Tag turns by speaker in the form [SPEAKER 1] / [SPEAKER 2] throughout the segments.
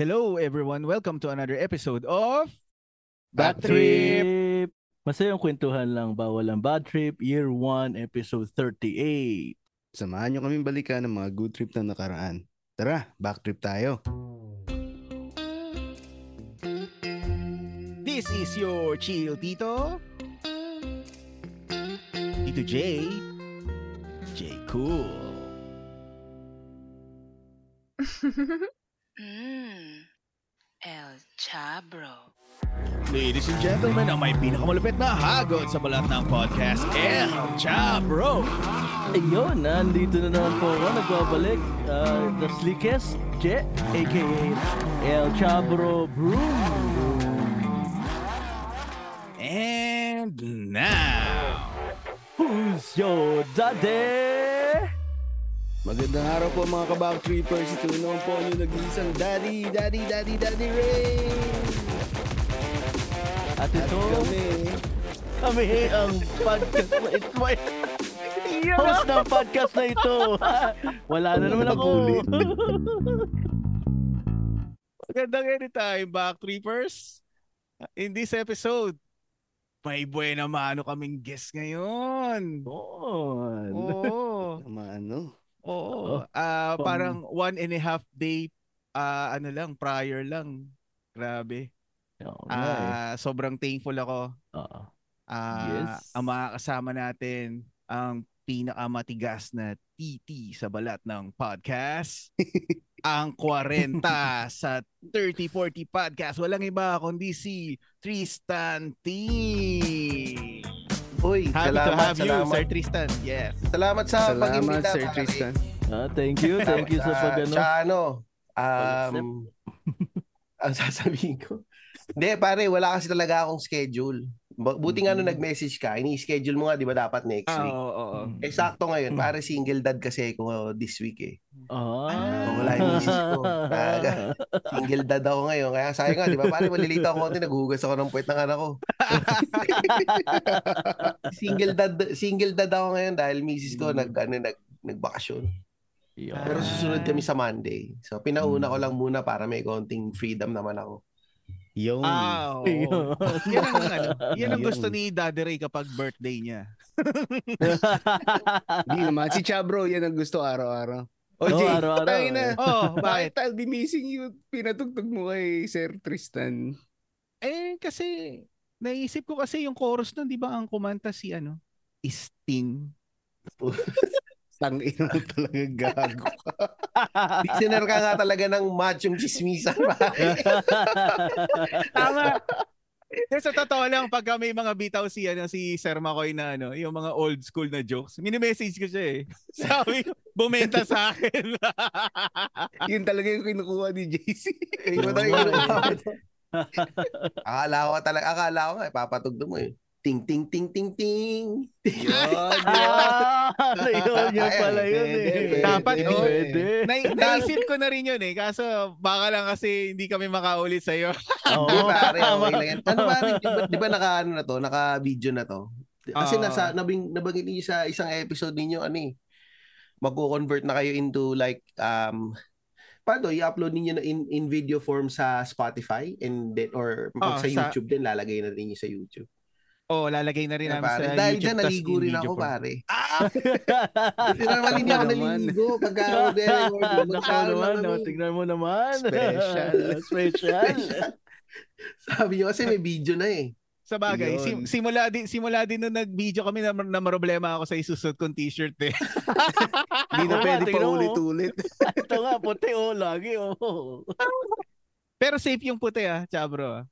[SPEAKER 1] Hello everyone, welcome to another episode of
[SPEAKER 2] Bad
[SPEAKER 3] trip! Masayang kwentuhan lang, bawal ang bad trip, year 1, episode 38.
[SPEAKER 2] Samahan nyo kaming balikan ng mga good trip na nakaraan. Tara, back trip tayo.
[SPEAKER 1] This is your chill tito. Tito J. J Cool.
[SPEAKER 4] Mm. El Chabro.
[SPEAKER 1] Ladies and gentlemen, ang may pinakamalupit na hagod sa balat ng podcast, eh, El Chabro.
[SPEAKER 3] Ayun, nandito na naman po ako, nagbabalik. ah, the slickest, Jet, aka El Chabro Broom.
[SPEAKER 1] And now,
[SPEAKER 3] Who's your daddy?
[SPEAKER 2] Magandang araw po mga kaback trippers. Ito naman po yung nag-iisang Daddy, Daddy, Daddy, Daddy Ray!
[SPEAKER 3] At
[SPEAKER 2] At
[SPEAKER 3] ito,
[SPEAKER 2] kami,
[SPEAKER 3] kami ang podcast na ito. Host ng podcast na ito. Wala na naman ako.
[SPEAKER 2] Nagulit.
[SPEAKER 1] magandang anytime back creepers. In this episode, may buena mano kaming guest ngayon.
[SPEAKER 3] Yun.
[SPEAKER 1] Oo.
[SPEAKER 2] ang mga ano,
[SPEAKER 1] Oo. Ah,
[SPEAKER 3] Pang-
[SPEAKER 1] parang one and a half day ah ano lang prior lang. Grabe.
[SPEAKER 3] Oo nga
[SPEAKER 1] Ah,
[SPEAKER 3] eh.
[SPEAKER 1] sobrang thankful ako.
[SPEAKER 3] Oo.
[SPEAKER 1] Ah,
[SPEAKER 3] Yes.
[SPEAKER 1] ang makakasama natin ang pinakamatigas na titi sa balat ng podcast. ang 40 sa 3040 podcast. Walang iba kundi si Tristan T.
[SPEAKER 5] Uy,
[SPEAKER 1] Happy to
[SPEAKER 5] salamat,
[SPEAKER 1] have you,
[SPEAKER 5] salamat.
[SPEAKER 1] Sir Tristan. Yes.
[SPEAKER 5] Salamat sa
[SPEAKER 2] salamat
[SPEAKER 5] pag-imbita.
[SPEAKER 2] Sir
[SPEAKER 5] pare.
[SPEAKER 2] Tristan.
[SPEAKER 3] Ah, thank you, thank you sa
[SPEAKER 5] Sa-
[SPEAKER 3] pag ano.
[SPEAKER 5] Sa ano, um,
[SPEAKER 3] Pag-accept.
[SPEAKER 5] ang sasabihin ko. Hindi, pare, wala kasi talaga akong schedule. Bu- Buti nga nung nag-message ka, ini-schedule mo nga, di ba dapat next
[SPEAKER 1] Mm-hmm. Ah,
[SPEAKER 5] week?
[SPEAKER 1] oo, oo.
[SPEAKER 3] Mm.
[SPEAKER 5] Eh, sakto ngayon, pare, single dad kasi ako this week eh.
[SPEAKER 3] Ah.
[SPEAKER 5] Wala yung misis ko. Talaga. Single dad ako ngayon. Kaya sayang nga, di ba, pare, malilito ako konti, naghuhugas ako ng puwet ng anak ko. Single dad, single dad ako ngayon dahil misis ko nag, ano, nag, nagbakasyon.
[SPEAKER 3] Yun.
[SPEAKER 5] Pero susunod kami sa Monday. So pinauna ko lang muna para may konting freedom naman ako.
[SPEAKER 2] Yung,
[SPEAKER 1] Ah, oo.
[SPEAKER 3] Yun.
[SPEAKER 1] yan ang ano, yan ang
[SPEAKER 2] Yun.
[SPEAKER 1] gusto ni Daddy Ray kapag birthday niya.
[SPEAKER 2] di naman. Si Chabro, yan ang gusto araw-araw.
[SPEAKER 5] O,
[SPEAKER 3] Oo,
[SPEAKER 5] Jay,
[SPEAKER 3] araw-araw
[SPEAKER 2] tangin na.
[SPEAKER 3] eh.
[SPEAKER 1] Oh, bakit?
[SPEAKER 2] Bakit I'll be missing you? Pinatugtog mo kay Sir Tristan.
[SPEAKER 1] eh kasi naisip ko kasi yung chorus nun, 'di ba, ang kumanta si ano? Sting.
[SPEAKER 2] Tangin mo talaga gago.
[SPEAKER 5] listener ka nga talaga ng machong chismisan.
[SPEAKER 1] Tama. Eh, sa totoo lang, pagka may mga bitaw si, ano, si Sir Makoy na ano, yung mga old school na jokes, minimessage ko siya eh. Sabi, ko, bumenta sa akin.
[SPEAKER 2] Yun talaga yung kinukuha ni JC.
[SPEAKER 5] Hindi ko talaga inuulit. akala ko talaga, akala ko nga, ipapatugtog mo eh. Ting, ting, ting, ting, ting.
[SPEAKER 2] Yun,
[SPEAKER 3] Ah, yun, yun pala yun eh.
[SPEAKER 2] Pwede,
[SPEAKER 1] Dapat
[SPEAKER 2] pwede.
[SPEAKER 1] yun.
[SPEAKER 3] Pwede.
[SPEAKER 1] Nai- naisip ko na rin yun eh. Kaso baka lang kasi hindi kami makaulit sa'yo.
[SPEAKER 3] Oo,
[SPEAKER 5] Hindi, pare, okay
[SPEAKER 3] tama.
[SPEAKER 5] lang yan. Ano ba, di ba, di ba naka, ano na to, naka-video na to? Kasi
[SPEAKER 1] Oo.
[SPEAKER 5] nasa, nabing, nabanggit niyo sa isang episode ninyo, ano eh, magko-convert na kayo into like, um, paano, i-upload ninyo na in, in video form sa Spotify and then, or
[SPEAKER 1] Oo, Ah,
[SPEAKER 5] sa
[SPEAKER 1] sa-
[SPEAKER 5] YouTube din, lalagay na rin niyo sa YouTube.
[SPEAKER 1] Oh, lalagay na rin
[SPEAKER 5] Kaya,
[SPEAKER 1] namin
[SPEAKER 5] pare,
[SPEAKER 1] sa
[SPEAKER 5] dahil
[SPEAKER 1] YouTube.
[SPEAKER 5] dyan,
[SPEAKER 1] tas
[SPEAKER 5] naligo
[SPEAKER 1] in
[SPEAKER 5] rin
[SPEAKER 1] video
[SPEAKER 5] ako,
[SPEAKER 1] form.
[SPEAKER 5] pare. Hindi naman hindi ako ah,
[SPEAKER 2] Naman.
[SPEAKER 5] naliligo pagka mag-record.
[SPEAKER 3] Nako
[SPEAKER 5] Mag-shower
[SPEAKER 1] ano
[SPEAKER 3] naman,
[SPEAKER 5] lang
[SPEAKER 3] Ah, no,
[SPEAKER 5] kami.
[SPEAKER 3] tignan mo naman.
[SPEAKER 2] Special.
[SPEAKER 3] Special.
[SPEAKER 5] Sabi niyo kasi may video na eh.
[SPEAKER 1] Sa bagay, sim-
[SPEAKER 2] Yun.
[SPEAKER 1] simula din simula din nung nag-video kami na, na problema ako sa isusot kong t-shirt eh.
[SPEAKER 2] Hindi
[SPEAKER 3] Oo nga,
[SPEAKER 2] na pwede
[SPEAKER 3] tingnan
[SPEAKER 2] pa
[SPEAKER 3] mo.
[SPEAKER 2] ulit-ulit.
[SPEAKER 3] Ito nga, puti oh, lagi oh.
[SPEAKER 1] Pero safe yung puti ah, Chabro. ah.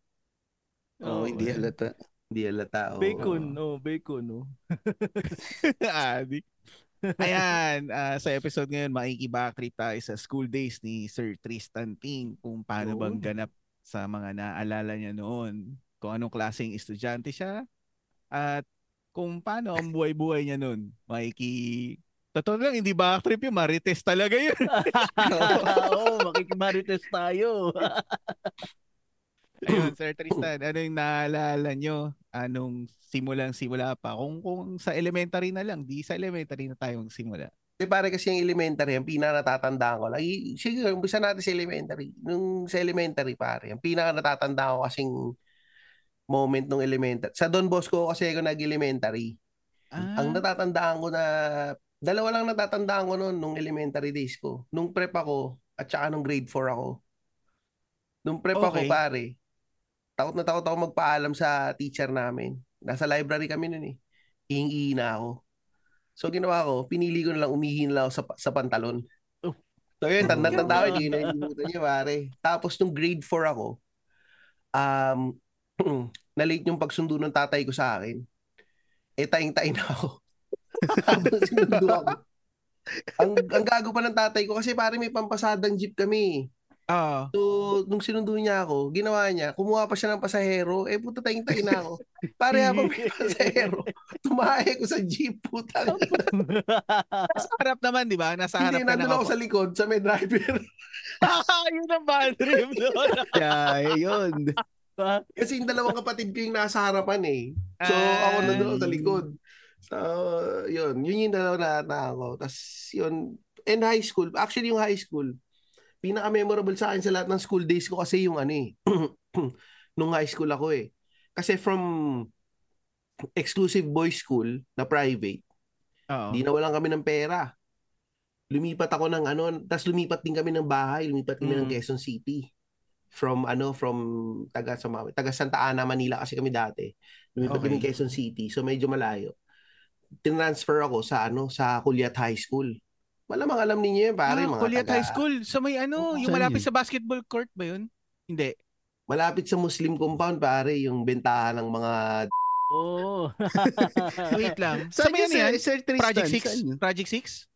[SPEAKER 2] Oh, hindi halata.
[SPEAKER 5] Hindi halata. Ah, oo.
[SPEAKER 3] Bacon, oh, bacon, oh.
[SPEAKER 1] Adik. Ayan, ah, sa episode ngayon, makikibacktrip tayo sa school days ni Sir Tristan Ting kung paano
[SPEAKER 3] Oo.
[SPEAKER 1] bang ganap sa mga naalala niya noon, kung anong klaseng estudyante siya, at kung paano ang buhay-buhay niya noon. Makiki... Totoo lang, hindi backtrip yun, marites talaga yun. Ah,
[SPEAKER 3] Oo, makikimarites tayo.
[SPEAKER 1] Ayun, Sir Tristan, ano yung naalala nyo? Anong simulang simula pa? Kung, kung sa elementary na lang, di sa elementary na tayo magsimula.
[SPEAKER 5] Hindi, Kasi pare kasi yung elementary, ang pinaka natatandaan ko lang. y- Siguro, umpisa natin sa elementary. Nung sa elementary, pare, ang pinaka natatandaan ko kasing moment nung elementary. Sa Don Bosco kasi ako nag-elementary.
[SPEAKER 1] Ah,
[SPEAKER 5] Ang natatandaan ko na, dalawa lang natatandaan ko noon nung elementary days ko. Nung prep ako, at saka nung grade 4 ako. Nung prep ako,
[SPEAKER 1] Okay.
[SPEAKER 5] pare, takot na takot ako magpaalam sa teacher namin. Nasa library kami noon eh. Ihingi na ako. So ginawa ko, pinili ko na lang umihin lang ako sa, sa pantalon.
[SPEAKER 3] Oh.
[SPEAKER 5] So yun, tanda-tanda ko, hindi na inilimutan niya pare. Tapos nung grade 4 ako, um, na-late yung pagsundo ng tatay ko sa akin. Eh, taing-taing na ako. Habang sinundo ako. ang, ang gago pa ng tatay ko kasi pare may pampasadang jeep kami.
[SPEAKER 1] ah,
[SPEAKER 5] So, nung sinundo niya ako, ginawa niya, kumuha pa siya ng pasahero, eh puta taing-taing na ako. Pare habang may pasahero, tumahay ko sa jeep, putang.
[SPEAKER 1] Nasa harap naman, di ba? Nasa harap
[SPEAKER 5] Hindi,
[SPEAKER 1] ka ng
[SPEAKER 5] nandun ako sa likod, sa may driver.
[SPEAKER 1] Ah, yun ang bad trip doon.
[SPEAKER 2] Kaya yun.
[SPEAKER 5] Kasi yung dalawang kapatid ko yung nasa harapan eh. So,
[SPEAKER 1] Ah.
[SPEAKER 5] ako nandun ako sa likod. So, yun. Yun yung dalawa na, na ako. Tapos, yun. And high school. Actually, yung high school, pinaka-memorable sa akin sa lahat ng school days ko kasi yung ano eh. nung high school ako eh. Kasi from exclusive boys school na private,
[SPEAKER 1] Oo.
[SPEAKER 5] Di na walang kami ng pera. Lumipat ako ng ano, tapos lumipat din kami ng bahay, lumipat kami ng
[SPEAKER 1] Mm.
[SPEAKER 5] Quezon City. From ano, from taga sa taga Santa Ana, Manila kasi kami dati. Lumipat
[SPEAKER 1] Okay.
[SPEAKER 5] kami ng Quezon City, so medyo malayo. Tinransfer ako sa ano, sa Kulyat High School. Malamang alam ninyo yun, pare,
[SPEAKER 1] Ah,
[SPEAKER 5] mga
[SPEAKER 1] Colliet
[SPEAKER 5] taga-
[SPEAKER 1] High School, sa may ano,
[SPEAKER 3] Oo,
[SPEAKER 1] yung
[SPEAKER 3] saan
[SPEAKER 1] malapit
[SPEAKER 3] yun?
[SPEAKER 1] sa basketball court ba yun? Hindi.
[SPEAKER 5] Malapit sa Muslim compound, pare, yung bentahan ng mga
[SPEAKER 3] Oo.
[SPEAKER 1] Wait lang. sa
[SPEAKER 2] Saan
[SPEAKER 1] may
[SPEAKER 2] yun,
[SPEAKER 1] ano
[SPEAKER 2] Sir,
[SPEAKER 1] yan?
[SPEAKER 2] Sir Tristan?
[SPEAKER 1] Project
[SPEAKER 2] Saan yun?
[SPEAKER 1] 6? Project 6?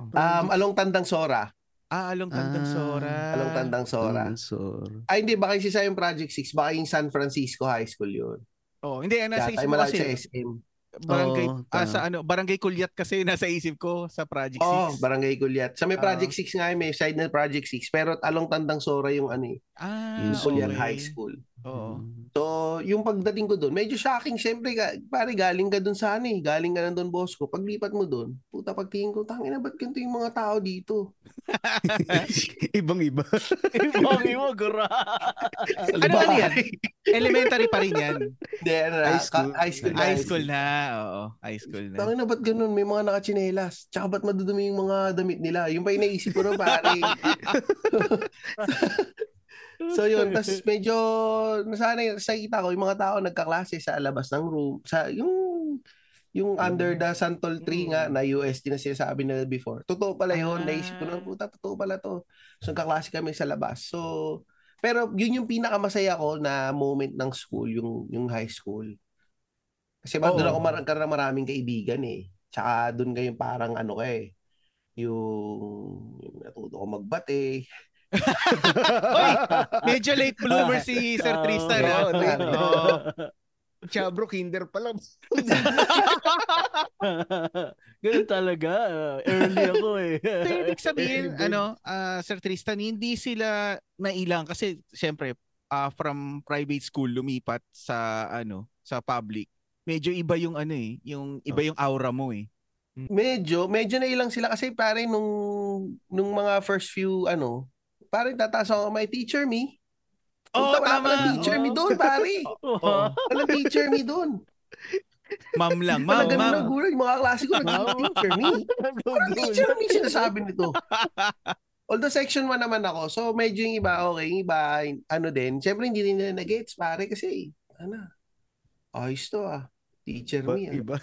[SPEAKER 1] Mm.
[SPEAKER 5] um, Along Tandang Sora.
[SPEAKER 1] Ah, Along Tandang
[SPEAKER 2] Ah,
[SPEAKER 1] Sora.
[SPEAKER 5] Along Tandang Sora.
[SPEAKER 1] Mm.
[SPEAKER 2] Ah, sorry.
[SPEAKER 5] Ay, hindi, baka yung sisa yung Project 6, baka yung San Francisco High School yun.
[SPEAKER 1] Oh, hindi, ang nasa isip
[SPEAKER 5] Yata, yung
[SPEAKER 1] ko kasi.
[SPEAKER 5] malapit sa SM.
[SPEAKER 1] Barangay,
[SPEAKER 2] Oo,
[SPEAKER 1] ah,
[SPEAKER 2] tama.
[SPEAKER 1] sa ano, Barangay Kulyat kasi nasa isip ko sa Project 6.
[SPEAKER 5] Oh, Barangay Gulyat. Sa may
[SPEAKER 1] Ah.
[SPEAKER 5] Project 6 nga, yun, may side na Project 6. Pero along tandang Sora yung ano eh,
[SPEAKER 1] ah,
[SPEAKER 2] Yung
[SPEAKER 5] yung Gulyat
[SPEAKER 1] okay.
[SPEAKER 5] High School.
[SPEAKER 1] Oo.
[SPEAKER 2] Hmm.
[SPEAKER 5] So, yung pagdating ko doon, medyo shocking. Siyempre, ga, pare, galing ka doon sa ano eh. Galing ka na doon, boss ko. Paglipat mo doon, puta, pagtingin ko, tangin na, ba't ganito yung mga tao dito?
[SPEAKER 2] Ibang iba.
[SPEAKER 3] Mami mo, gura.
[SPEAKER 1] Ano
[SPEAKER 5] ba
[SPEAKER 1] ano yan? Elementary pa rin yan.
[SPEAKER 5] Hindi, ano na,
[SPEAKER 2] High school.
[SPEAKER 5] ka- high school. na,
[SPEAKER 1] High school na. Oo, high school na.
[SPEAKER 5] Tangin na, ba't ganun? May mga nakachinelas. Tsaka ba't madudumi yung mga damit nila? Yung pa inaisip ko na, pare. so yun, tas medyo nasanay sa kita ko yung mga tao nagkaklase sa labas ng room, sa yung yung under the Santol
[SPEAKER 1] Mm.
[SPEAKER 5] tree nga na USD na sinasabi nila before. Totoo pala
[SPEAKER 1] Ah.
[SPEAKER 5] yun. Naisip ko na, puta, totoo pala to. So, nagkaklase kami sa labas. So, pero yun yung pinakamasaya ko na moment ng school, yung yung high school. Kasi ba,
[SPEAKER 1] Oo.
[SPEAKER 5] doon ako maragkaroon ng maraming kaibigan eh. Tsaka doon kayong parang ano ka eh. Yung, yung natuto ko magbate.
[SPEAKER 1] Oy, medyo late bloomer si Sir
[SPEAKER 3] Oo.
[SPEAKER 1] Tristan. ah.
[SPEAKER 2] Oo, late
[SPEAKER 1] Oo.
[SPEAKER 2] Chabro, kinder pa lang.
[SPEAKER 3] Ganun talaga. Early ako eh.
[SPEAKER 1] So, ibig sabihin,
[SPEAKER 3] Early bird.
[SPEAKER 1] ano, ah, Sir Tristan, hindi sila nailang kasi syempre ah, from private school lumipat sa ano, sa public. Medyo iba yung ano eh, yung
[SPEAKER 5] Oh.
[SPEAKER 1] iba yung aura mo eh.
[SPEAKER 5] Medyo, medyo nailang sila kasi pare nung, nung mga first few ano, pare tataas ako, may teacher me.
[SPEAKER 1] Oo,
[SPEAKER 5] Puta,
[SPEAKER 1] tama.
[SPEAKER 5] wala palang teacher me
[SPEAKER 3] Oo.
[SPEAKER 5] doon, pare. Oh.
[SPEAKER 3] Oo.
[SPEAKER 5] Walang teacher me doon.
[SPEAKER 1] Ma'am lang, ma'am,
[SPEAKER 5] Walang ganun
[SPEAKER 1] ma'am.
[SPEAKER 5] na guro. Yung mga klase ko, nag-teacher me. Parang teacher me sinasabi nito. Although section 1 naman ako, so medyo yung iba, okay, yung iba, ano din, syempre hindi din nila na-gets, pare, kasi, ano, ayos to ah. Teacher
[SPEAKER 2] Iba,
[SPEAKER 5] me. Ano.
[SPEAKER 2] iba.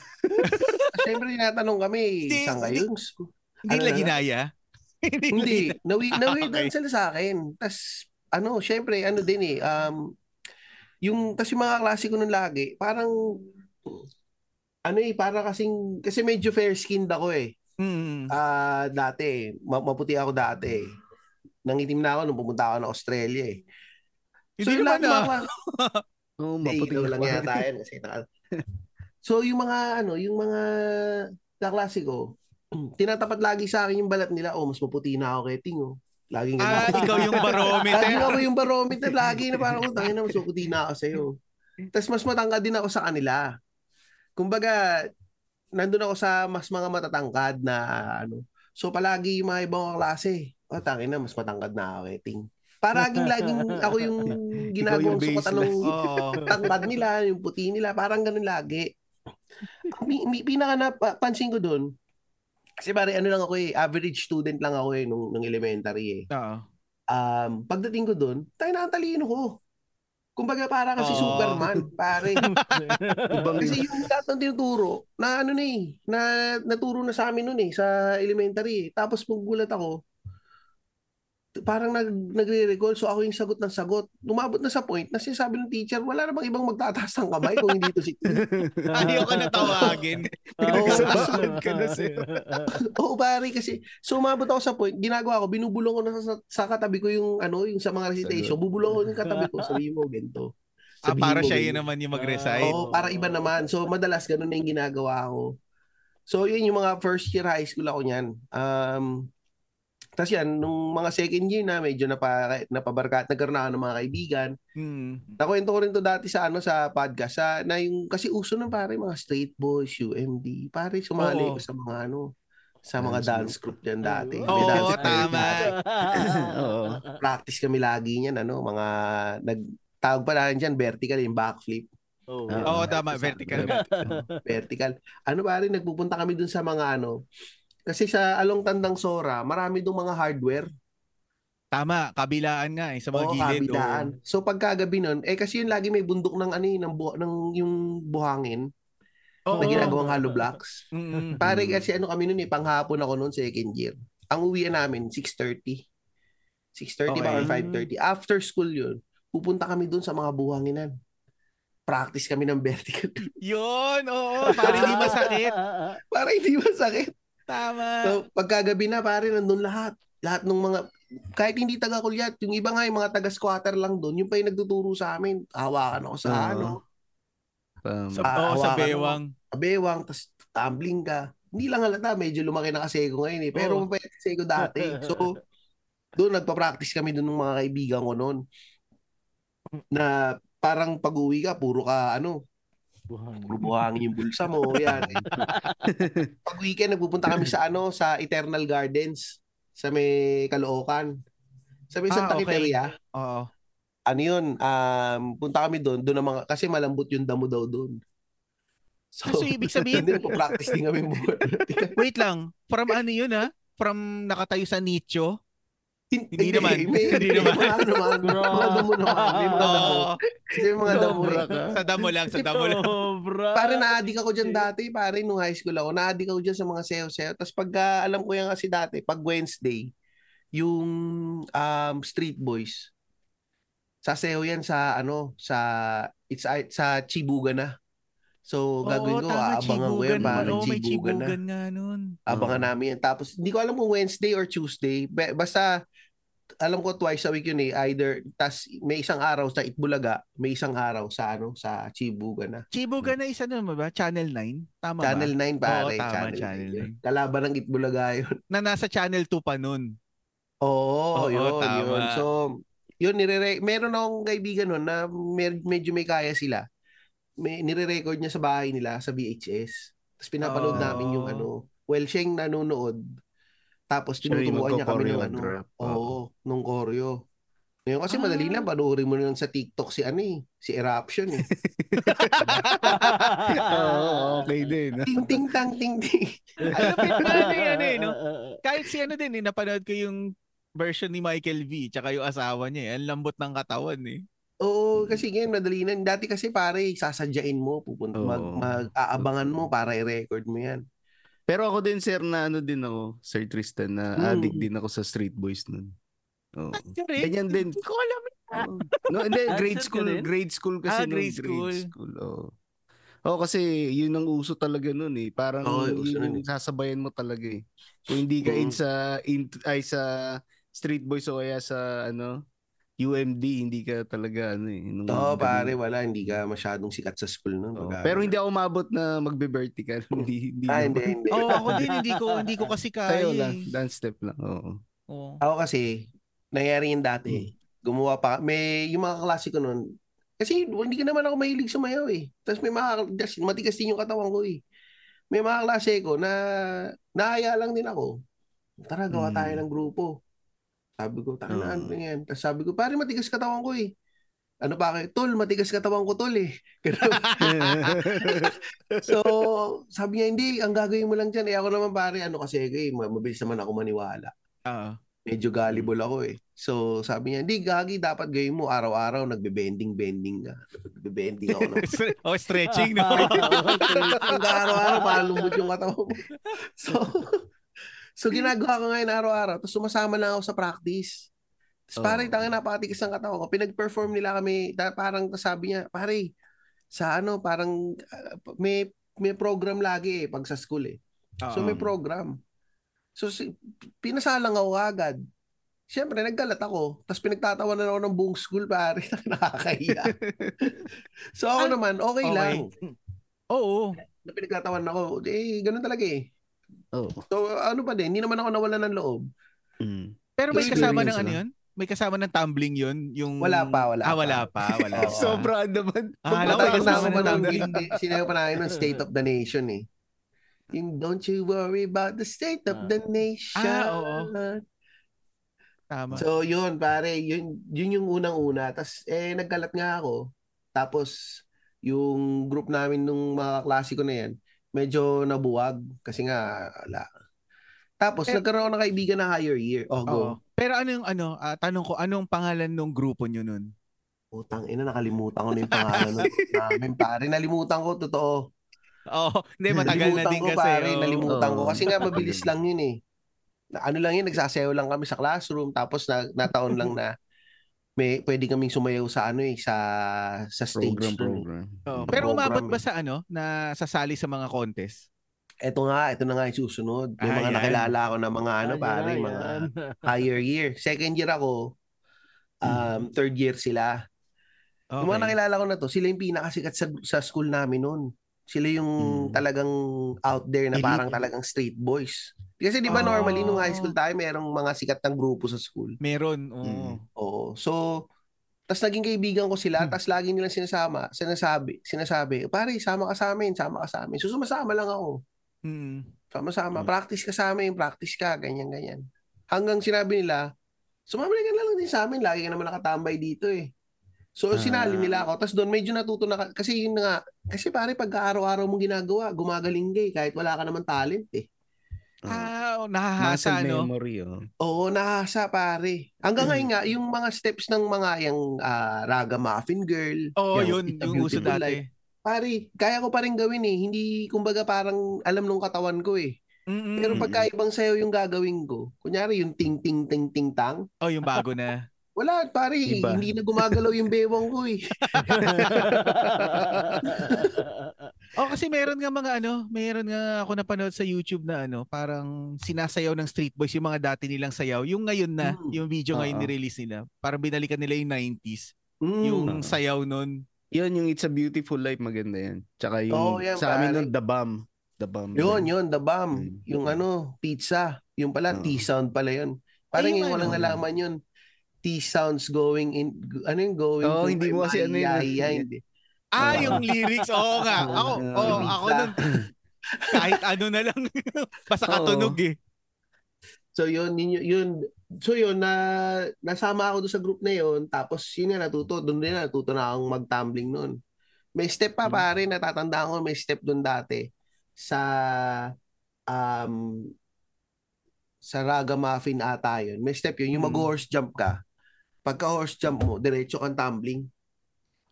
[SPEAKER 5] Siyempre, tinatanong kami,
[SPEAKER 1] Hindi,
[SPEAKER 5] isang
[SPEAKER 1] hindi-
[SPEAKER 5] kayo?
[SPEAKER 1] Hindi
[SPEAKER 5] Ano
[SPEAKER 1] nila
[SPEAKER 5] na-
[SPEAKER 1] ginaya.
[SPEAKER 5] Hindi, nawi nawi
[SPEAKER 1] Okay.
[SPEAKER 5] sila sa akin. Tapos, ano, syempre, ano din eh, um, yung, tapos yung mga klase ko nun lagi, parang, ano eh, para kasing, kasi medyo fair-skinned ako eh.
[SPEAKER 1] Mm.
[SPEAKER 5] Ah, dati, ma- maputi ako dati. eh. Nangitim na ako nung pumunta ako ng Australia eh.
[SPEAKER 1] Hindi
[SPEAKER 5] yung
[SPEAKER 1] naman
[SPEAKER 5] lahat ng
[SPEAKER 1] ah.
[SPEAKER 5] mga-
[SPEAKER 2] Oh,
[SPEAKER 5] Hindi,
[SPEAKER 2] maputi
[SPEAKER 5] ikaw lang yata yan kasi naka- So yung mga ano, yung mga kaklase ko, tinatapat lagi sa akin yung balat nila, oh, mas maputi na ako kay Ting. Oh. Laging ganun.
[SPEAKER 1] Ah, ikaw yung
[SPEAKER 5] Lagi
[SPEAKER 1] barometer.
[SPEAKER 5] ako yung barometer lagi na parang utangin na mas maputi na ako sa'yo. Tapos mas matangkad din ako sa kanila. Kumbaga, nandun ako sa mas mga matatangkad na ano. So palagi yung mga ibang klase. O tangin na, mas matangkad na ako eh, ting. Paraging laging ako yung ginagawang sukat
[SPEAKER 2] baseline.
[SPEAKER 5] anong
[SPEAKER 1] Oo.
[SPEAKER 5] tangkad nila, yung puti nila, parang ganun lagi. Ang pi- pi- Pinaka na pa- pansin ko doon, kasi pare ano lang ako eh, average student lang ako eh nung, nung elementary eh.
[SPEAKER 1] Oo.
[SPEAKER 5] Um, pagdating ko doon, tayo na ang talino ko. Kumbaga para
[SPEAKER 1] Oo.
[SPEAKER 5] kasi Superman, pare.
[SPEAKER 2] Ibang
[SPEAKER 5] Kasi yung lahat ng tinuturo, na ano na eh, na naturo na sa amin noon eh, sa elementary eh. Tapos magulat ako, t- parang nag, nagre-recall, so ako yung sagot ng sagot. Umabot na sa point na sinasabi ng teacher, wala namang ibang magtataas ng kamay kung hindi to si
[SPEAKER 3] Ah,
[SPEAKER 1] Ayaw ka na tawagin.
[SPEAKER 2] Pinagsabahan ka na, sir.
[SPEAKER 5] Oo, pare, kasi, so umabot ako sa point, ginagawa ko, binubulong ko na sa, sa katabi ko yung, ano, yung sa mga recitation, bubulong ko yung katabi ko, sabihin mo, ganito.
[SPEAKER 1] Ah,
[SPEAKER 5] Sabihin
[SPEAKER 1] para
[SPEAKER 5] mo,
[SPEAKER 1] siya
[SPEAKER 5] ganito.
[SPEAKER 1] yun naman yung mag-resign.
[SPEAKER 5] Oo, para iba naman. So, madalas ganun na yung ginagawa ko. So, yun yung mga first year high school ako niyan. Um, Tapos yan, nung mga second year na, medyo napa, napabarkat, nagkaroon na ako ng mga kaibigan.
[SPEAKER 1] Hmm.
[SPEAKER 5] Nakwento ko rin to dati sa ano sa podcast sa na yung kasi uso na pare mga straight boys, UMD. Pare sumali
[SPEAKER 1] Oo.
[SPEAKER 5] ko sa mga ano sa mga
[SPEAKER 2] Dance
[SPEAKER 5] dance group diyan dati.
[SPEAKER 1] Oo,
[SPEAKER 5] May dance group
[SPEAKER 1] tama.
[SPEAKER 5] dati. Practice kami lagi niyan ano, mga nag tawag pa namin diyan vertical yung backflip.
[SPEAKER 3] Oo.
[SPEAKER 5] Ah.
[SPEAKER 1] Oo, tama. Vertical nga.
[SPEAKER 5] vertical. Ano ba rin, nagpupunta kami dun sa mga ano, kasi sa Along Tandang Sora, marami dong mga hardware.
[SPEAKER 1] Tama, kabilaan nga eh, sa mga
[SPEAKER 5] Oo,
[SPEAKER 1] gilid. oo.
[SPEAKER 5] kabilaan. So pagkagabi nun, eh kasi yun lagi may bundok ng ano yun, ng, bu- ng yung buhangin
[SPEAKER 1] Oo.
[SPEAKER 5] na ginagawang hollow blocks.
[SPEAKER 1] Mm-mm.
[SPEAKER 5] Pare
[SPEAKER 2] Mm.
[SPEAKER 5] kasi ano kami nun eh, panghapon ako nun second year. Ang uwian namin, 6.30. 6.30 ba or
[SPEAKER 1] Okay.
[SPEAKER 5] 5.30. After school yun, pupunta kami dun sa mga buhanginan. Practice kami ng vertical.
[SPEAKER 1] Yun, oo. Para hindi masakit.
[SPEAKER 5] Para hindi masakit.
[SPEAKER 1] Tama.
[SPEAKER 5] So, pagkagabi na pare, nandun lahat. Lahat ng mga, kahit hindi taga Kulyat, yung iba nga yung mga taga squatter lang doon, yung pa yung nagtuturo sa amin. Hawakan ako sa
[SPEAKER 2] Oo.
[SPEAKER 5] ano,
[SPEAKER 2] Um,
[SPEAKER 1] Sa,
[SPEAKER 5] Ah,
[SPEAKER 1] oo, sa
[SPEAKER 5] hawakan mo.
[SPEAKER 1] bewang.
[SPEAKER 5] abewang, tas tumbling ka. Hindi lang halata, medyo lumaki na kasi ko ngayon eh. Pero
[SPEAKER 1] Oo.
[SPEAKER 5] mapayat kasi ko dati. So, doon nagpa-practice kami doon ng mga kaibigan ko noon. Na parang pag-uwi ka, puro ka ano, puro buhangin yung bulsa mo. Yan. Pag weekend, nagpupunta kami sa ano, sa Eternal Gardens sa may Caloocan. Sa may
[SPEAKER 1] Ah,
[SPEAKER 5] Santa
[SPEAKER 1] okay.
[SPEAKER 5] Quiteria.
[SPEAKER 1] Oo.
[SPEAKER 5] Ano yun, um, punta kami doon. Doon ang mga, kasi malambot yung damo daw doon. So,
[SPEAKER 1] So, ibig sabihin,
[SPEAKER 5] hindi po practice din kami mo.
[SPEAKER 1] wait lang. From ano yun ha? From nakatayo sa nicho? Hindi naman. Hindi
[SPEAKER 5] Hindi
[SPEAKER 1] naman.
[SPEAKER 5] naman. Mga ano naman. Mga damo naman. May mga damo.
[SPEAKER 1] Oo.
[SPEAKER 5] Kasi may mga damo eh.
[SPEAKER 2] ka.
[SPEAKER 1] Sa damo lang, sa damo lang.
[SPEAKER 3] Sobra.
[SPEAKER 5] Pare na-addict ako dyan dati, pare nung high school ako. Na-addict ako dyan sa mga sayo-sayo. Tapos pag ah, alam ko yan kasi dati, pag Wednesday, yung um, Street Boys, sasayaw yan sa ano, sa it's ay- sa Chibuga na.
[SPEAKER 1] Oh,
[SPEAKER 5] So gagawin ko, aabangan ko yan, pare,
[SPEAKER 1] Oo, Ano, Oh, may
[SPEAKER 5] Chibuga na.
[SPEAKER 1] chibugan nga nun.
[SPEAKER 5] Abangan namin yan. Tapos hindi ko alam kung Wednesday or Tuesday. Be- Basta alam ko twice a week yun eh. Either tas may isang araw sa Itbulaga, may isang araw sa ano sa Chibuga na.
[SPEAKER 1] Chibugan na isa nun ba? Channel 9? Tama
[SPEAKER 5] Channel
[SPEAKER 1] ba?
[SPEAKER 5] 9 pare.
[SPEAKER 1] Oo, tama,
[SPEAKER 5] Channel,
[SPEAKER 1] Channel
[SPEAKER 5] 9. yun. Kalaban ng Itbulaga yun.
[SPEAKER 1] Na nasa Channel 2 pa nun. Oo,
[SPEAKER 5] Oo, yun,
[SPEAKER 1] tama.
[SPEAKER 5] yun. So, yun, nire meron akong kaibigan nun na mer- medyo may kaya sila. May, nire-record niya sa bahay nila sa VHS. Tapos
[SPEAKER 1] Oo.
[SPEAKER 5] pinapanood namin yung ano. Well, siya yung nanonood. Tapos
[SPEAKER 2] Siya yung
[SPEAKER 5] tinuturuan niya kami ng ano.
[SPEAKER 2] magko-choreograph.
[SPEAKER 5] Oo, nung koryo. Ngayon kasi
[SPEAKER 1] Ah.
[SPEAKER 5] madali lang, panoorin mo na lang sa TikTok si ano eh, si Eruption eh.
[SPEAKER 2] Oo, okay din.
[SPEAKER 5] ting ting tang ting ting.
[SPEAKER 1] Alam mo, paano
[SPEAKER 5] ano
[SPEAKER 1] yan eh, no? kahit si ano din eh, napanood ko yung version ni Michael V, tsaka yung asawa niya eh. Ang lambot ng katawan eh.
[SPEAKER 5] Oo,
[SPEAKER 2] Mm.
[SPEAKER 5] kasi ngayon madali na. Dati kasi pare, sasadyain mo, pupunta,
[SPEAKER 2] Oo.
[SPEAKER 5] mag, mag-aabangan mo para i-record mo yan.
[SPEAKER 2] Pero ako din, sir, na ano din ako, Sir Tristan, na
[SPEAKER 5] Mm.
[SPEAKER 2] addict din ako sa Street Boys nun. Oo. Ganyan
[SPEAKER 1] Ganyan
[SPEAKER 2] din.
[SPEAKER 1] Hindi ko alam.
[SPEAKER 5] Oo.
[SPEAKER 2] No, hindi,
[SPEAKER 3] Ah,
[SPEAKER 2] grade
[SPEAKER 3] sir ka
[SPEAKER 2] school,
[SPEAKER 3] din?
[SPEAKER 2] grade school kasi
[SPEAKER 1] Ah,
[SPEAKER 2] nun,
[SPEAKER 1] grade
[SPEAKER 2] grade
[SPEAKER 1] school.
[SPEAKER 2] school. oo. Oo, kasi yun ang uso talaga nun eh. Parang
[SPEAKER 5] Oo, yung uso
[SPEAKER 2] yun
[SPEAKER 5] nun
[SPEAKER 2] yung sasabayan mo talaga eh. Kung hindi ka in
[SPEAKER 5] Mm.
[SPEAKER 2] sa, in, ay sa Street Boys o kaya sa ano, UMD, hindi ka talaga ano eh. nung
[SPEAKER 5] Oo,
[SPEAKER 2] galing.
[SPEAKER 5] pare, wala. Hindi ka masyadong sikat sa school nun.
[SPEAKER 2] Oo.
[SPEAKER 5] pag-
[SPEAKER 2] Pero hindi ako umabot na magbe-vertical. hindi, hindi.
[SPEAKER 5] Ah, hindi,
[SPEAKER 2] naman.
[SPEAKER 5] hindi.
[SPEAKER 1] Oo, ako din hindi ko hindi ko kasi kaya.
[SPEAKER 2] Tayo
[SPEAKER 1] eh.
[SPEAKER 2] lang, dance step lang. Oo.
[SPEAKER 1] Oo.
[SPEAKER 5] Ako kasi, nangyari yun dati. Gumawa pa. May, yung mga klase ko nun, kasi hindi ka naman ako mahilig sumayaw eh. Tapos may mga, tas matigas din yung katawan ko eh. May mga klase ko na, naaya lang din ako. Tara, gawa
[SPEAKER 1] Mm.
[SPEAKER 5] tayo ng grupo. Sabi ko, tara
[SPEAKER 3] Oo.
[SPEAKER 5] na, ano yan? Tapos sabi ko, pare, matigas katawan ko eh. Ano pa kayo? Tol, matigas katawan ko, tol eh. Ganun. so, sabi niya, hindi, ang gagawin mo lang dyan. Eh, ako naman pare, ano kasi, eh, mabilis naman ako maniwala.
[SPEAKER 1] Oo.
[SPEAKER 5] Medyo gullible ako eh. So, sabi niya, hindi, gagi, dapat gawin mo. Araw-araw, nagbe-bending-bending ka. Nagbe-bending ako ng
[SPEAKER 1] oh, stretching,
[SPEAKER 3] Ah,
[SPEAKER 1] no?
[SPEAKER 5] ang araw-araw, palumod yung katawan mo. So, so ginagawa ko ngayon araw-araw. Tapos sumasama lang ako sa practice. Tapos
[SPEAKER 1] Oh.
[SPEAKER 5] pare, tangin na patikas ang katawan ko. Pinag-perform nila kami. Da, parang sabi niya, pare, sa ano, parang ah, may may program lagi eh, pag sa school eh. So
[SPEAKER 1] Oo.
[SPEAKER 5] may program. So si, pinasalang ako agad. Siyempre, naggalat ako. Tapos pinagtatawanan ako ng buong school, pare. Nakakahiya. so
[SPEAKER 1] Ah,
[SPEAKER 5] ako naman, okay,
[SPEAKER 1] okay.
[SPEAKER 5] lang.
[SPEAKER 1] Oo.
[SPEAKER 5] Na pinagtatawan ako. Eh, ganun talaga eh.
[SPEAKER 2] Oh.
[SPEAKER 5] So ano pa din, hindi naman ako nawala ng loob.
[SPEAKER 2] Mm.
[SPEAKER 1] Pero may
[SPEAKER 5] Experience
[SPEAKER 1] kasama ng
[SPEAKER 2] lang.
[SPEAKER 1] ano yun? May kasama ng tumbling yun? Yung...
[SPEAKER 5] Wala pa, wala
[SPEAKER 1] ah,
[SPEAKER 5] pa.
[SPEAKER 1] wala pa. Wala pa.
[SPEAKER 2] Sobra naman.
[SPEAKER 1] Ah, alam ko,
[SPEAKER 5] Matagal na
[SPEAKER 1] kasama
[SPEAKER 5] ako
[SPEAKER 1] ng tumbling.
[SPEAKER 5] manangin. Sinabi pa namin ng State of the Nation eh. Yung don't you worry about the state of the nation.
[SPEAKER 1] Ah, oo. Tama.
[SPEAKER 5] So yun pare, yun, yun yung unang-una. Tapos eh nagkalat nga ako. Tapos yung group namin nung mga klase ko na yan, medyo nabuwag kasi nga ala. Tapos nagkaroon ako ng kaibigan na higher year. Oh, go.
[SPEAKER 1] Eh, Oo. Pero ano yung ano, ah, tanong ko, anong pangalan ng grupo nyo nun?
[SPEAKER 5] Putang ina, nakalimutan ko na yung pangalan ng namin, pare. Nalimutan ko, totoo.
[SPEAKER 1] Oo, hindi, matagal na
[SPEAKER 5] Nalimutan
[SPEAKER 1] din
[SPEAKER 5] ko,
[SPEAKER 1] kasi. oh.
[SPEAKER 5] pare.
[SPEAKER 1] oo.
[SPEAKER 5] Nalimutan ko.
[SPEAKER 3] Oo.
[SPEAKER 5] Kasi nga, mabilis lang yun eh. Na- Ano lang yun, nagsasayaw lang kami sa classroom. Tapos na, nataon lang na may pwede kaming sumayaw sa ano eh, sa sa stage. nun
[SPEAKER 2] Program,
[SPEAKER 5] eh.
[SPEAKER 2] program.
[SPEAKER 1] Oo, Pero
[SPEAKER 5] Program
[SPEAKER 1] umabot ba
[SPEAKER 5] eh.
[SPEAKER 1] sa ano, na sasali sa mga contest?
[SPEAKER 5] Eto nga, eto na nga yung susunod. May
[SPEAKER 1] Ah,
[SPEAKER 5] mga
[SPEAKER 1] yan. Ah,
[SPEAKER 5] nakilala ako na mga ano pare, mga higher year. Second year ako, um,
[SPEAKER 1] Hmm.
[SPEAKER 5] third year sila.
[SPEAKER 1] Okay.
[SPEAKER 5] Yung mga nakilala ko na to, sila yung pinakasikat sa, sa school namin noon. Sila yung
[SPEAKER 2] Mm.
[SPEAKER 5] talagang out there na
[SPEAKER 1] Hmm. Elite.
[SPEAKER 5] parang talagang street boys. Kasi di ba
[SPEAKER 1] Oh.
[SPEAKER 5] normally nung high school tayo, merong mga sikat ng grupo sa school.
[SPEAKER 1] Meron,
[SPEAKER 2] Mm.
[SPEAKER 1] oo.
[SPEAKER 5] Oo. So, tas naging kaibigan ko
[SPEAKER 1] Hmm.
[SPEAKER 5] sila, tas lagi nilang sinasama, sinasabi, sinasabi, pare, sama ka sa amin, sama ka sa amin. So, sumasama lang ako.
[SPEAKER 1] Mm.
[SPEAKER 5] Sama-sama,
[SPEAKER 2] Hmm.
[SPEAKER 5] practice ka sa amin, practice ka, ganyan, ganyan. Hanggang sinabi nila, sumama ka na lang din sa amin, lagi ka naman nakatambay dito eh. So
[SPEAKER 2] Ah.
[SPEAKER 5] sinali nila ako, tapos doon medyo natuto na, ka- kasi yun na nga, kasi pare pag araw-araw mong ginagawa, gumagaling ka eh, kahit wala ka naman talent eh.
[SPEAKER 1] Ah,
[SPEAKER 2] Muscle
[SPEAKER 1] nahahasa, no?
[SPEAKER 2] memory, oh.
[SPEAKER 5] Oo, nakasa pare. Hanggang
[SPEAKER 2] Hmm.
[SPEAKER 5] ngayon nga, yung mga steps ng mga yung raga muffin girl,
[SPEAKER 1] Oo,
[SPEAKER 2] Yeah,
[SPEAKER 1] yun,
[SPEAKER 2] it's a
[SPEAKER 1] yung uso
[SPEAKER 5] beautiful
[SPEAKER 1] dati.
[SPEAKER 5] pare, kaya ko pa rin gawin eh. Hindi, kumbaga parang alam nung katawan ko eh.
[SPEAKER 1] Mm-mm.
[SPEAKER 2] Hmm.
[SPEAKER 5] Pero pagka ibang sayo yung gagawin ko, kunyari yung ting-ting-ting-ting-tang,
[SPEAKER 1] Oh, yung bago na.
[SPEAKER 5] Wala, pare. eh,
[SPEAKER 2] Iba.
[SPEAKER 5] Hindi na gumagalaw yung bewang ko eh.
[SPEAKER 1] Oh, kasi meron nga mga ano, meron nga ako napanood sa YouTube na ano, parang sinasayaw ng Street Boys yung mga dati nilang sayaw. Yung ngayon na,
[SPEAKER 5] Mm.
[SPEAKER 1] yung video ngayon
[SPEAKER 2] Oo.
[SPEAKER 1] nirelease nila, parang binalikan nila yung 90s.
[SPEAKER 5] Mm.
[SPEAKER 1] Yung
[SPEAKER 2] Oo.
[SPEAKER 1] sayaw nun.
[SPEAKER 2] Yun, yung It's a Beautiful Life, maganda yan. Tsaka yung
[SPEAKER 5] Oo, Oh, yan,
[SPEAKER 2] sa amin
[SPEAKER 5] pare.
[SPEAKER 2] nun, The Bomb. The Bomb.
[SPEAKER 5] Yun, yun, the bomb.
[SPEAKER 2] Mm.
[SPEAKER 5] Yung ano, pizza. Yung pala,
[SPEAKER 2] Oo.
[SPEAKER 5] T-sound pala yun. Parang
[SPEAKER 1] Ay,
[SPEAKER 5] yung
[SPEAKER 1] yung
[SPEAKER 5] walang
[SPEAKER 2] ano.
[SPEAKER 5] nalaman yun. T-sounds going in, ano yung going
[SPEAKER 2] Oo,
[SPEAKER 5] to
[SPEAKER 2] hindi
[SPEAKER 5] my
[SPEAKER 2] mo kasi ano yun.
[SPEAKER 5] mahiyahiya, hindi.
[SPEAKER 1] Ah,
[SPEAKER 2] Oo.
[SPEAKER 1] yung lyrics. Oo nga. Ako,
[SPEAKER 2] Oo.
[SPEAKER 1] oo,
[SPEAKER 5] Lyrics
[SPEAKER 1] ako
[SPEAKER 5] na.
[SPEAKER 1] nun, kahit ano na lang. Basta
[SPEAKER 2] Oo.
[SPEAKER 1] katunog eh.
[SPEAKER 5] So yun, yun, yun, so yun, na, nasama ako doon sa group na yun. Tapos yun nga, natuto. Doon din natuto na akong mag-tumbling noon. May step pa
[SPEAKER 2] Mm.
[SPEAKER 5] pare, natatandaan ko may step doon dati sa um sa Raga Muffin ata yun. May step yun, yung
[SPEAKER 1] Mm.
[SPEAKER 5] mag-horse jump ka. Pagka horse jump mo, diretso kang tumbling.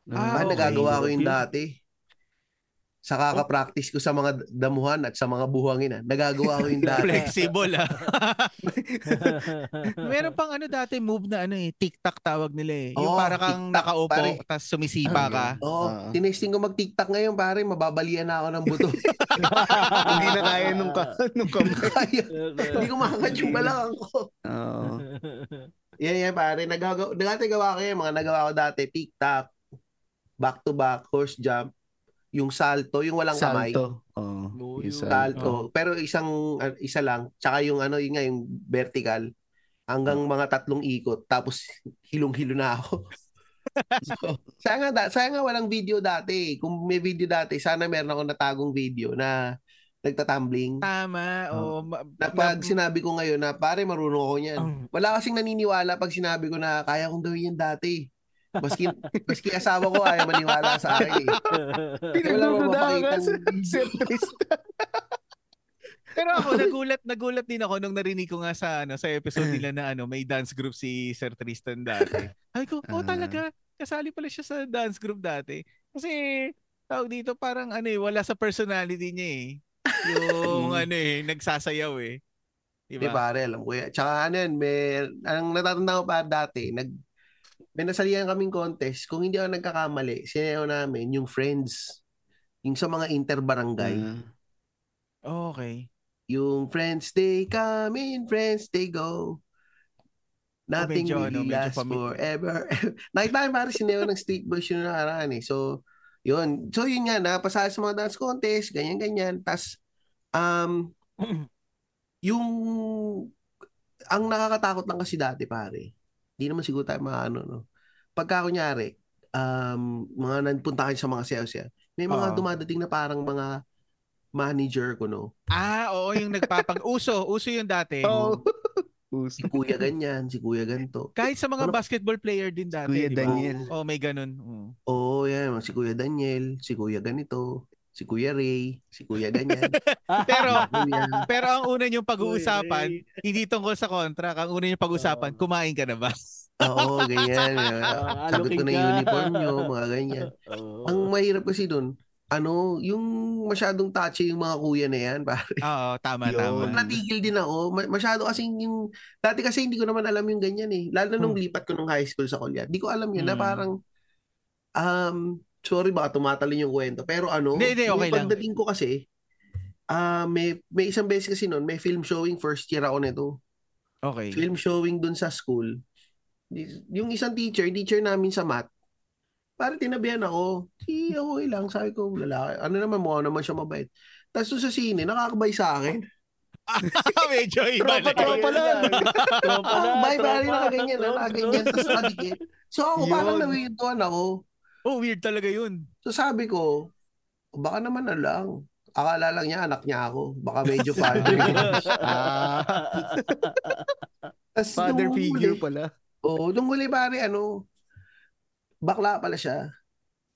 [SPEAKER 1] Ah, okay.
[SPEAKER 5] Ah, nagagawa ko yun
[SPEAKER 2] Okay.
[SPEAKER 5] dati. Sa kaka-practice ko sa mga damuhan at sa mga buhanginan. Nagagawa ko yun dati.
[SPEAKER 1] Flexible ah. Meron pang ano dati move na ano eh, TikTok tawag nila eh. yung
[SPEAKER 5] Oo,
[SPEAKER 1] para kang
[SPEAKER 5] tiktak, pare. Ano?
[SPEAKER 1] nakaupo tapos sumisipa ka.
[SPEAKER 5] Oo,
[SPEAKER 2] Ah.
[SPEAKER 5] tinesting ko mag-tiktok ngayon pare, mababalian na ako ng buto.
[SPEAKER 2] Hindi na kaya nung, ka, nung kamay.
[SPEAKER 5] Kaya, Hindi ko makangat yung balakang ko.
[SPEAKER 2] Oo.
[SPEAKER 5] Yeah, yeah, pare. Nagagawa, dati gawa ko yun. Mga nagawa ko dati, tic-tac, back-to-back, horse jump, yung salto, yung walang kamay.
[SPEAKER 2] Salto. Oo.
[SPEAKER 3] No,
[SPEAKER 2] yung
[SPEAKER 3] yung-
[SPEAKER 2] salto.
[SPEAKER 5] Salto. Pero isang, uh, isa lang. Tsaka yung ano, yun nga, yung vertical. Hanggang mga tatlong ikot. Tapos, hilong-hilo na ako. so, sayang nga, eh. da- sayang nga walang video dati. Kung may video dati, sana meron akong natagong video na nagtatumbling.
[SPEAKER 1] Tama. Oh,
[SPEAKER 5] Oh.
[SPEAKER 1] ma-
[SPEAKER 5] Na pag sinabi ko ngayon na pare marunong ako niyan.
[SPEAKER 1] Ang-
[SPEAKER 5] Wala kasing naniniwala pag sinabi ko na kaya kong gawin yan dati. Maski, maski asawa ko ayaw maniwala sa akin eh. Wala akong
[SPEAKER 2] Pinagdududahan
[SPEAKER 5] mapakitang
[SPEAKER 2] si Tristan.
[SPEAKER 1] Pero ako nagulat nagulat din ako nung narinig ko nga sa ano sa episode nila na ano may dance group si Sir Tristan dati. Ay ko, oh
[SPEAKER 5] Ah.
[SPEAKER 1] talaga kasali pala siya sa dance group dati. Kasi tawag dito parang ano eh wala sa personality niya eh. Yung
[SPEAKER 5] Mm.
[SPEAKER 1] ano eh nagsasayaw eh.
[SPEAKER 5] Di
[SPEAKER 1] Diba?
[SPEAKER 5] pare, alam ko yan. Tsaka ano yan, may, ang natatanda ko pa dati, nag, may nasalihan kaming contest. Kung hindi ako nagkakamali, sinayaw namin yung friends. Yung sa mga interbarangay.
[SPEAKER 1] Oh, Okay.
[SPEAKER 5] Yung friends, they come in, friends, they go. Nothing
[SPEAKER 1] medyo, ano,
[SPEAKER 5] really
[SPEAKER 1] medyo
[SPEAKER 5] lasts
[SPEAKER 1] pami-
[SPEAKER 5] forever. Nakita ko pare, sinayaw ng street boys yun na karaan eh. So, yun. So, yun nga, napasali sa mga dance contest, ganyan-ganyan. Tapos, um, yung ang nakakatakot lang kasi dati pare di naman siguro tayo mga ano no pagka kunyari um, mga nagpunta kayo sa mga sales yan may
[SPEAKER 1] Oo.
[SPEAKER 5] mga dumadating na parang mga manager ko no
[SPEAKER 1] Ah, oo yung nagpapag uso, uso yung dati.
[SPEAKER 2] Oh.
[SPEAKER 5] Oo.
[SPEAKER 2] Ah. Puso.
[SPEAKER 5] si kuya ganyan si kuya ganto
[SPEAKER 1] Kahit sa mga
[SPEAKER 5] Ano-
[SPEAKER 1] basketball player din dati,
[SPEAKER 2] Kuya
[SPEAKER 1] di ba?
[SPEAKER 2] Daniel.
[SPEAKER 1] Oh, may ganun. Mm.
[SPEAKER 5] oo Oh, yan si kuya Daniel si kuya ganito si kuya Ray si kuya ganyan
[SPEAKER 1] Pero
[SPEAKER 5] kuya
[SPEAKER 1] pero ang una yung pag-uusapan, hindi tungkol sa contract. Ang una yung pag-usapan,
[SPEAKER 3] Oo.
[SPEAKER 1] kumain ka na ba?
[SPEAKER 5] oo ganyan
[SPEAKER 3] Ah,
[SPEAKER 5] sagot ko
[SPEAKER 3] alokin
[SPEAKER 5] na
[SPEAKER 3] ka.
[SPEAKER 5] yung uniform nyo mga ganyan
[SPEAKER 3] Oo.
[SPEAKER 5] ang mahirap kasi doon ano yung masyadong touchy yung mga kuya na yan pare
[SPEAKER 1] Oo, tama,
[SPEAKER 2] Yun.
[SPEAKER 1] tama.
[SPEAKER 2] Mm.
[SPEAKER 5] natigil din ako. Ma- Masyado kasi yung dati kasi hindi ko naman alam yung ganyan eh.
[SPEAKER 1] Hmm.
[SPEAKER 5] Lalo nung lipat ko nung high school sa Collier. Di ko alam yun na
[SPEAKER 1] Mm.
[SPEAKER 5] parang um sorry baka tumatalon yung kwento pero ano,
[SPEAKER 1] Hindi, hindi,
[SPEAKER 5] yung
[SPEAKER 1] okay lang.
[SPEAKER 5] pagdating ko kasi ah may may isang beses kasi noon may film showing first year ako nito.
[SPEAKER 1] Okay.
[SPEAKER 5] Film showing dun sa school. Di- Yung isang teacher, teacher namin sa math. Parang tinabihan ako. Si okay lang. Sabi ko, lalaki. Ano naman, mukha naman siya mabait. Tapos dun sa sine, nakakabay sa akin.
[SPEAKER 1] Medyo iba
[SPEAKER 2] Tropa,
[SPEAKER 1] na.
[SPEAKER 2] tropa lang.
[SPEAKER 3] Tropa na,
[SPEAKER 5] Ah, bye, bye,
[SPEAKER 3] tropa.
[SPEAKER 5] nakaganyan,
[SPEAKER 3] Tropa.
[SPEAKER 5] nakaganyan, tapos nakadikit. So ako
[SPEAKER 2] Yun.
[SPEAKER 5] parang nawintuan ako.
[SPEAKER 1] Oh, weird talaga yun.
[SPEAKER 5] So sabi ko, baka naman na lang. Akala lang niya, anak niya ako. Baka medyo father. Tapos nung
[SPEAKER 2] Ah, Father
[SPEAKER 5] huli-
[SPEAKER 2] figure pala.
[SPEAKER 5] Oo, nung huli pare, ano, bakla pala siya.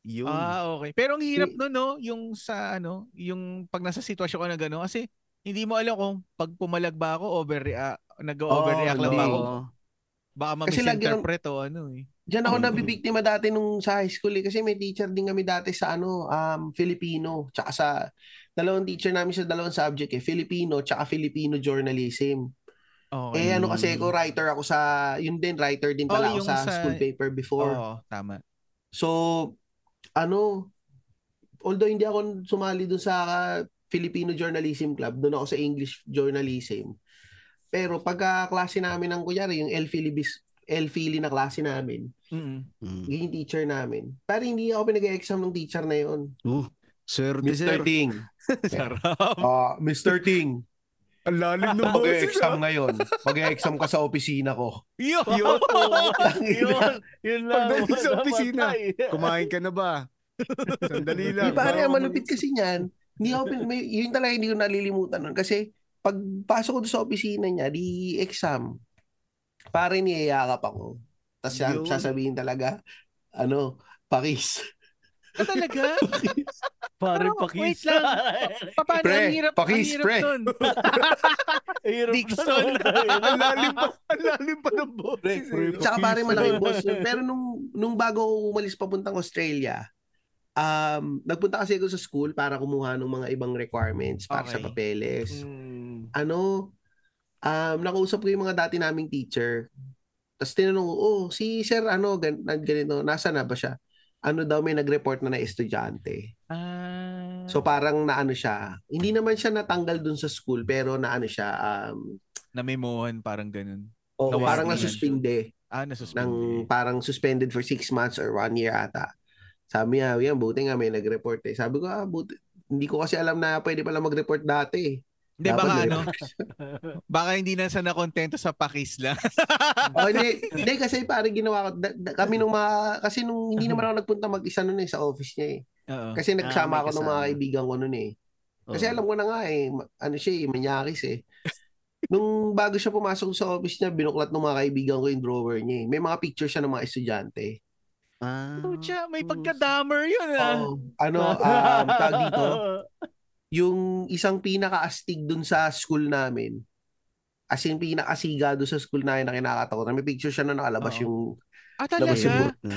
[SPEAKER 2] Yun.
[SPEAKER 1] Ah, okay. Pero ang hirap nun, no? Yung sa, ano, yung pag nasa sitwasyon ka na gano'n. Kasi hindi mo alam kung pag pumalag ba ako, overreact, nag-overreact
[SPEAKER 5] Oo,
[SPEAKER 1] lang ba
[SPEAKER 5] hindi.
[SPEAKER 1] ako? Baka
[SPEAKER 5] Kasi lagi nang-
[SPEAKER 1] ma-misinterpret o ano eh.
[SPEAKER 5] Diyan ako
[SPEAKER 2] Mm.
[SPEAKER 5] nabibiktima dati nung sa high school eh, kasi may teacher din kami dati sa ano, um, Filipino, tsaka sa dalawang teacher namin sa dalawang subject eh, Filipino tsaka Filipino journalism.
[SPEAKER 1] Okay.
[SPEAKER 5] Eh ano kasi ako writer ako sa yun din writer din
[SPEAKER 1] Oh,
[SPEAKER 5] pala ako
[SPEAKER 1] yung
[SPEAKER 5] sa,
[SPEAKER 1] sa- Oh.
[SPEAKER 5] school paper before.
[SPEAKER 1] Oo, tama.
[SPEAKER 5] So ano although hindi ako sumali dun sa ah, Filipino Journalism Club, doon ako sa English Journalism. Pero pagka klase namin ng kunyari, yung El Filibis, El Fili na klase namin,
[SPEAKER 1] Mm-mm.
[SPEAKER 2] Mm.
[SPEAKER 5] yun yung teacher namin. Pero hindi ako pinag-exam ng teacher na yun.
[SPEAKER 2] Swerte, sir.
[SPEAKER 5] Ting.
[SPEAKER 1] Sarap. Ano
[SPEAKER 5] Ah, Mr. Ting.
[SPEAKER 2] Ang lalim ng ah.
[SPEAKER 5] ngayon. Pag-exam ka sa opisina ko.
[SPEAKER 1] Yo!
[SPEAKER 3] Yun, yun, yun lang.
[SPEAKER 2] Pagdating sa
[SPEAKER 3] Walang
[SPEAKER 2] opisina.
[SPEAKER 3] matay.
[SPEAKER 2] Kumain ka na ba? Sandali
[SPEAKER 5] Di
[SPEAKER 2] lang.
[SPEAKER 5] pare, ang
[SPEAKER 2] Baka-
[SPEAKER 5] malupit kasi niyan. Hindi ako, pin- may, yun talaga hindi ko nalilimutan nun. Kasi pagpasok ko doon sa opisina niya, di exam, pare niyayakap ako. Tapos siya,
[SPEAKER 2] Yun.
[SPEAKER 5] sasabihin talaga, ano, pakis.
[SPEAKER 1] Ah, talaga?
[SPEAKER 3] Pare,
[SPEAKER 1] Pero,
[SPEAKER 3] pakis.
[SPEAKER 1] wait lang. Pa- Paano?
[SPEAKER 5] Pre,
[SPEAKER 1] ang hirap,
[SPEAKER 5] pakis,
[SPEAKER 1] ang hirap
[SPEAKER 5] pre.
[SPEAKER 1] nun.
[SPEAKER 3] Hirap
[SPEAKER 1] Dixon.
[SPEAKER 3] nun.
[SPEAKER 2] Ang lalim pa, ang lalim pa ng boses.
[SPEAKER 3] Pre,
[SPEAKER 2] eh.
[SPEAKER 5] Tsaka pare malaking boss yun. Pero nung, nung bago ako umalis papuntang Australia, um, nagpunta kasi ako sa school para kumuha ng mga ibang requirements para sa
[SPEAKER 1] Okay.
[SPEAKER 5] papeles.
[SPEAKER 3] Hmm.
[SPEAKER 2] Mm.
[SPEAKER 5] ano, um, nakausap ko yung mga dati naming teacher. Tapos tinanong ko, oh, si sir, ano, gan- na- ganito, nasa na ba siya? Ano daw may nag-report na na estudyante.
[SPEAKER 1] Ah,
[SPEAKER 5] So parang naano siya, hindi naman siya natanggal dun sa school, pero naano siya, um,
[SPEAKER 1] namemohan parang ganun.
[SPEAKER 5] o
[SPEAKER 1] Oh, Nawawalan
[SPEAKER 5] parang
[SPEAKER 1] siya.
[SPEAKER 5] nasuspinde
[SPEAKER 1] Ah,
[SPEAKER 5] ng
[SPEAKER 1] nasuspend.
[SPEAKER 5] parang suspended for six months or one year ata. Sabi niya, yan, buti nga may nag-report eh. Sabi ko, ah, buti, hindi ko kasi alam na pwede pala mag-report dati. eh.
[SPEAKER 1] Hindi,
[SPEAKER 5] Dapat
[SPEAKER 1] baka ano,
[SPEAKER 5] nag-report
[SPEAKER 1] baka hindi na sana kontento sa pakis lang.
[SPEAKER 5] Oh, hindi, hindi kasi parang ginawa ko da- da- kami nung mga kasi nung hindi naman ako nagpunta mag-isa noon eh sa office niya eh.
[SPEAKER 1] Oo.
[SPEAKER 5] Kasi nagsama
[SPEAKER 2] may
[SPEAKER 5] ako ng mga
[SPEAKER 2] kasama.
[SPEAKER 5] kaibigan ko noon eh. Kasi alam ko na nga eh, ma- ano siya eh, manyakis eh. Nung bago siya pumasok sa office niya, binuklat ng mga kaibigan ko yung drawer niya eh. May mga picture siya ng mga estudyante.
[SPEAKER 2] Ah.
[SPEAKER 1] Pucha, may pagka-dammer yun ah.
[SPEAKER 5] Oo. ano, um, tag dito, yung isang pinakaastig dun sa school namin, as in pinakasiga dun sa school namin na kinakatakutan. May picture siya na nakalabas
[SPEAKER 1] Oo.
[SPEAKER 5] yung
[SPEAKER 1] Ah,
[SPEAKER 5] Labas yung
[SPEAKER 1] talaga?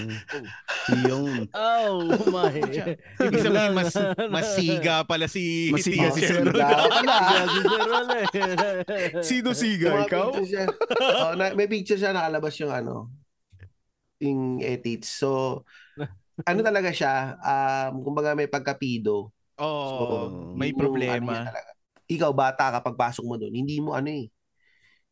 [SPEAKER 2] Yung
[SPEAKER 3] Oh my.
[SPEAKER 1] Ibig sabihin, mas, mas siga pala si
[SPEAKER 2] Masiga
[SPEAKER 1] si
[SPEAKER 2] si
[SPEAKER 1] Sir Ron.
[SPEAKER 2] Sir
[SPEAKER 5] Ron.
[SPEAKER 3] Grabe si Ron eh.
[SPEAKER 1] Sino
[SPEAKER 5] May
[SPEAKER 1] siga?
[SPEAKER 5] mga picture siya. Oo, na, may picture siya nakalabas yung ano, yung edits. So, ano talaga siya, um, kumbaga may pagkapido.
[SPEAKER 1] Oo,
[SPEAKER 5] So,
[SPEAKER 1] may
[SPEAKER 5] Yung ano niya
[SPEAKER 1] problema.
[SPEAKER 5] talaga. Ikaw bata kapag pasok mo doon, hindi mo ano eh.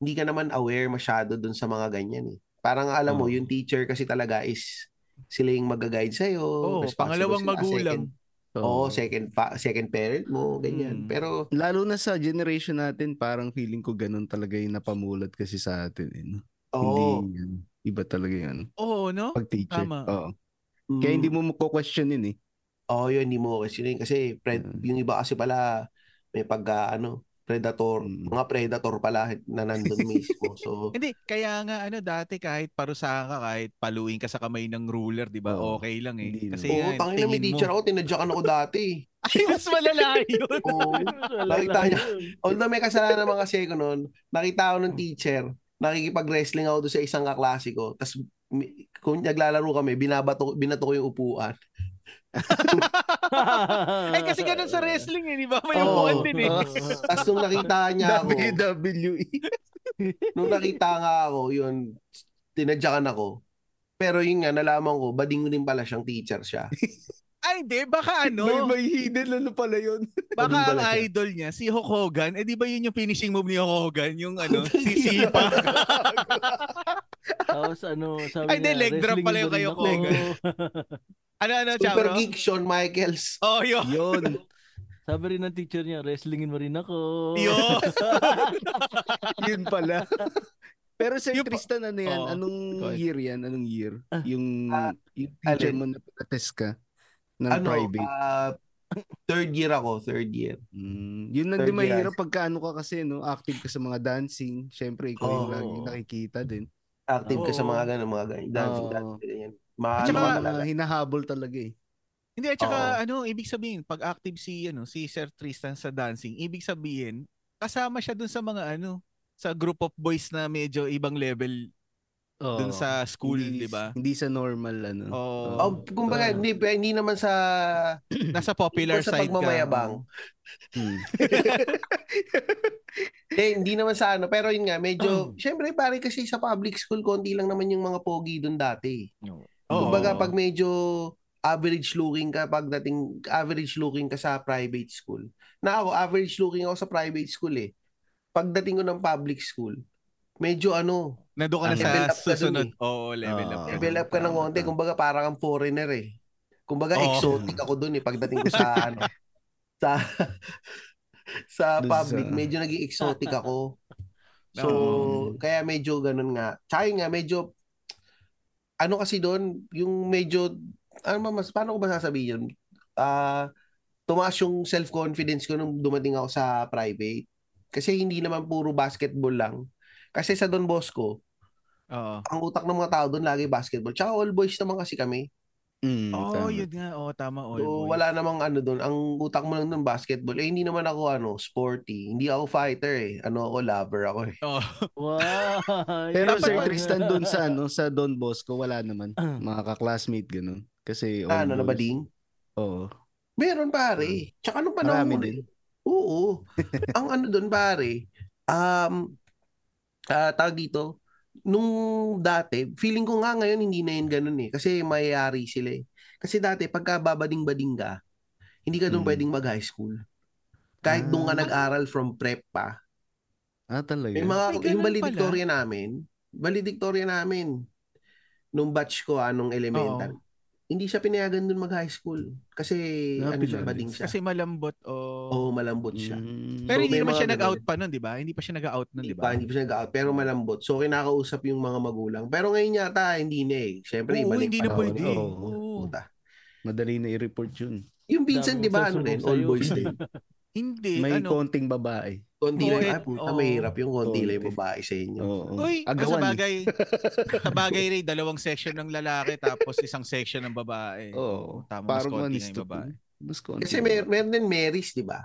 [SPEAKER 5] Hindi ka naman aware masyado doon sa mga ganyan eh. Parang alam mo,
[SPEAKER 2] Oo.
[SPEAKER 5] yung teacher kasi talaga is sila yung mag-guide sa iyo.
[SPEAKER 1] Oo, pangalawang magulang.
[SPEAKER 5] Oo, second fa- second parent mo, ganyan.
[SPEAKER 1] Mm.
[SPEAKER 5] Pero
[SPEAKER 2] Lalo na sa generation natin, parang feeling ko ganun talaga yung napamulat kasi sa atin. Eh, no? Hindi
[SPEAKER 5] oo.
[SPEAKER 2] yun. Iba talaga yun.
[SPEAKER 1] Oo, no?
[SPEAKER 2] Pag teacher.
[SPEAKER 1] Tama.
[SPEAKER 2] Oo.
[SPEAKER 5] Mm.
[SPEAKER 2] Kaya hindi mo mako-question yun eh.
[SPEAKER 5] Oo, yun hindi mo kasi yun kasi pred,
[SPEAKER 2] Mm.
[SPEAKER 5] yung iba kasi pala may pagka ano, predator,
[SPEAKER 2] Mm.
[SPEAKER 5] mga predator pala na nandun mismo. So,
[SPEAKER 1] Hindi, kaya nga ano dati kahit parusahan ka, kahit paluin ka sa kamay ng ruler, 'di ba?
[SPEAKER 2] Oo.
[SPEAKER 1] Okay lang eh.
[SPEAKER 2] Hindi
[SPEAKER 1] Kasi
[SPEAKER 5] oo,
[SPEAKER 1] nga,
[SPEAKER 5] tangina may
[SPEAKER 1] tingin
[SPEAKER 5] teacher
[SPEAKER 1] mo.
[SPEAKER 5] ako, tinadyakan ako dati. eh.
[SPEAKER 1] Ay, mas malala yun.
[SPEAKER 5] Oo.
[SPEAKER 3] Wala
[SPEAKER 5] Nakita niya.
[SPEAKER 3] lang.
[SPEAKER 5] Although may kasalanan naman kasi ako noon, nakita ako ng teacher, nakikipag-wrestling ako doon sa isang kaklase ko. Tapos mi- kung naglalaro kami, binabato, binato ko yung upuan.
[SPEAKER 1] Ay, kasi ganun sa wrestling eh, 'di ba? May
[SPEAKER 5] Oo.
[SPEAKER 1] upuan
[SPEAKER 3] Oh,
[SPEAKER 1] din eh.
[SPEAKER 3] Oo.
[SPEAKER 5] Tapos nung nakita niya ako,
[SPEAKER 2] WWE.
[SPEAKER 5] nung nakita nga ako, yun, tinadyakan ako. Pero yun nga, nalaman ko, bading din pala siyang teacher siya.
[SPEAKER 1] Ay, 'di baka
[SPEAKER 2] May,
[SPEAKER 1] ano?
[SPEAKER 2] may hidden ano pala yun.
[SPEAKER 1] Baka
[SPEAKER 5] Ganun
[SPEAKER 1] ang
[SPEAKER 5] pala siya.
[SPEAKER 1] idol niya si Hulk Hogan. Eh 'di ba 'yun yung finishing move ni Hulk Hogan, yung ano, sisipa.
[SPEAKER 3] Tapos ano, sabi
[SPEAKER 1] Ay, di,
[SPEAKER 3] niya,
[SPEAKER 1] leg drop
[SPEAKER 3] wrestling
[SPEAKER 1] pala yung
[SPEAKER 3] ba rin
[SPEAKER 1] kayo
[SPEAKER 3] ako?
[SPEAKER 1] ko. Ano ano,
[SPEAKER 5] Super
[SPEAKER 1] Chabro?
[SPEAKER 5] geek Shawn Michaels.
[SPEAKER 1] Oh, yun.
[SPEAKER 2] yun.
[SPEAKER 3] Sabi rin ng teacher niya, wrestlingin mo rin ako.
[SPEAKER 1] Yun.
[SPEAKER 2] Yun pala. Pero Sir
[SPEAKER 1] Yung pa-
[SPEAKER 2] Tristan, ano yan?
[SPEAKER 1] Oo.
[SPEAKER 2] Anong
[SPEAKER 1] Go ahead.
[SPEAKER 2] year yan? Anong year? Yung,
[SPEAKER 5] Ah,
[SPEAKER 2] yung teacher
[SPEAKER 5] alin?
[SPEAKER 2] mo na pinatest ka ng
[SPEAKER 5] Ano,
[SPEAKER 2] private.
[SPEAKER 5] ah, third year ako, third year.
[SPEAKER 2] Mm, yun lang
[SPEAKER 5] third
[SPEAKER 2] din
[SPEAKER 5] year
[SPEAKER 2] mahirap pagka ano ka kasi, no? Active ka sa mga dancing. Siyempre, ikaw yung
[SPEAKER 5] Oo.
[SPEAKER 2] lagi nakikita din.
[SPEAKER 5] Active ka sa
[SPEAKER 1] Oo.
[SPEAKER 5] mga ganun, mga ganyan. Dancing,
[SPEAKER 2] Oo.
[SPEAKER 5] dancing, ganyan.
[SPEAKER 1] At
[SPEAKER 5] Maano
[SPEAKER 1] saka-
[SPEAKER 5] ka
[SPEAKER 2] Tsaka,
[SPEAKER 5] talaga.
[SPEAKER 2] hinahabol talaga eh.
[SPEAKER 1] Hindi, at saka
[SPEAKER 5] Oo.
[SPEAKER 1] ano, ibig sabihin, pag active si, ano, si Sir Tristan sa dancing, ibig sabihin, kasama siya dun sa mga ano, sa group of boys na medyo ibang level dun sa school,
[SPEAKER 2] Hindi-
[SPEAKER 1] di ba?
[SPEAKER 2] Hindi sa normal, ano.
[SPEAKER 1] Oo.
[SPEAKER 5] Oh, kumbaga,
[SPEAKER 2] Oo.
[SPEAKER 5] hindi, hindi naman sa
[SPEAKER 1] nasa popular
[SPEAKER 5] Kung sa
[SPEAKER 1] side ka.
[SPEAKER 5] pagmamayabang.
[SPEAKER 2] Hmm.
[SPEAKER 5] Eh, hindi naman sa ano. Pero yun nga, medyo, syempre pare kasi sa public school, konti lang naman yung mga pogi doon dati.
[SPEAKER 1] Oo.
[SPEAKER 5] Kumbaga, pag medyo average looking ka, pag dating average looking ka sa private school. Na ako, average looking ako sa private school eh. Pagdating ko ng public school, medyo ano,
[SPEAKER 1] Nandun ka na
[SPEAKER 5] Level
[SPEAKER 1] sa
[SPEAKER 5] up ka dun
[SPEAKER 1] susunod.
[SPEAKER 5] eh.
[SPEAKER 1] Oo, level up ka.
[SPEAKER 5] level up ka ng konti. Kumbaga, parang ang foreigner eh. Kumbaga,
[SPEAKER 1] Oo.
[SPEAKER 5] exotic ako doon eh, pagdating ko sa ano, sa sa
[SPEAKER 2] Dun
[SPEAKER 5] public,
[SPEAKER 2] sa-
[SPEAKER 5] medyo naging exotic ako. So,
[SPEAKER 1] Oo.
[SPEAKER 5] kaya medyo ganun nga. Tsaka yun nga, medyo, ano kasi doon, yung medyo, ano ba mas, paano ko ba sasabihin yun? Ah, tumaas yung self-confidence ko nung dumating ako sa private. Kasi hindi naman puro basketball lang. Kasi sa Don Bosco,
[SPEAKER 1] Oo.
[SPEAKER 5] ang utak ng mga tao doon lagi basketball. Tsaka all boys naman kasi kami.
[SPEAKER 2] Mm,
[SPEAKER 1] Oo,
[SPEAKER 2] tama.
[SPEAKER 1] yun nga. Oo, tama. All
[SPEAKER 5] So,
[SPEAKER 1] boys.
[SPEAKER 5] wala namang ano doon. Ang utak mo lang doon basketball. Eh, hindi naman ako ano, sporty. Hindi ako fighter eh. Ano ako, lover ako eh.
[SPEAKER 1] Oo.
[SPEAKER 3] Wow.
[SPEAKER 2] Pero
[SPEAKER 1] Dapat
[SPEAKER 2] Sir
[SPEAKER 1] pag-
[SPEAKER 2] Tristan doon sa ano, sa Don Bosco, wala naman. Mga ka-classmate, ganun. Kasi,
[SPEAKER 5] Na, ano na ba
[SPEAKER 2] almost-
[SPEAKER 5] ding?
[SPEAKER 2] Oo.
[SPEAKER 5] Meron pare. Tsaka nung panahon
[SPEAKER 2] Hmm.
[SPEAKER 5] mo
[SPEAKER 2] Marami din.
[SPEAKER 5] Oo. Ang ano doon pare, um ah tawag dito, nung dati, feeling ko nga ngayon hindi na yun ganun eh. Kasi mayayari sila eh. Kasi dati, pagka babading-bading ka, hindi ka doon
[SPEAKER 2] Mm.
[SPEAKER 5] pwedeng mag-high school. Kahit doon ka
[SPEAKER 2] Ah.
[SPEAKER 5] nag-aral from prep pa.
[SPEAKER 2] Ah, talaga.
[SPEAKER 5] May
[SPEAKER 1] Ay,
[SPEAKER 5] mga,
[SPEAKER 1] ganun
[SPEAKER 5] yung valedictoria namin, valedictoria namin, nung batch ko, anong elementary, hindi siya pinayagan doon mag-high school. Kasi,
[SPEAKER 2] Ah,
[SPEAKER 5] ano siya,
[SPEAKER 2] pinalis.
[SPEAKER 5] bading siya.
[SPEAKER 1] Kasi malambot. Oo.
[SPEAKER 5] Oo, malambot siya.
[SPEAKER 2] Mm.
[SPEAKER 1] Pero
[SPEAKER 5] So,
[SPEAKER 1] hindi
[SPEAKER 5] may
[SPEAKER 1] naman
[SPEAKER 5] mga
[SPEAKER 1] siya
[SPEAKER 5] ganun.
[SPEAKER 1] nag-out pa nun, di ba? Hindi pa siya nag-out nun,
[SPEAKER 5] Hindi
[SPEAKER 1] Hmm, di
[SPEAKER 5] pa,
[SPEAKER 1] ba?
[SPEAKER 5] hindi pa siya nag-out, pero malambot. So, kinakausap yung mga magulang. Pero ngayon yata, hindi na eh.
[SPEAKER 1] Oo,
[SPEAKER 5] Siyempre, iba na yung
[SPEAKER 1] hindi na
[SPEAKER 5] panahon. eh.
[SPEAKER 1] pwede. eh.
[SPEAKER 2] Oo.
[SPEAKER 1] Oo.
[SPEAKER 5] Puta.
[SPEAKER 2] Madali na i-report yun.
[SPEAKER 5] Yung Vincent,
[SPEAKER 3] Dami
[SPEAKER 5] di ba, ano
[SPEAKER 3] nagsusumbong
[SPEAKER 5] din, all
[SPEAKER 3] sa'yo.
[SPEAKER 5] boys din.
[SPEAKER 1] Hindi,
[SPEAKER 2] May
[SPEAKER 1] ano?
[SPEAKER 2] konting babae.
[SPEAKER 5] Konti
[SPEAKER 1] Oo,
[SPEAKER 5] lang.
[SPEAKER 1] eh,
[SPEAKER 5] Ay, puta,
[SPEAKER 1] oo.
[SPEAKER 5] mahirap yung konti
[SPEAKER 2] Oo,
[SPEAKER 5] lang yung
[SPEAKER 2] eh.
[SPEAKER 5] babae sa inyo.
[SPEAKER 2] Oo.
[SPEAKER 1] Uy, ah, sa
[SPEAKER 5] eh.
[SPEAKER 2] Agawan.
[SPEAKER 1] bagay, sa bagay rin, dalawang section ng lalaki tapos isang section ng babae.
[SPEAKER 2] eh. Oo.
[SPEAKER 1] Tama, mas
[SPEAKER 2] Parang
[SPEAKER 1] konti
[SPEAKER 2] one
[SPEAKER 1] nga
[SPEAKER 2] is
[SPEAKER 1] yung
[SPEAKER 2] to eh.
[SPEAKER 1] babae.
[SPEAKER 2] Mas konti.
[SPEAKER 5] Kasi mer meron din Marys, di ba?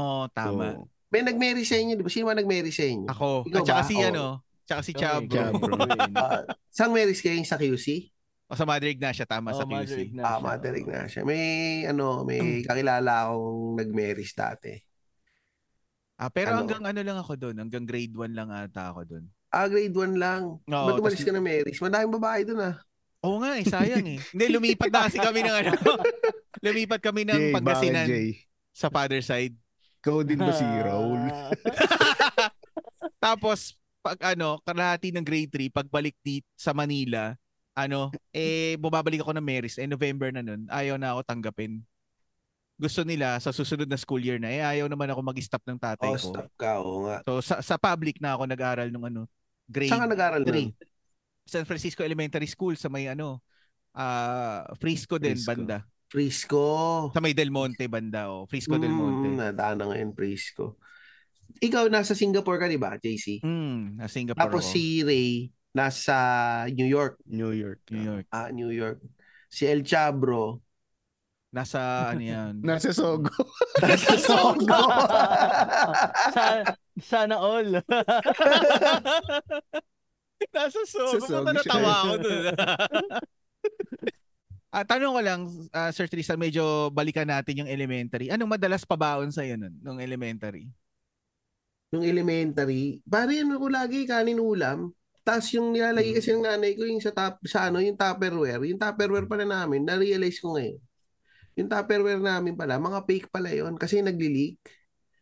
[SPEAKER 1] Oo, tama.
[SPEAKER 2] Oo.
[SPEAKER 5] May nag-marry sa inyo, di ba? Sino ba nag-marry sa inyo?
[SPEAKER 1] Ako,
[SPEAKER 5] Ikaw
[SPEAKER 1] at saka
[SPEAKER 5] ba?
[SPEAKER 1] si
[SPEAKER 5] Oo.
[SPEAKER 1] ano, tsaka si Chabro.
[SPEAKER 2] Chabro.
[SPEAKER 3] Oh,
[SPEAKER 5] Ah, saan Marys kayo sa QC?
[SPEAKER 1] O sa Madre Ignacia, tama
[SPEAKER 3] Oh,
[SPEAKER 1] sa
[SPEAKER 3] Mother
[SPEAKER 1] QC.
[SPEAKER 3] Ignacia.
[SPEAKER 5] Ah, Mother Ignacia. May ano,
[SPEAKER 1] Hmm.
[SPEAKER 5] may kakilala akong nag-marys dati.
[SPEAKER 1] Ah, pero
[SPEAKER 5] Ano?
[SPEAKER 1] hanggang ano lang ako doon, hanggang grade 1 lang ata ako doon.
[SPEAKER 5] Ah, grade 1
[SPEAKER 1] Oo,
[SPEAKER 5] lang. Ba't umalis
[SPEAKER 1] tas-
[SPEAKER 5] ka na marys? Madaming babae dun ah.
[SPEAKER 1] Oo nga eh, sayang eh. Hindi, lumipat na kasi kami ng ano. lumipat kami ng
[SPEAKER 2] Jay, bakit
[SPEAKER 1] Pangasinan
[SPEAKER 2] Jay?
[SPEAKER 1] sa father side.
[SPEAKER 2] Ikaw din ba si Raul?
[SPEAKER 3] Ah.
[SPEAKER 1] Tapos, pag ano, kalahati ng grade 3, pagbalik dito sa Manila, ano, eh, bumabalik ako ng Marist. Eh, November na nun, ayaw na ako tanggapin. Gusto nila sa susunod na school year na, eh, ayaw naman ako mag-stop ng tatay
[SPEAKER 5] Oh,
[SPEAKER 1] ko.
[SPEAKER 5] stop ka. Oo nga.
[SPEAKER 1] So, sa, sa public na ako nag-aral nung ano, grade
[SPEAKER 5] Saan ka nag-aral
[SPEAKER 1] 3.
[SPEAKER 5] nun?
[SPEAKER 1] San Francisco Elementary School sa may ano, ah Frisco din
[SPEAKER 2] Frisco.
[SPEAKER 1] banda.
[SPEAKER 5] Frisco.
[SPEAKER 1] Sa may Del Monte banda, oh. Frisco Del Monte.
[SPEAKER 5] Mm, nadaan na ngayon Frisco. Ikaw nasa Singapore ka, di ba, JC?
[SPEAKER 1] Mm, na Singapore
[SPEAKER 5] Tapos
[SPEAKER 1] ako.
[SPEAKER 5] si Ray nasa New York.
[SPEAKER 2] New York.
[SPEAKER 1] New York.
[SPEAKER 5] Ah, New York. Si El Chabro
[SPEAKER 1] Nasa ano yan?
[SPEAKER 2] Nasa Sogo.
[SPEAKER 5] nasa Sogo.
[SPEAKER 3] Sa- sana all.
[SPEAKER 1] Nasa Sogo.
[SPEAKER 2] Sa Sogo
[SPEAKER 1] Ba't
[SPEAKER 2] siya.
[SPEAKER 1] natawa ako dun? Ah, tanong ko lang, ah, Sir Tristan, medyo balikan natin yung elementary. Anong madalas pabaon sa'yo nun, nung elementary?
[SPEAKER 5] Nung elementary, pare ano ko lagi kanin ulam. Tapos yung nilalagay kasi ng nanay ko yung sa top, sa ano, yung Tupperware, yung Tupperware pala namin, na-realize ko ngayon. Yung Tupperware namin pala, mga fake pala yon kasi nagli-leak.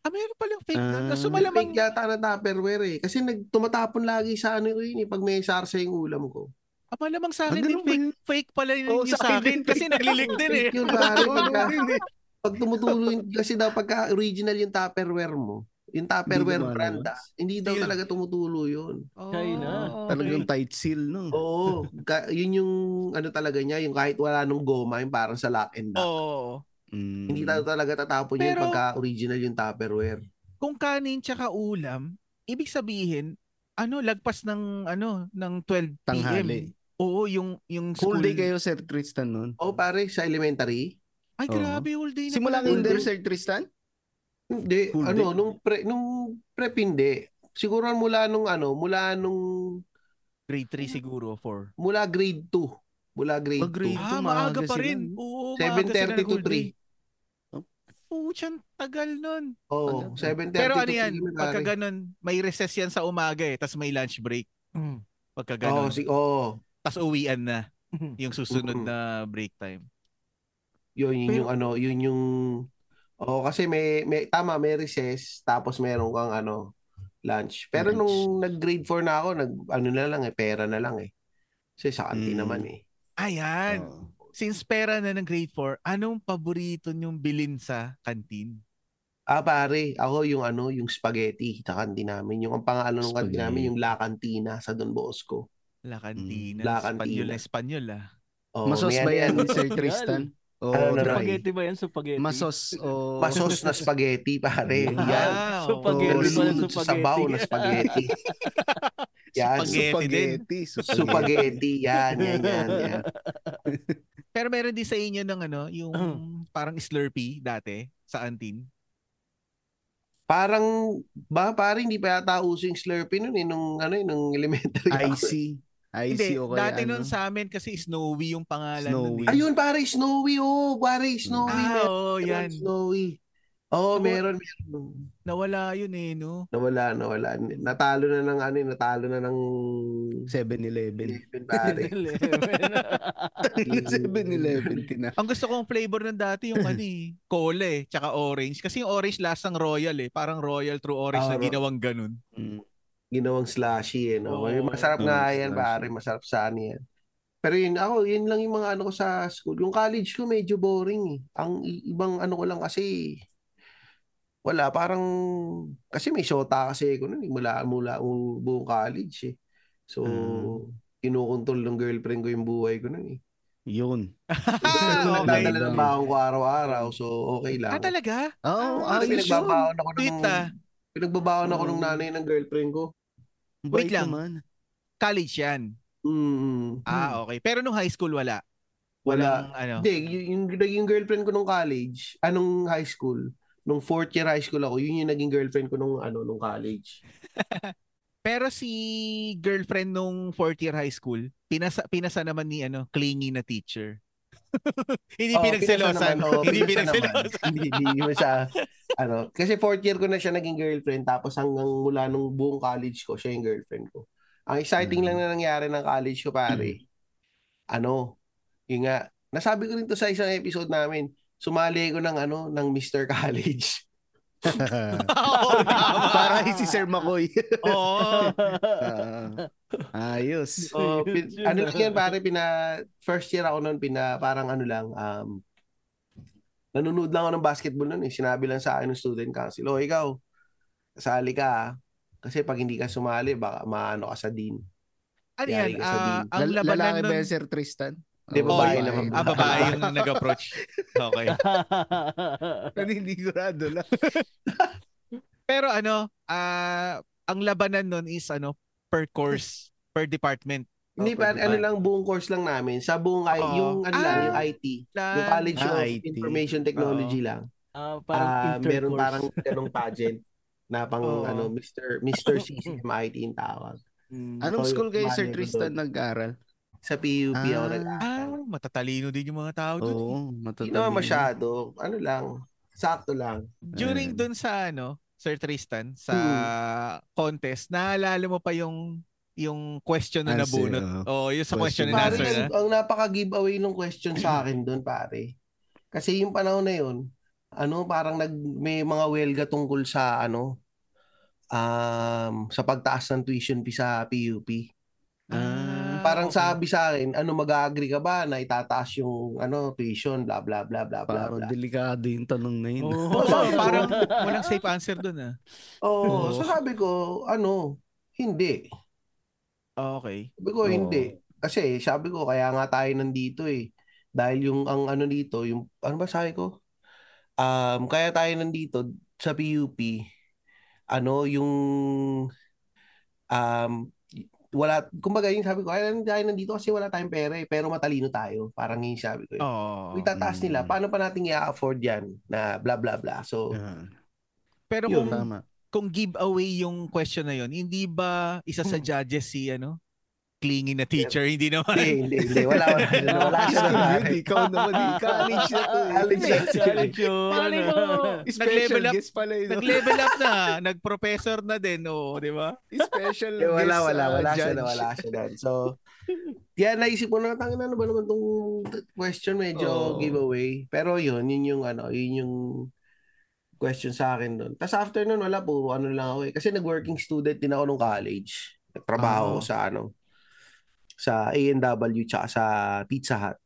[SPEAKER 1] Ah, meron palang fake na.
[SPEAKER 2] Ah.
[SPEAKER 1] Tapos
[SPEAKER 5] Malamang...
[SPEAKER 1] malamang,
[SPEAKER 5] Fake yata na Tupperware eh. Kasi nag, tumatapon lagi sa ano ko yun eh, pag may sarsa yung ulam ko.
[SPEAKER 1] ah, malamang sa akin
[SPEAKER 2] Ah,
[SPEAKER 1] din,
[SPEAKER 2] ganun ba
[SPEAKER 1] fake, fake pala yun
[SPEAKER 2] Oo,
[SPEAKER 1] yung
[SPEAKER 2] sa
[SPEAKER 1] sa
[SPEAKER 2] akin din,
[SPEAKER 1] akin. Kasi naglilig din eh.
[SPEAKER 5] Fake yun pare, pagka, pag tumutulo yun, kasi daw pagka original yung Tupperware mo, yung Tupperware
[SPEAKER 2] lumalabas.
[SPEAKER 5] brand ah, hindi daw
[SPEAKER 1] Still.
[SPEAKER 5] talaga tumutulo yun.
[SPEAKER 1] Oh,
[SPEAKER 3] China.
[SPEAKER 1] okay.
[SPEAKER 2] Talagang tight seal, no?
[SPEAKER 5] Oo, ka- yun yung ano talaga niya, yung kahit wala nung goma, yung parang sa lock and lock.
[SPEAKER 1] Oo.
[SPEAKER 2] Mm.
[SPEAKER 5] Hindi daw talaga tatapon yun
[SPEAKER 1] Pero-
[SPEAKER 5] pagka original yung Tupperware.
[SPEAKER 1] Kung kanin tsaka ulam, ibig sabihin, ano, lagpas ng, ano, ng 12 p.m.
[SPEAKER 2] Tanghali.
[SPEAKER 1] Oo, yung, yung school.
[SPEAKER 2] Full day kayo, Sir Tristan, noon.
[SPEAKER 5] Oh, pare, sa elementary?
[SPEAKER 1] Ay,
[SPEAKER 2] Oo.
[SPEAKER 1] grabe, whole day na
[SPEAKER 2] Simula
[SPEAKER 1] pala.
[SPEAKER 5] Full
[SPEAKER 2] kinder,
[SPEAKER 5] day.
[SPEAKER 2] Sir Tristan?
[SPEAKER 5] Hindi,
[SPEAKER 2] Full
[SPEAKER 5] ano,
[SPEAKER 2] day.
[SPEAKER 5] nung pre nung prep hindi. Siguro mula nung ano, mula nung
[SPEAKER 1] Grade 3 siguro, 4.
[SPEAKER 5] mula grade 2. Mula grade
[SPEAKER 2] Oh,
[SPEAKER 5] 2.
[SPEAKER 2] grade
[SPEAKER 1] Ah, maaga
[SPEAKER 2] maaga
[SPEAKER 1] pa
[SPEAKER 2] sila,
[SPEAKER 1] rin.
[SPEAKER 2] no?
[SPEAKER 1] Oo,
[SPEAKER 5] 7:30 to
[SPEAKER 2] 3. Oh.
[SPEAKER 1] Puchan, eh. tagal nun.
[SPEAKER 5] Oh,
[SPEAKER 2] Ano?
[SPEAKER 5] 7:30
[SPEAKER 1] Pero
[SPEAKER 5] to
[SPEAKER 1] ano yan,
[SPEAKER 5] 3,
[SPEAKER 1] pagka
[SPEAKER 5] pare.
[SPEAKER 1] ganun, may recess yan sa umaga eh, tas may lunch break. Pagka ganun,
[SPEAKER 5] Oh, si oh,
[SPEAKER 1] tas uwian na yung susunod
[SPEAKER 5] Mm.
[SPEAKER 1] na break time.
[SPEAKER 5] yun, yun yung ano, yun yung Oh, kasi may may tama, may recess tapos meron kang ano lunch. Pero
[SPEAKER 2] Lunch.
[SPEAKER 5] nung nag-grade 4 na ako, nag ano na lang eh, pera na lang eh. Kasi sa kanti
[SPEAKER 2] Mm.
[SPEAKER 5] naman eh.
[SPEAKER 1] Ayan,
[SPEAKER 2] Oo.
[SPEAKER 1] since pera na ng grade 4, anong paborito niyong bilin sa kantin?
[SPEAKER 5] Ah, pare, ako yung ano, yung spaghetti sa kanti namin. Yung ang pangalan ng kanti
[SPEAKER 2] Spaghetti.
[SPEAKER 5] namin, yung La Cantina sa Don Bosco.
[SPEAKER 1] La Cantina.
[SPEAKER 5] Mm, La
[SPEAKER 1] Espanyol
[SPEAKER 5] Cantina.
[SPEAKER 1] na Espanyol ah.
[SPEAKER 5] Oh,
[SPEAKER 2] Masos
[SPEAKER 5] may
[SPEAKER 2] ba
[SPEAKER 5] ano
[SPEAKER 2] yan,
[SPEAKER 5] yan,
[SPEAKER 2] Sir Tristan? Oo,
[SPEAKER 5] Ano na,
[SPEAKER 2] Dre.
[SPEAKER 5] Ray?
[SPEAKER 3] Spaghetti ba yan? Spaghetti?
[SPEAKER 2] Masos. o
[SPEAKER 5] Masos na spaghetti, pare.
[SPEAKER 2] Ah,
[SPEAKER 5] Yan.
[SPEAKER 1] Wow.
[SPEAKER 3] Spaghetti
[SPEAKER 5] Oh,
[SPEAKER 3] pala,
[SPEAKER 5] lunod sa
[SPEAKER 3] spaghetti.
[SPEAKER 5] sabaw na spaghetti. yan.
[SPEAKER 1] Spaghetti.
[SPEAKER 2] Spaghetti.
[SPEAKER 5] Spaghetti. Yan, yan, yan, yan.
[SPEAKER 1] Pero meron din sa inyo ng ano, yung
[SPEAKER 5] Mm.
[SPEAKER 1] parang Slurpee dati sa kantin.
[SPEAKER 5] Parang, ba, parang hindi pa yata uso yung Slurpee nun eh, nung, ano, eh, nung elementary. ako.
[SPEAKER 2] Icy. Icy
[SPEAKER 1] Hindi,
[SPEAKER 2] o kaya
[SPEAKER 1] dati
[SPEAKER 2] ano?
[SPEAKER 1] nun sa amin kasi Snowy yung pangalan
[SPEAKER 2] Snowy.
[SPEAKER 1] nun. eh.
[SPEAKER 5] Ayun, pare, Snowy, oh, pare, Snowy.
[SPEAKER 1] Ah,
[SPEAKER 5] meron
[SPEAKER 1] oo,
[SPEAKER 5] naman,
[SPEAKER 1] yan.
[SPEAKER 5] Snowy. Oo, oh,
[SPEAKER 1] Nawa-
[SPEAKER 5] meron, meron.
[SPEAKER 1] Nawala yun eh, no?
[SPEAKER 5] Nawala, nawala. Natalo na ng, ano, eh, natalo na ng
[SPEAKER 2] 7-Eleven.
[SPEAKER 5] 11, pare.
[SPEAKER 2] Tangina, 7-Eleven tina.
[SPEAKER 1] Ang gusto kong flavor ng dati yung ano eh, cola eh, tsaka orange. Kasi yung orange lasang royal eh, parang royal through orange na
[SPEAKER 5] Ah, ro-
[SPEAKER 1] ginawang ganun.
[SPEAKER 2] Mm.
[SPEAKER 5] Ginawang slushy, eh, no?
[SPEAKER 1] Oo.
[SPEAKER 5] Masarap
[SPEAKER 2] Oo,
[SPEAKER 5] nga yan,
[SPEAKER 2] slushy.
[SPEAKER 5] pare. Masarap sa ano yan. Pero yun, ako, yun lang yung mga ano ko sa school. Yung college ko medyo boring eh. Ang i- ibang ano ko lang kasi, wala, parang, kasi may shota kasi ako nun eh, mula, mula u- buong college eh. So,
[SPEAKER 2] Mm.
[SPEAKER 5] kinukontrol ng girlfriend ko yung buhay ko nun eh.
[SPEAKER 2] Yun.
[SPEAKER 5] Ah,
[SPEAKER 1] Ah, okay.
[SPEAKER 5] Nagdadala ng baon ko araw-araw, so okay lang.
[SPEAKER 1] Ah, talaga?
[SPEAKER 2] Oh,
[SPEAKER 5] Ah,
[SPEAKER 2] ayos yun.
[SPEAKER 5] pinagbabaon ako ng,
[SPEAKER 1] Sweet ah.
[SPEAKER 5] pinagbabaon ako ng nanay ng girlfriend ko.
[SPEAKER 1] Wait
[SPEAKER 2] Bait
[SPEAKER 1] lang.
[SPEAKER 2] naman.
[SPEAKER 1] College yan.
[SPEAKER 5] Mm.
[SPEAKER 1] Ah, okay. Pero nung high school, wala.
[SPEAKER 5] Wala.
[SPEAKER 1] Walang, ano.
[SPEAKER 5] Hindi, y- yung, naging girlfriend ko nung college, anong high school, nung fourth year high school ako, yun yung naging girlfriend ko nung ano nung college.
[SPEAKER 1] Pero si girlfriend nung fourth year high school, pinasa, pinasa naman ni ano, clingy na teacher. hindi
[SPEAKER 5] Oo,
[SPEAKER 1] pinagselosan.
[SPEAKER 5] Oh, pinasa naman, oo,
[SPEAKER 1] hindi
[SPEAKER 5] pinasa naman.
[SPEAKER 1] pinagselosan.
[SPEAKER 5] hindi, hindi naman siya, ano, kasi fourth year ko na siya naging girlfriend, tapos hanggang mula nung buong college ko, siya yung girlfriend ko. Ang exciting
[SPEAKER 1] Mm.
[SPEAKER 5] lang na nangyari ng college ko, pare, ano, yun nga, nasabi ko rin to sa isang episode namin, sumali ko ng ano, ng Mr. College.
[SPEAKER 1] Oo, tama.
[SPEAKER 2] Para si Sir Makoy.
[SPEAKER 1] Oo.
[SPEAKER 2] Ah, ayos.
[SPEAKER 5] Oh,
[SPEAKER 3] Yun,
[SPEAKER 5] pin-
[SPEAKER 3] yun,
[SPEAKER 5] ano
[SPEAKER 3] ah.
[SPEAKER 5] lang yan, pare, pina, first year ako noon, pina, parang ano lang, um, nanonood lang ako ng basketball noon eh. Sinabi lang sa akin ng student council, oh, ikaw, sali ka ah. Kasi pag hindi ka sumali, baka maano ka sa dean.
[SPEAKER 1] Ano yan?
[SPEAKER 5] Yari ka sa
[SPEAKER 1] Ah,
[SPEAKER 5] bin.
[SPEAKER 1] ang
[SPEAKER 2] Lal-
[SPEAKER 1] labanan
[SPEAKER 2] lalaki
[SPEAKER 1] nun-
[SPEAKER 2] ba yan, Sir Tristan?
[SPEAKER 5] Hindi,
[SPEAKER 2] Oh,
[SPEAKER 5] babae
[SPEAKER 2] babae.
[SPEAKER 5] naman.
[SPEAKER 1] Ah, babae yung nag-approach. Okay.
[SPEAKER 2] Naninigurado Ano, lang.
[SPEAKER 1] Pero ano, ah, ang labanan nun is ano, per course, per department.
[SPEAKER 5] Hindi,
[SPEAKER 1] Oh,
[SPEAKER 5] pare, ano
[SPEAKER 1] department.
[SPEAKER 5] lang, buong course lang namin. Sa buong, I-
[SPEAKER 1] Oo.
[SPEAKER 5] yung, ano lang,
[SPEAKER 1] Ah.
[SPEAKER 5] yung IT. Yung
[SPEAKER 1] Lan-
[SPEAKER 5] College
[SPEAKER 2] Ah,
[SPEAKER 5] of
[SPEAKER 2] IT.
[SPEAKER 5] Information Technology lang.
[SPEAKER 3] Ah,
[SPEAKER 5] Ah,
[SPEAKER 3] parang
[SPEAKER 5] meron
[SPEAKER 3] intercourse.
[SPEAKER 5] parang ganong pageant na pang
[SPEAKER 1] Oo.
[SPEAKER 5] ano Mr. Mr. CCMIT yung tawag.
[SPEAKER 1] Mm.
[SPEAKER 2] Anong
[SPEAKER 5] So,
[SPEAKER 2] school kayo,
[SPEAKER 5] sumali
[SPEAKER 2] Sir
[SPEAKER 5] ko
[SPEAKER 2] Tristan,
[SPEAKER 5] doon.
[SPEAKER 2] nag-aral?
[SPEAKER 5] Sa PUP ako
[SPEAKER 2] Ah.
[SPEAKER 5] nag-aaral.
[SPEAKER 1] Ah, matatalino din yung mga
[SPEAKER 2] Ano
[SPEAKER 1] tao dun.
[SPEAKER 2] Oo,
[SPEAKER 5] Hindi
[SPEAKER 2] matatalino.
[SPEAKER 5] naman masyado. Ano lang. Sakto lang.
[SPEAKER 1] During
[SPEAKER 2] Ayan.
[SPEAKER 1] dun sa ano, Sir Tristan, sa contest, naalala mo pa yung yung
[SPEAKER 2] Ah,
[SPEAKER 1] question na
[SPEAKER 2] Answer,
[SPEAKER 1] Ano nabunot. Oo, yung sa question and
[SPEAKER 2] Question and
[SPEAKER 5] Pare,
[SPEAKER 1] answer
[SPEAKER 5] ang,
[SPEAKER 1] na.
[SPEAKER 5] ang napaka-giveaway ng question sa akin doon, pare. Kasi yung panahon na yun, ano, parang nag, may mga welga tungkol sa, ano, um, sa pagtaas ng tuition fee sa PUP.
[SPEAKER 1] Ah,
[SPEAKER 5] Parang
[SPEAKER 1] okay.
[SPEAKER 5] sabi sa akin, ano, mag-agree ka ba na itataas yung, ano, tuition, bla, bla, bla, bla, bla,
[SPEAKER 2] Parang
[SPEAKER 5] bla.
[SPEAKER 2] delikado yung tanong na yun.
[SPEAKER 1] Oo, parang walang safe answer dun ah.
[SPEAKER 5] Oo,
[SPEAKER 2] Oo.
[SPEAKER 5] so sabi ko, ano, hindi.
[SPEAKER 1] Okay.
[SPEAKER 5] Sabi ko,
[SPEAKER 2] Oo.
[SPEAKER 5] hindi. Kasi sabi ko, kaya nga tayo nandito eh. Dahil yung ang ano dito, yung ano ba sabi ko? Um, kaya tayo nandito sa PUP, ano yung um, wala, kumbaga yung sabi ko, kaya tayo nandito kasi wala tayong pera eh, pero matalino tayo. Parang yun yung sabi ko. Eh.
[SPEAKER 1] Oo.
[SPEAKER 5] Itataas nila,
[SPEAKER 2] Mm.
[SPEAKER 5] paano pa natin i-afford yan na bla bla bla. So,
[SPEAKER 2] Ah,
[SPEAKER 1] Pero
[SPEAKER 5] Yun.
[SPEAKER 1] kung
[SPEAKER 2] Tama.
[SPEAKER 1] kung giveaway yung question na yun, hindi ba isa sa
[SPEAKER 5] Hmm.
[SPEAKER 1] judges si ano? Clingy na teacher, hindi naman.
[SPEAKER 5] hindi, hindi, hindi. Wala, wala, wala siya
[SPEAKER 2] School
[SPEAKER 5] na.
[SPEAKER 2] yun, ikaw naman. yung College na to. eh.
[SPEAKER 5] College na to.
[SPEAKER 3] Challenge yun.
[SPEAKER 1] Malay mo.
[SPEAKER 2] Special
[SPEAKER 1] Nag-level up.
[SPEAKER 2] guest pala yun.
[SPEAKER 1] Nag-level up na, nag-professor na din, oo, di ba?
[SPEAKER 2] Special
[SPEAKER 5] Eh,
[SPEAKER 2] guest.
[SPEAKER 5] wala, wala,
[SPEAKER 1] uh,
[SPEAKER 2] ah,
[SPEAKER 5] wala siya
[SPEAKER 2] judge.
[SPEAKER 5] na, wala siya doon. So, kaya naisip ko na, tangin ano ba naman tong question, medyo
[SPEAKER 1] Oo.
[SPEAKER 5] giveaway. Pero yun, yun yung ano, yun yung question sa akin doon. Tapos after nun, wala, puro ano lang ako eh. Kasi nag-working student din ako nung college. Nagtrabaho ko
[SPEAKER 1] Ah.
[SPEAKER 5] sa ano, sa A&W tsaka sa Pizza Hut.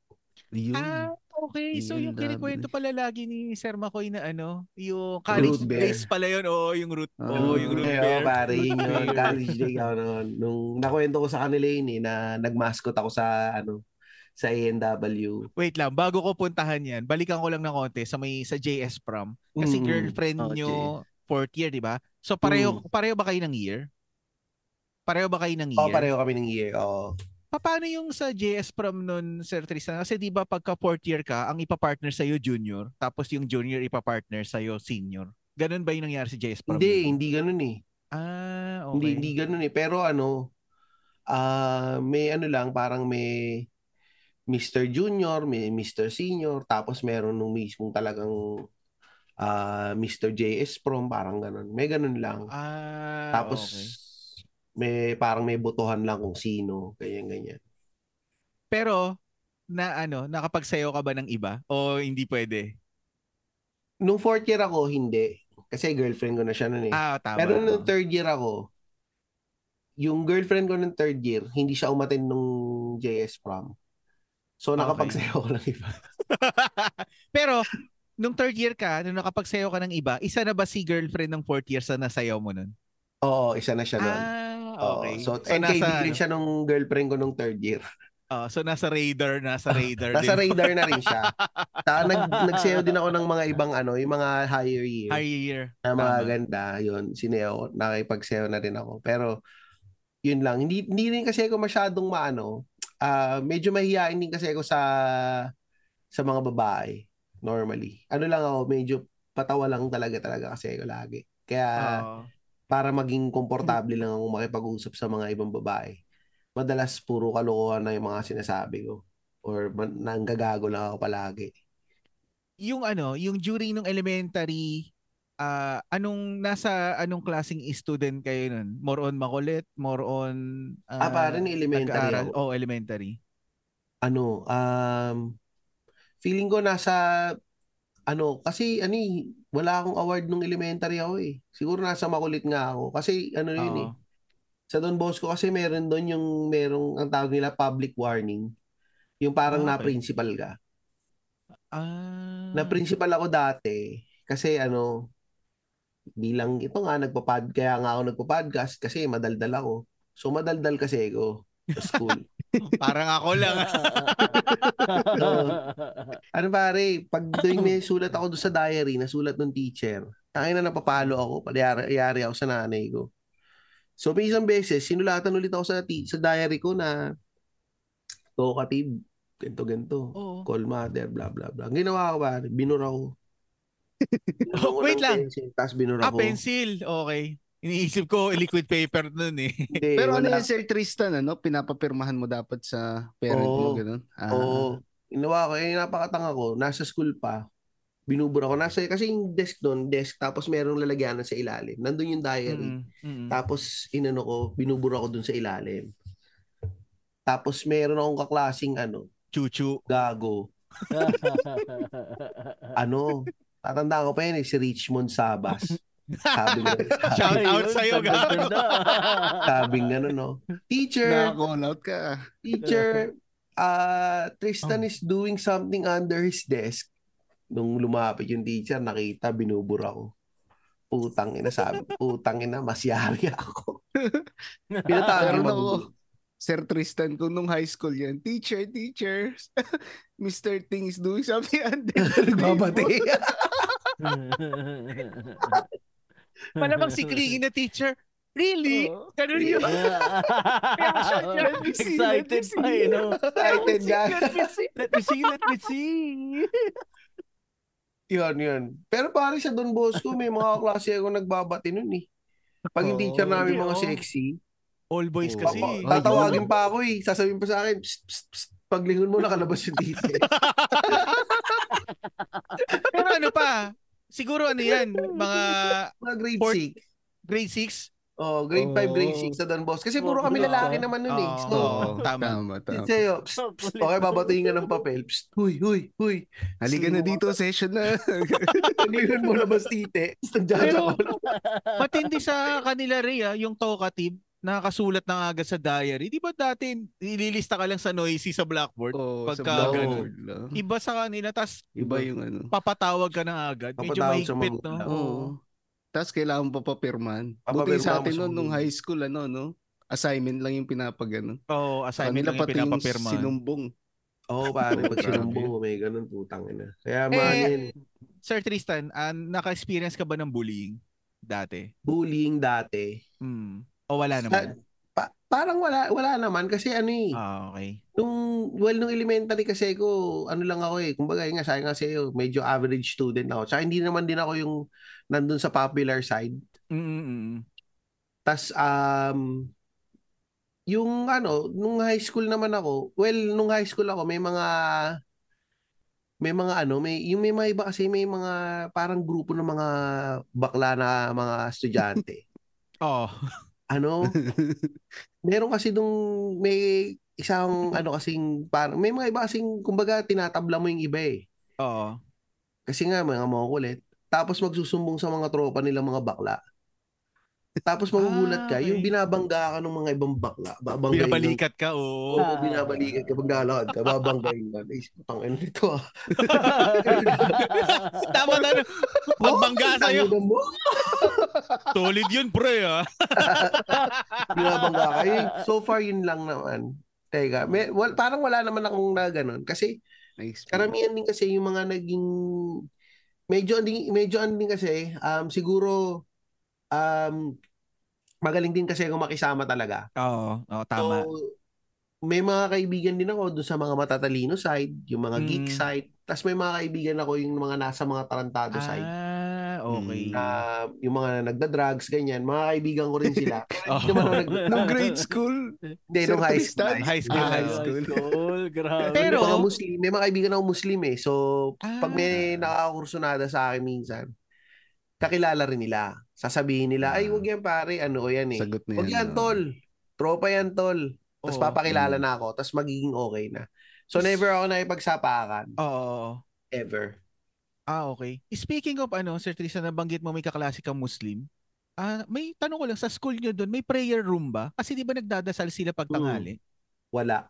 [SPEAKER 2] Yun.
[SPEAKER 1] Ah,
[SPEAKER 5] Hmm.
[SPEAKER 1] okay. So
[SPEAKER 2] Yun,
[SPEAKER 1] yung kinikwento pala lagi ni Sir Makoy na ano, yung college
[SPEAKER 5] Root beer.
[SPEAKER 1] place pala yun, oo, yung root,
[SPEAKER 2] Ah.
[SPEAKER 1] oo, Oh, yung root
[SPEAKER 5] Ayun,
[SPEAKER 1] beer.
[SPEAKER 5] pare,
[SPEAKER 1] Root
[SPEAKER 5] yun yun.
[SPEAKER 1] beer.
[SPEAKER 5] College day ako noon. Nung nakwento ko sa kanila yun eh, na nag-mascot ako sa ano, sa A&W.
[SPEAKER 1] Wait lang, bago ko puntahan yan, balikan ko lang na konti sa may sa JS Prom. Kasi
[SPEAKER 5] Mm.
[SPEAKER 1] girlfriend
[SPEAKER 2] Oh,
[SPEAKER 1] nyo fourth year, di ba? So pareho pareho ba kayo ng year? Pareho ba kayo ng year?
[SPEAKER 5] Mm. Oh, pareho kami ng year. Oo.
[SPEAKER 1] Pa- Paano yung sa JS Prom nun, Sir Tristan? Kasi di ba pagka fourth year ka, ang ipapartner sa'yo junior, tapos yung junior ipapartner sa'yo senior. Ganun ba yung nangyari sa JS Prom?
[SPEAKER 5] Hindi, hindi ganun eh.
[SPEAKER 1] Ah, okay.
[SPEAKER 5] Hindi, hindi ganun eh. Pero ano, ah may ano lang, parang may Mr. Junior, may Mr. Senior, tapos meron nung mismong talagang ah Mr. JS Prom, parang ganun. May ganun lang.
[SPEAKER 1] Ah,
[SPEAKER 5] Tapos
[SPEAKER 1] okay.
[SPEAKER 5] may parang may botohan lang kung sino, ganyan ganyan.
[SPEAKER 1] Pero, na ano, nakapagsayo ka ba ng iba? O hindi pwede?
[SPEAKER 5] Nung fourth year ako, hindi. Kasi girlfriend ko na siya noon eh.
[SPEAKER 1] Ah, tama.
[SPEAKER 5] Pero nung third year ako, yung girlfriend ko nung third year, hindi siya umatin nung JS prom. So
[SPEAKER 1] Okay.
[SPEAKER 5] nakapagsayaw ko lang iba.
[SPEAKER 1] Pero, nung third year ka, nung nakapagsayo ka ng iba, isa na ba si girlfriend ng fourth year sa nasayaw mo nun?
[SPEAKER 5] Oo, isa na siya nun.
[SPEAKER 1] Ah,
[SPEAKER 5] Oo,
[SPEAKER 1] okay.
[SPEAKER 5] so, NKD
[SPEAKER 1] nasa,
[SPEAKER 5] rin
[SPEAKER 1] ano,
[SPEAKER 5] siya nung girlfriend ko nung third year.
[SPEAKER 1] Oh, so nasa radar, nasa radar
[SPEAKER 5] Nasa
[SPEAKER 1] din.
[SPEAKER 5] radar na rin siya. Ta, nag, nagsayaw din ako ng mga ibang ano, yung mga higher year.
[SPEAKER 1] High year.
[SPEAKER 5] na
[SPEAKER 1] Tama.
[SPEAKER 5] mga ganda, yun, sineo, nakipagsayaw na rin ako. Pero, yun lang, hindi, hindi rin kasi ako masyadong maano, ah medyo mahihain din kasi ako sa, sa mga babae, normally. Ano lang ako, medyo patawa lang talaga talaga kasi ako lagi. Kaya,
[SPEAKER 1] Oo.
[SPEAKER 5] para maging komportable lang ako makipag-usap sa mga ibang babae, madalas puro kalokohan na yung mga sinasabi ko. Or man- nanggagago lang ako palagi.
[SPEAKER 1] yung ano, yung during nung elementary, ah, anong nasa anong klaseng student kayo nun? More on makulit, more on
[SPEAKER 5] Ah, parang elementary
[SPEAKER 1] nag-aaral? Oh,
[SPEAKER 5] ako.
[SPEAKER 1] elementary.
[SPEAKER 5] ano, um, feeling ko nasa, ano, kasi, ano eh, wala akong award nung elementary ako eh. Siguro nasa makulit nga ako. Kasi, ano yun eh,
[SPEAKER 1] Oo.
[SPEAKER 5] sa Don Bosco kasi meron doon yung, merong, ang tawag nila, public warning. Yung parang
[SPEAKER 1] Ah, okay.
[SPEAKER 5] na-principal ka.
[SPEAKER 1] Ah.
[SPEAKER 5] Na-principal ako dati, kasi ano, bilang ito nga, nagpapad, kaya nga ako nagpa-podcast kasi madaldal ako. So, madaldal kasi ako sa school.
[SPEAKER 1] parang ako lang.
[SPEAKER 5] Ano pare, pag doon may sulat ako doon sa diary, nasulat ng teacher, tayo na napapalo ako, palayari yari ako sa nanay ko. So, may isang beses, sinulatan ulit ako sa, ti- sa diary ko na talkative, ganto ganto
[SPEAKER 1] Oo.
[SPEAKER 5] call mother, blah, blah, blah. Ang ginawa ko pare, binura ko. Binura ko
[SPEAKER 1] Wait
[SPEAKER 5] ng
[SPEAKER 1] lang.
[SPEAKER 5] pencil, Tapos binura
[SPEAKER 1] Ah,
[SPEAKER 5] ko.
[SPEAKER 1] pencil. Okay. Iniisip ko liquid paper nun eh.
[SPEAKER 5] Hindi,
[SPEAKER 2] Pero ano
[SPEAKER 5] wala.
[SPEAKER 2] yun, Sir Tristan, ano? Pinapapirmahan mo dapat sa parent
[SPEAKER 5] Oo.
[SPEAKER 2] mo, ganun? Ah,
[SPEAKER 5] Oo. Ginawa ko, eh, napakatanga ko. Nasa school pa. Binubura ko. Nasa, kasi yung desk doon, desk, tapos merong lalagyanan sa ilalim. Nandun yung diary.
[SPEAKER 1] Mm, mm.
[SPEAKER 5] Tapos, inano ko, binubura ko dun sa ilalim. Tapos, meron akong kaklasing, ano,
[SPEAKER 1] Chuchu.
[SPEAKER 5] gago.
[SPEAKER 1] Ah.
[SPEAKER 5] Ano, tatandaan ko pa yun eh, si Richmond Sabas. Sabi nga,
[SPEAKER 1] Shout out sa'yo, gago.
[SPEAKER 5] sabi nga, ano, no. Teacher,
[SPEAKER 2] Na-call out ka.
[SPEAKER 5] teacher, ah Tristan is doing something under his desk. Nung lumapit yung teacher, nakita, binubura ko. Putang ina, sabi. Putang ina, masyari ako. Pinatawag
[SPEAKER 2] Pero
[SPEAKER 5] ako.
[SPEAKER 2] naku, Sir Tristan, kung nung high school yan, teacher, teacher, Mr. Thing is doing something under the table.
[SPEAKER 5] Nagbabati.
[SPEAKER 1] Malamang si Klingy na teacher. Really?
[SPEAKER 2] Oo.
[SPEAKER 1] Ganun yun.
[SPEAKER 2] Excited
[SPEAKER 3] Excited
[SPEAKER 2] pa,
[SPEAKER 3] pa eh,
[SPEAKER 2] eh, no?
[SPEAKER 5] Excited nga.
[SPEAKER 3] Let me see, let me see.
[SPEAKER 5] Yun, yun. Pero pare sa Don Bosco, may mga klase ako nagbabati nun eh. Pag yung
[SPEAKER 2] Oo.
[SPEAKER 5] teacher namin
[SPEAKER 3] Hindi,
[SPEAKER 5] mga
[SPEAKER 3] oo.
[SPEAKER 5] sexy,
[SPEAKER 1] All boys
[SPEAKER 2] Oo.
[SPEAKER 1] kasi.
[SPEAKER 5] papa- tatawagin pa ako eh. Sasabihin pa sa akin, psst, psst, psst, paglingon mo nakalabas yung teacher.
[SPEAKER 1] Pero ano pa? Siguro ano yan, mga
[SPEAKER 5] Mga grade
[SPEAKER 1] Fourth-
[SPEAKER 5] 6.
[SPEAKER 1] grade 6?
[SPEAKER 5] Oh, grade 5, grade
[SPEAKER 2] Oo.
[SPEAKER 5] 6 sa Don Bosco. Kasi puro kami
[SPEAKER 3] Sobra.
[SPEAKER 5] lalaki naman nun eh. So,
[SPEAKER 1] Oo, tama.
[SPEAKER 2] Tama,
[SPEAKER 5] yun
[SPEAKER 2] tama.
[SPEAKER 5] sa'yo, psst, psst, okay, babatuhin ka ng papel. Psst, huy, huy, huy.
[SPEAKER 2] Halika na dito, session na.
[SPEAKER 5] Paglingon mo labas tite. Tapos nandiyan
[SPEAKER 1] Pero
[SPEAKER 5] ako.
[SPEAKER 1] matindi sa kanila Ray ah, yung talkative nakakasulat na agad sa diary. Di ba dati nililista ka lang sa noisy sa blackboard?
[SPEAKER 2] Oo, sa
[SPEAKER 1] Pagka
[SPEAKER 2] blackboard, no?
[SPEAKER 1] Iba sa kanila, tas
[SPEAKER 2] ano, Iba yung ano.
[SPEAKER 1] papatawag ka na agad. Medyo
[SPEAKER 5] Papatawag sa
[SPEAKER 1] mahigpit,
[SPEAKER 5] magulang.
[SPEAKER 1] no?
[SPEAKER 2] Oo. Tapos kailangan pa papirman. Buti
[SPEAKER 5] Papapirmahan mo
[SPEAKER 2] sa atin
[SPEAKER 5] sa
[SPEAKER 2] noon, nung
[SPEAKER 5] huli.
[SPEAKER 2] high school, ano, no? Assignment lang yung pinapagano.
[SPEAKER 1] Oo,
[SPEAKER 2] Sa
[SPEAKER 1] assignment
[SPEAKER 2] kanila
[SPEAKER 1] lang yung
[SPEAKER 2] pati yung
[SPEAKER 1] pinapapirma.
[SPEAKER 2] sinumbong.
[SPEAKER 5] Oo, pare, pag
[SPEAKER 2] Grabe.
[SPEAKER 5] sinumbong mo, may ganun, putang ina.
[SPEAKER 1] Eh,
[SPEAKER 5] Kaya man, yun,
[SPEAKER 1] Sir Tristan, ah, naka-experience ka ba ng bullying dati?
[SPEAKER 5] bullying dati.
[SPEAKER 1] Hmm. O wala
[SPEAKER 5] Sa-
[SPEAKER 1] naman?
[SPEAKER 5] pa- parang wala wala naman kasi ano eh.
[SPEAKER 1] Ah, okay.
[SPEAKER 5] Nung, well, nung elementary kasi ko, ano lang ako eh. Kumbaga, yun nga, sayang nga sa'yo, medyo average student ako. Tsaka hindi naman din ako yung nandun sa popular side.
[SPEAKER 1] Mm-mm.
[SPEAKER 5] tas um, yung ano, nung high school naman ako, well, nung high school ako, may mga, may mga ano, may, yung may mga iba kasi may mga parang grupo ng mga bakla na mga estudyante.
[SPEAKER 1] Oh.
[SPEAKER 5] ano, meron kasi nung, may isang ano kasing, parang, may mga iba kasing, kumbaga, tinatabla mo yung iba eh.
[SPEAKER 1] Oo.
[SPEAKER 5] Kasi nga, mga makukulit. Tapos magsusumbong sa mga tropa nila mga bakla. Tapos magugulat ka,
[SPEAKER 1] Ah, okay.
[SPEAKER 5] yung binabangga ka ng mga ibang bakla. Babanggain ng-
[SPEAKER 1] Binabalikat ka,
[SPEAKER 5] Oo,
[SPEAKER 1] oo.
[SPEAKER 5] oh, binabalikat ka. Pag nalakad ka, babanggain ka. Ay, putang ina nito ah.
[SPEAKER 1] Tama na. no? Pagbangga
[SPEAKER 5] Oh,
[SPEAKER 1] sa'yo.
[SPEAKER 5] tangina mo.
[SPEAKER 1] Solid yun, pre, ah.
[SPEAKER 5] Binabangga ka. Eh, so far, yun lang naman. Teka, may, wal, parang wala naman akong na ganun. Kasi
[SPEAKER 2] Nice.
[SPEAKER 5] karamihan din kasi yung mga naging medyo anding medyo anding kasi um siguro um magaling din kasi ako makisama talaga.
[SPEAKER 1] Oo, oo, tama.
[SPEAKER 5] So, may mga kaibigan din ako doon sa mga matatalino side, yung mga
[SPEAKER 1] Mm.
[SPEAKER 5] geek side. Tapos may mga kaibigan ako yung mga nasa mga tarantado side.
[SPEAKER 1] ah, okay.
[SPEAKER 5] Na yung mga nagda-drugs, ganyan. Mga kaibigan ko rin sila. Pero
[SPEAKER 1] Oh.
[SPEAKER 5] hindi naman ako nag...
[SPEAKER 2] Nung grade school,
[SPEAKER 5] Hindi, nung high school.
[SPEAKER 2] Tristan?
[SPEAKER 1] High school.
[SPEAKER 5] Ah,
[SPEAKER 1] high
[SPEAKER 5] high
[SPEAKER 1] school.
[SPEAKER 2] school.
[SPEAKER 3] grabe.
[SPEAKER 5] Pero,
[SPEAKER 1] Pero-
[SPEAKER 5] mga Muslim, may mga kaibigan ako Muslim eh. So, pag
[SPEAKER 1] Ah.
[SPEAKER 5] may nakakakursunada sa akin minsan, kakilala rin nila. Sasabihin nila, ay,
[SPEAKER 1] Hmm.
[SPEAKER 5] wag yan pare, ano o yan eh.
[SPEAKER 2] sagot na yan.
[SPEAKER 5] Wag yan,
[SPEAKER 2] no?
[SPEAKER 5] tol. Tropa yan, tol. Tapos
[SPEAKER 1] Oo.
[SPEAKER 5] papakilala
[SPEAKER 1] hmm.
[SPEAKER 2] Mm.
[SPEAKER 5] na ako. Tapos magiging okay na. So never ako naipagsapakan.
[SPEAKER 1] Oo, oo, oo.
[SPEAKER 5] Ever.
[SPEAKER 1] Ah, okay. Speaking of ano, Sir Tristan, nabanggit mo may kaklase kang Muslim. Ah, may tanong ko lang, sa school nyo doon, may prayer room ba? Kasi di ba nagdadasal sila pag
[SPEAKER 5] Hmm.
[SPEAKER 1] tanghali?
[SPEAKER 5] Wala.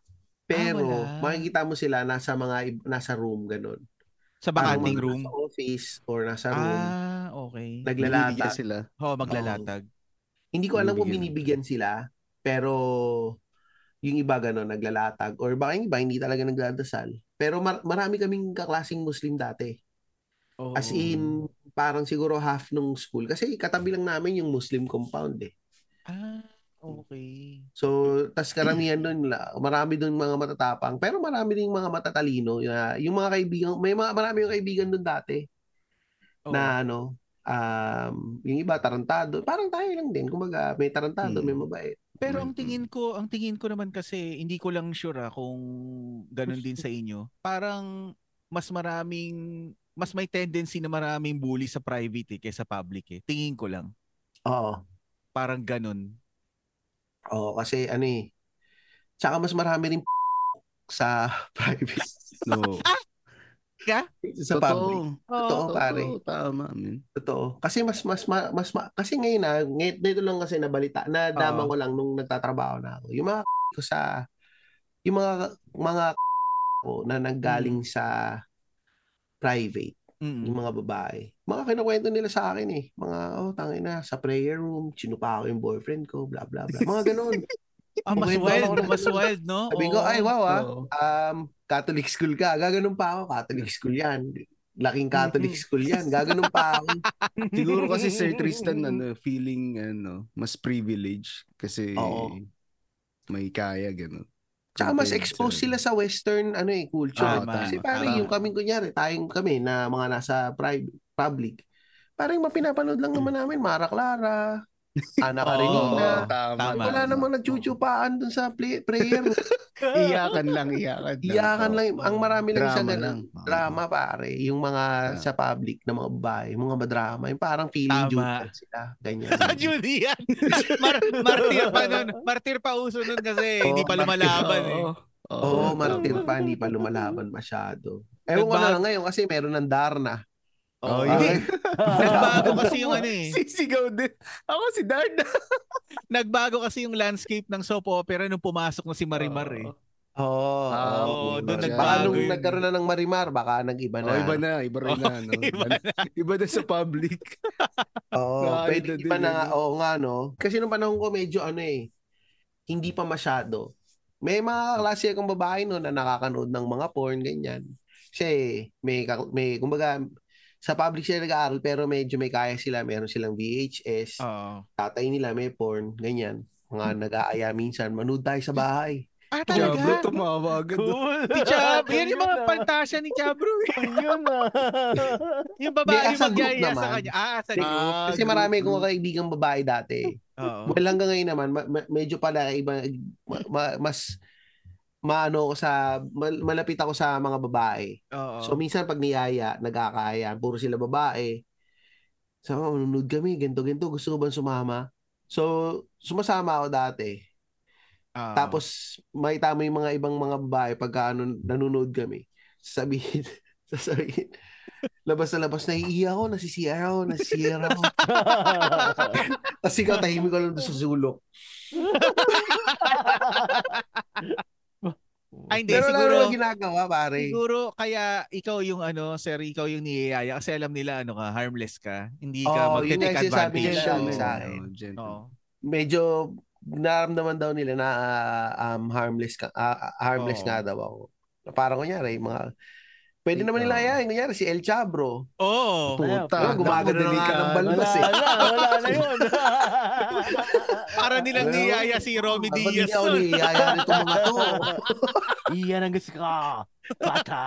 [SPEAKER 5] Pero
[SPEAKER 1] Ah, wala.
[SPEAKER 5] makikita mo sila nasa mga ib- nasa room ganun.
[SPEAKER 1] Sa
[SPEAKER 5] Parang
[SPEAKER 1] bakanting
[SPEAKER 5] mga
[SPEAKER 1] room?
[SPEAKER 5] Nasa office or nasa room.
[SPEAKER 1] Ah, okay.
[SPEAKER 2] Naglalata
[SPEAKER 5] naglalata.
[SPEAKER 2] sila.
[SPEAKER 1] Oo, maglalatag.
[SPEAKER 5] Hindi ko alam kung binibigyan
[SPEAKER 2] Binibigyan.
[SPEAKER 5] sila. Pero yung iba ganun, naglalatag. Or baka yung iba, hindi talaga nagdadasal. Pero mar- marami kaming kaklasing Muslim dati.
[SPEAKER 1] Oo.
[SPEAKER 5] As in, parang siguro half nung school. Kasi katabi lang namin yung Muslim compound eh.
[SPEAKER 1] Ah, okay.
[SPEAKER 5] So, tas karamihan doon, marami doon mga matatapang, pero marami din mga matatalino. na- Yung mga kaibigan, may mga marami yung kaibigan doon dati
[SPEAKER 1] Oo.
[SPEAKER 5] na ano, um, yung iba tarantado. Parang tayo lang din, kumbaga may tarantado,
[SPEAKER 2] Mm.
[SPEAKER 5] may mabait.
[SPEAKER 1] Pero ang tingin ko, ang tingin ko naman kasi hindi ko lang sure ah, kung ganun din sa inyo. Parang mas maraming mas may tendency na maraming bully sa private eh, kaysa public eh. Tingin ko lang.
[SPEAKER 5] Oo.
[SPEAKER 1] Parang ganun.
[SPEAKER 5] Oo, kasi ano eh. Tsaka mas marami rin sa private.
[SPEAKER 2] No.
[SPEAKER 5] sa public.
[SPEAKER 2] Totoo.
[SPEAKER 5] Totoo, pare.
[SPEAKER 2] Totoo, Tama, man.
[SPEAKER 5] Totoo. Kasi mas mas ma- mas ma- kasi ngayon na ngayon dito lang kasi nabalita na
[SPEAKER 1] Oo.
[SPEAKER 5] ko lang nung nagtatrabaho na ako. Yung mga ko sa yung mga mga ko na nanggaling sa private,
[SPEAKER 1] Mm.
[SPEAKER 5] yung mga babae. Mga kinukwento nila sa akin eh. Mga oh tangin na sa prayer room, chinupa ako yung boyfriend ko, bla bla bla. Mga ganoon.
[SPEAKER 1] Ah, mas
[SPEAKER 5] Kwento
[SPEAKER 1] wild,
[SPEAKER 5] ako ng
[SPEAKER 1] mas
[SPEAKER 5] ganun.
[SPEAKER 1] wild, no?
[SPEAKER 5] Sabi ko,
[SPEAKER 1] Oo.
[SPEAKER 5] ay wow ah,
[SPEAKER 2] Oo.
[SPEAKER 5] um, Catholic school ka. Gaganon pa ako, Catholic school yan. Laking Catholic school yan. Gaganon pa ako.
[SPEAKER 2] Siguro kasi Sir Tristan, ano, feeling, ano, mas privileged kasi
[SPEAKER 5] Oo.
[SPEAKER 2] may kaya, gano'n.
[SPEAKER 5] Tsaka mas exposed sila sa western ano eh culture.
[SPEAKER 1] Ah, Tama,
[SPEAKER 5] Kasi
[SPEAKER 2] tama,
[SPEAKER 5] parang
[SPEAKER 2] tama.
[SPEAKER 5] yung kaming kunyari, tayong kami na mga nasa private public. Parang mapinapanood lang naman namin Mara Clara, Ana Karenina.
[SPEAKER 1] Oo,
[SPEAKER 2] tama.
[SPEAKER 1] tama.
[SPEAKER 5] Wala namang nagchuchupaan dun sa play, prayer.
[SPEAKER 2] Iyakan lang, iyakan lang.
[SPEAKER 5] Iyakan lang. Ang marami lang
[SPEAKER 2] Drama
[SPEAKER 5] siya ganun.
[SPEAKER 2] lang.
[SPEAKER 5] Drama pare. Yung mga
[SPEAKER 2] Tama.
[SPEAKER 5] sa public na mga babae, mga madrama. Yung parang feeling
[SPEAKER 1] Ah. Tama.
[SPEAKER 5] Julian sila. Ganyan.
[SPEAKER 1] Julian! Mar- martir pa nun. Martir pa uso nun kasi hindi pa lumalaban eh.
[SPEAKER 5] Oo, oh, martir pa. Hindi pa lumalaban masyado. Ewan ko na
[SPEAKER 1] Nagbag-
[SPEAKER 5] lang ngayon kasi meron ng Darna. Parang-
[SPEAKER 2] Oh, hindi.
[SPEAKER 1] Nagbago kasi yung ano eh.
[SPEAKER 2] Sisigaw din. Ako si Darna.
[SPEAKER 1] Nagbago kasi yung landscape ng soap opera nung pumasok na si Marimar eh.
[SPEAKER 5] Oo.
[SPEAKER 2] Ah,
[SPEAKER 1] oo,
[SPEAKER 5] oo,
[SPEAKER 1] doon
[SPEAKER 5] baka
[SPEAKER 1] nagbago
[SPEAKER 5] nung
[SPEAKER 1] yun.
[SPEAKER 5] nagkaroon na ng Marimar, baka nag-iba na.
[SPEAKER 2] Oh, iba na, iba rin na. No?
[SPEAKER 1] iba
[SPEAKER 2] Iba, na, iba na sa public.
[SPEAKER 5] Oo,
[SPEAKER 2] Nakakita
[SPEAKER 5] pwede
[SPEAKER 2] din
[SPEAKER 5] iba na
[SPEAKER 2] yun,
[SPEAKER 5] nga.
[SPEAKER 2] no?
[SPEAKER 5] Oo nga, no? Kasi nung panahon ko, medyo ano eh, hindi pa masyado. May mga klase akong babae no na nakakanood ng mga porn, ganyan. Kasi may, kak- may kumbaga, sa public sila nag-aaral pero medyo may kaya sila. Meron silang VHS,
[SPEAKER 1] Oo.
[SPEAKER 5] tatay nila may porn, ganyan. Mga nag-aaya minsan, manood tayo sa bahay.
[SPEAKER 1] Ah,
[SPEAKER 2] Diablo,
[SPEAKER 1] talaga?
[SPEAKER 2] tumawa agad.
[SPEAKER 3] Cool.
[SPEAKER 1] Si Chab, yan yung mga
[SPEAKER 3] Yun, ah.
[SPEAKER 1] pantasya ni Chabro. eh.
[SPEAKER 3] Yun ah.
[SPEAKER 1] Yung babae
[SPEAKER 5] Hindi,
[SPEAKER 1] yung
[SPEAKER 5] as a group
[SPEAKER 1] magyaya sa
[SPEAKER 5] naman.
[SPEAKER 1] kanya. Ah, Ah. sa group.
[SPEAKER 2] Ah,
[SPEAKER 5] Kasi
[SPEAKER 2] group,
[SPEAKER 5] marami akong
[SPEAKER 2] group.
[SPEAKER 5] kaibigang babae dati.
[SPEAKER 1] Oo.
[SPEAKER 5] Well, hanggang ngayon naman, ma- ma- medyo pala iba, ma- ma- mas maano ako sa mal- malapit ako sa mga babae.
[SPEAKER 1] Oo.
[SPEAKER 5] So minsan pag niyaya, nagkakaya, puro sila babae. So "Oh, nanonood kami, ganto ganto, gusto ko bang sumama? So sumasama ako dati.
[SPEAKER 1] Oo.
[SPEAKER 5] Tapos may tama yung mga ibang mga babae pagka ano, nanonood kami. Sasabihin, sasabihin, labas na labas, naiiya ako, nasisira ako, nasisira ako. Tapos ikaw, tahimik ko lang doon sa sulok.
[SPEAKER 1] Ay, hindi.
[SPEAKER 5] Pero wala eh.
[SPEAKER 1] siguro,
[SPEAKER 5] naman ginagawa, pare.
[SPEAKER 1] siguro kaya ikaw yung ano, sir, ikaw yung niyayaya kasi alam nila ano ka, harmless ka. Hindi ka
[SPEAKER 5] Oo, yun
[SPEAKER 1] magte-take
[SPEAKER 5] nga yung sinasabi
[SPEAKER 1] advantage.
[SPEAKER 5] nila eh.
[SPEAKER 2] eh. Gentleman.
[SPEAKER 5] sa akin.
[SPEAKER 2] Oh, gentleman.
[SPEAKER 1] Oo.
[SPEAKER 5] Medyo naramdaman daw nila na ah, um, harmless ka, ah, ah, harmless
[SPEAKER 1] Oo.
[SPEAKER 5] nga daw ako. Parang kunyari, mga Pwede naman nila
[SPEAKER 2] Ikaw.
[SPEAKER 5] ayayin. Kunyari, si El Chabro.
[SPEAKER 1] Oo.
[SPEAKER 5] Puta,
[SPEAKER 2] Ayaw,
[SPEAKER 5] gumagano na nga
[SPEAKER 2] delikado.
[SPEAKER 5] ng
[SPEAKER 3] Wala,
[SPEAKER 5] balbas eh.
[SPEAKER 3] wala, wala na yun.
[SPEAKER 1] Para nilang
[SPEAKER 5] Well,
[SPEAKER 1] niyaya si Romy
[SPEAKER 5] Ba't
[SPEAKER 1] Diaz.
[SPEAKER 5] hindi ako
[SPEAKER 1] nun?
[SPEAKER 5] niyayaya nito mga to?
[SPEAKER 3] Iyan ang gusto ko. Bata.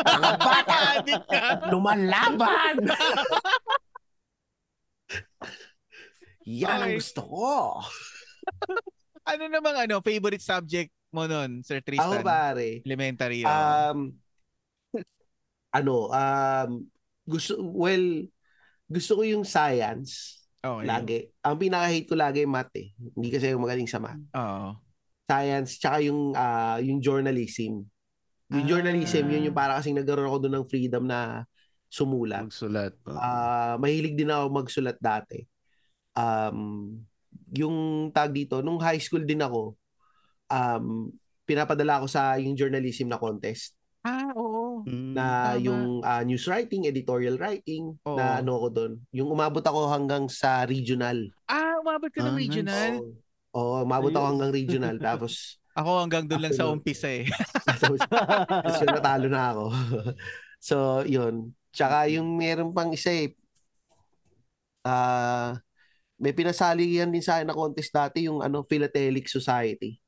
[SPEAKER 1] Bata, adik ka.
[SPEAKER 5] Lumalaban! Yan ang
[SPEAKER 1] Okay.
[SPEAKER 5] gusto ko.
[SPEAKER 1] Ano namang ano, favorite subject mo nun, Sir
[SPEAKER 5] Ako
[SPEAKER 1] Tristan?
[SPEAKER 5] pare.
[SPEAKER 1] Elementary. oo.
[SPEAKER 5] Um, ano, um, gusto, well, gusto ko yung science.
[SPEAKER 1] okay.
[SPEAKER 5] Lagi. Ang pinaka-hate ko lagi yung math eh. Hindi kasi ako magaling sa math.
[SPEAKER 1] Oo.
[SPEAKER 5] Science, tsaka yung, ah, yung journalism. Yung
[SPEAKER 1] Ah.
[SPEAKER 5] journalism, yun yung para kasing nagkaroon ako doon ng freedom na sumulat.
[SPEAKER 2] Magsulat. Oh.
[SPEAKER 5] Ah, mahilig din ako magsulat dati. Um, yung tag dito, nung high school din ako, um, pinapadala ako sa yung journalism na contest
[SPEAKER 1] Ah, oo.
[SPEAKER 2] Mm.
[SPEAKER 1] Hmm,
[SPEAKER 5] na
[SPEAKER 1] Tama.
[SPEAKER 5] yung ah, news writing, editorial writing
[SPEAKER 1] Oo.
[SPEAKER 5] na ano ako doon. Yung umabot ako hanggang sa regional.
[SPEAKER 1] Ah, umabot ka ng
[SPEAKER 2] Ah, nice.
[SPEAKER 1] regional.
[SPEAKER 5] Oo, Oo, umabot ako
[SPEAKER 3] Ayun.
[SPEAKER 5] hanggang regional tapos
[SPEAKER 1] Ako hanggang doon lang sa
[SPEAKER 5] Afternoon.
[SPEAKER 1] umpisa eh.
[SPEAKER 5] tapos yun, natalo na ako. so, yun. Tsaka yung meron pang isa eh, ah, may pinasali yan din sa akin na contest dati yung ano Philatelic Society.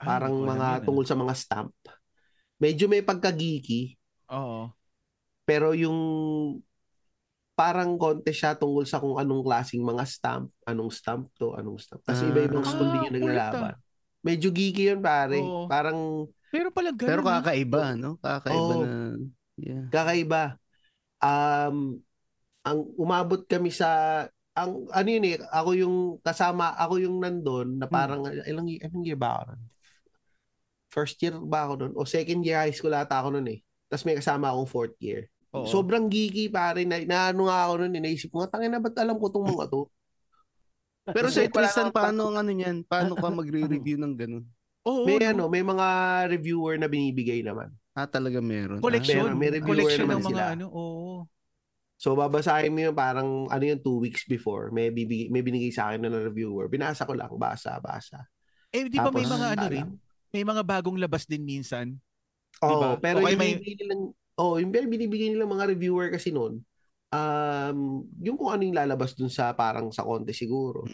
[SPEAKER 1] Ah,
[SPEAKER 5] Parang mga tungkol sa mga stamp. Medyo may pagkagiki,
[SPEAKER 1] Oo.
[SPEAKER 5] pero yung parang contest siya tungkol sa kung anong klasing mga stamp, anong stamp to, anong stamp. Kasi
[SPEAKER 2] Ah.
[SPEAKER 5] iba-ibang school
[SPEAKER 1] Ah,
[SPEAKER 5] din yung
[SPEAKER 1] kulit
[SPEAKER 5] naglalaban. Medyo geeky yun pare.
[SPEAKER 1] Oo.
[SPEAKER 5] Parang
[SPEAKER 1] Pero palang ganun.
[SPEAKER 2] Pero
[SPEAKER 1] no?
[SPEAKER 2] kakaiba, no? Kakaiba
[SPEAKER 5] Oo.
[SPEAKER 2] na... Yeah.
[SPEAKER 5] kakaiba. Um, ang umabot kami sa ang ano yun eh, ako yung kasama, ako yung nandun na parang ilang anong year ba ako nun? First year ba ako nun? O second year high school ata ako nun eh. Tapos may kasama akong fourth year.
[SPEAKER 1] Oo.
[SPEAKER 5] Sobrang geeky pare na, na ano nga ako nun, eh, naisip ko nga, tangin na ba't alam ko tong mga to?
[SPEAKER 2] Pero
[SPEAKER 5] Kasi
[SPEAKER 2] Sir
[SPEAKER 5] wala
[SPEAKER 2] Tristan,
[SPEAKER 5] akong
[SPEAKER 2] paano ang ano niyan? Paano ka magre-review ng ganun?
[SPEAKER 1] Oo,
[SPEAKER 5] May
[SPEAKER 1] no?
[SPEAKER 5] ano, may mga reviewer na binibigay naman.
[SPEAKER 2] Ah, talaga meron.
[SPEAKER 1] Collection.
[SPEAKER 5] Meron, may reviewer
[SPEAKER 1] Collection
[SPEAKER 5] naman
[SPEAKER 1] ng mga
[SPEAKER 5] sila.
[SPEAKER 1] ano. Oo.
[SPEAKER 5] So babasahin mo yun parang ano yun two weeks before may bibig may binigay sa akin na reviewer. Binasa ko lang basa basa.
[SPEAKER 1] Eh, di ba may
[SPEAKER 5] Tapos,
[SPEAKER 1] mga ano
[SPEAKER 5] alam.
[SPEAKER 1] rin? May mga bagong labas din minsan.
[SPEAKER 5] Oo,
[SPEAKER 1] Diba?
[SPEAKER 5] pero
[SPEAKER 1] Okay,
[SPEAKER 5] yung
[SPEAKER 1] may-
[SPEAKER 5] binibigay nilang oh, yung pero binibigay nilang mga reviewer kasi noon um yung kung ano yung lalabas dun sa parang sa konti siguro.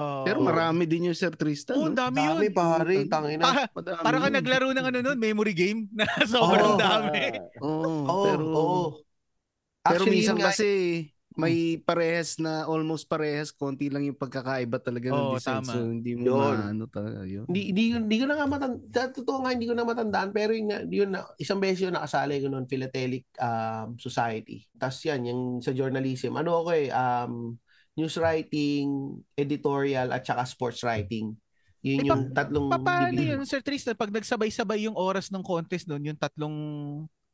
[SPEAKER 1] Oo.
[SPEAKER 2] Pero marami din yung Sir Tristan.
[SPEAKER 1] Oo,
[SPEAKER 2] no?
[SPEAKER 1] dami yun.
[SPEAKER 5] Dami pare,
[SPEAKER 2] Puta.
[SPEAKER 5] tangina.
[SPEAKER 1] Para,
[SPEAKER 2] Madami
[SPEAKER 1] para ka
[SPEAKER 2] yun.
[SPEAKER 1] naglaro ng ano nun, memory game na sobrang
[SPEAKER 5] Hmm. Oo.
[SPEAKER 1] dami.
[SPEAKER 2] Oo,
[SPEAKER 5] Oo,
[SPEAKER 2] pero,
[SPEAKER 5] oo.
[SPEAKER 2] pero
[SPEAKER 5] Actually,
[SPEAKER 2] minsan
[SPEAKER 5] yun nga,
[SPEAKER 2] kasi may parehas na almost parehas konti lang yung pagkakaiba talaga ng
[SPEAKER 1] Oo,
[SPEAKER 2] design
[SPEAKER 1] tama.
[SPEAKER 2] so hindi mo
[SPEAKER 5] Yun.
[SPEAKER 2] maano talaga yun
[SPEAKER 5] hindi, hindi, hindi ko na nga matandaan. Totoo nga, hindi ko na matandaan. Pero yun, nga, yun na, isang beses yun nakasali ko noon, Philatelic um, Society. Tapos yan, yung sa journalism. Ano ako eh, um, news writing, editorial, at saka sports writing. Yun
[SPEAKER 1] Eh,
[SPEAKER 5] yung
[SPEAKER 1] pa-
[SPEAKER 5] tatlong
[SPEAKER 1] Pa- Paano
[SPEAKER 5] division.
[SPEAKER 1] yun, Sir Tristan? Pag nagsabay-sabay yung oras ng contest nun, yung tatlong...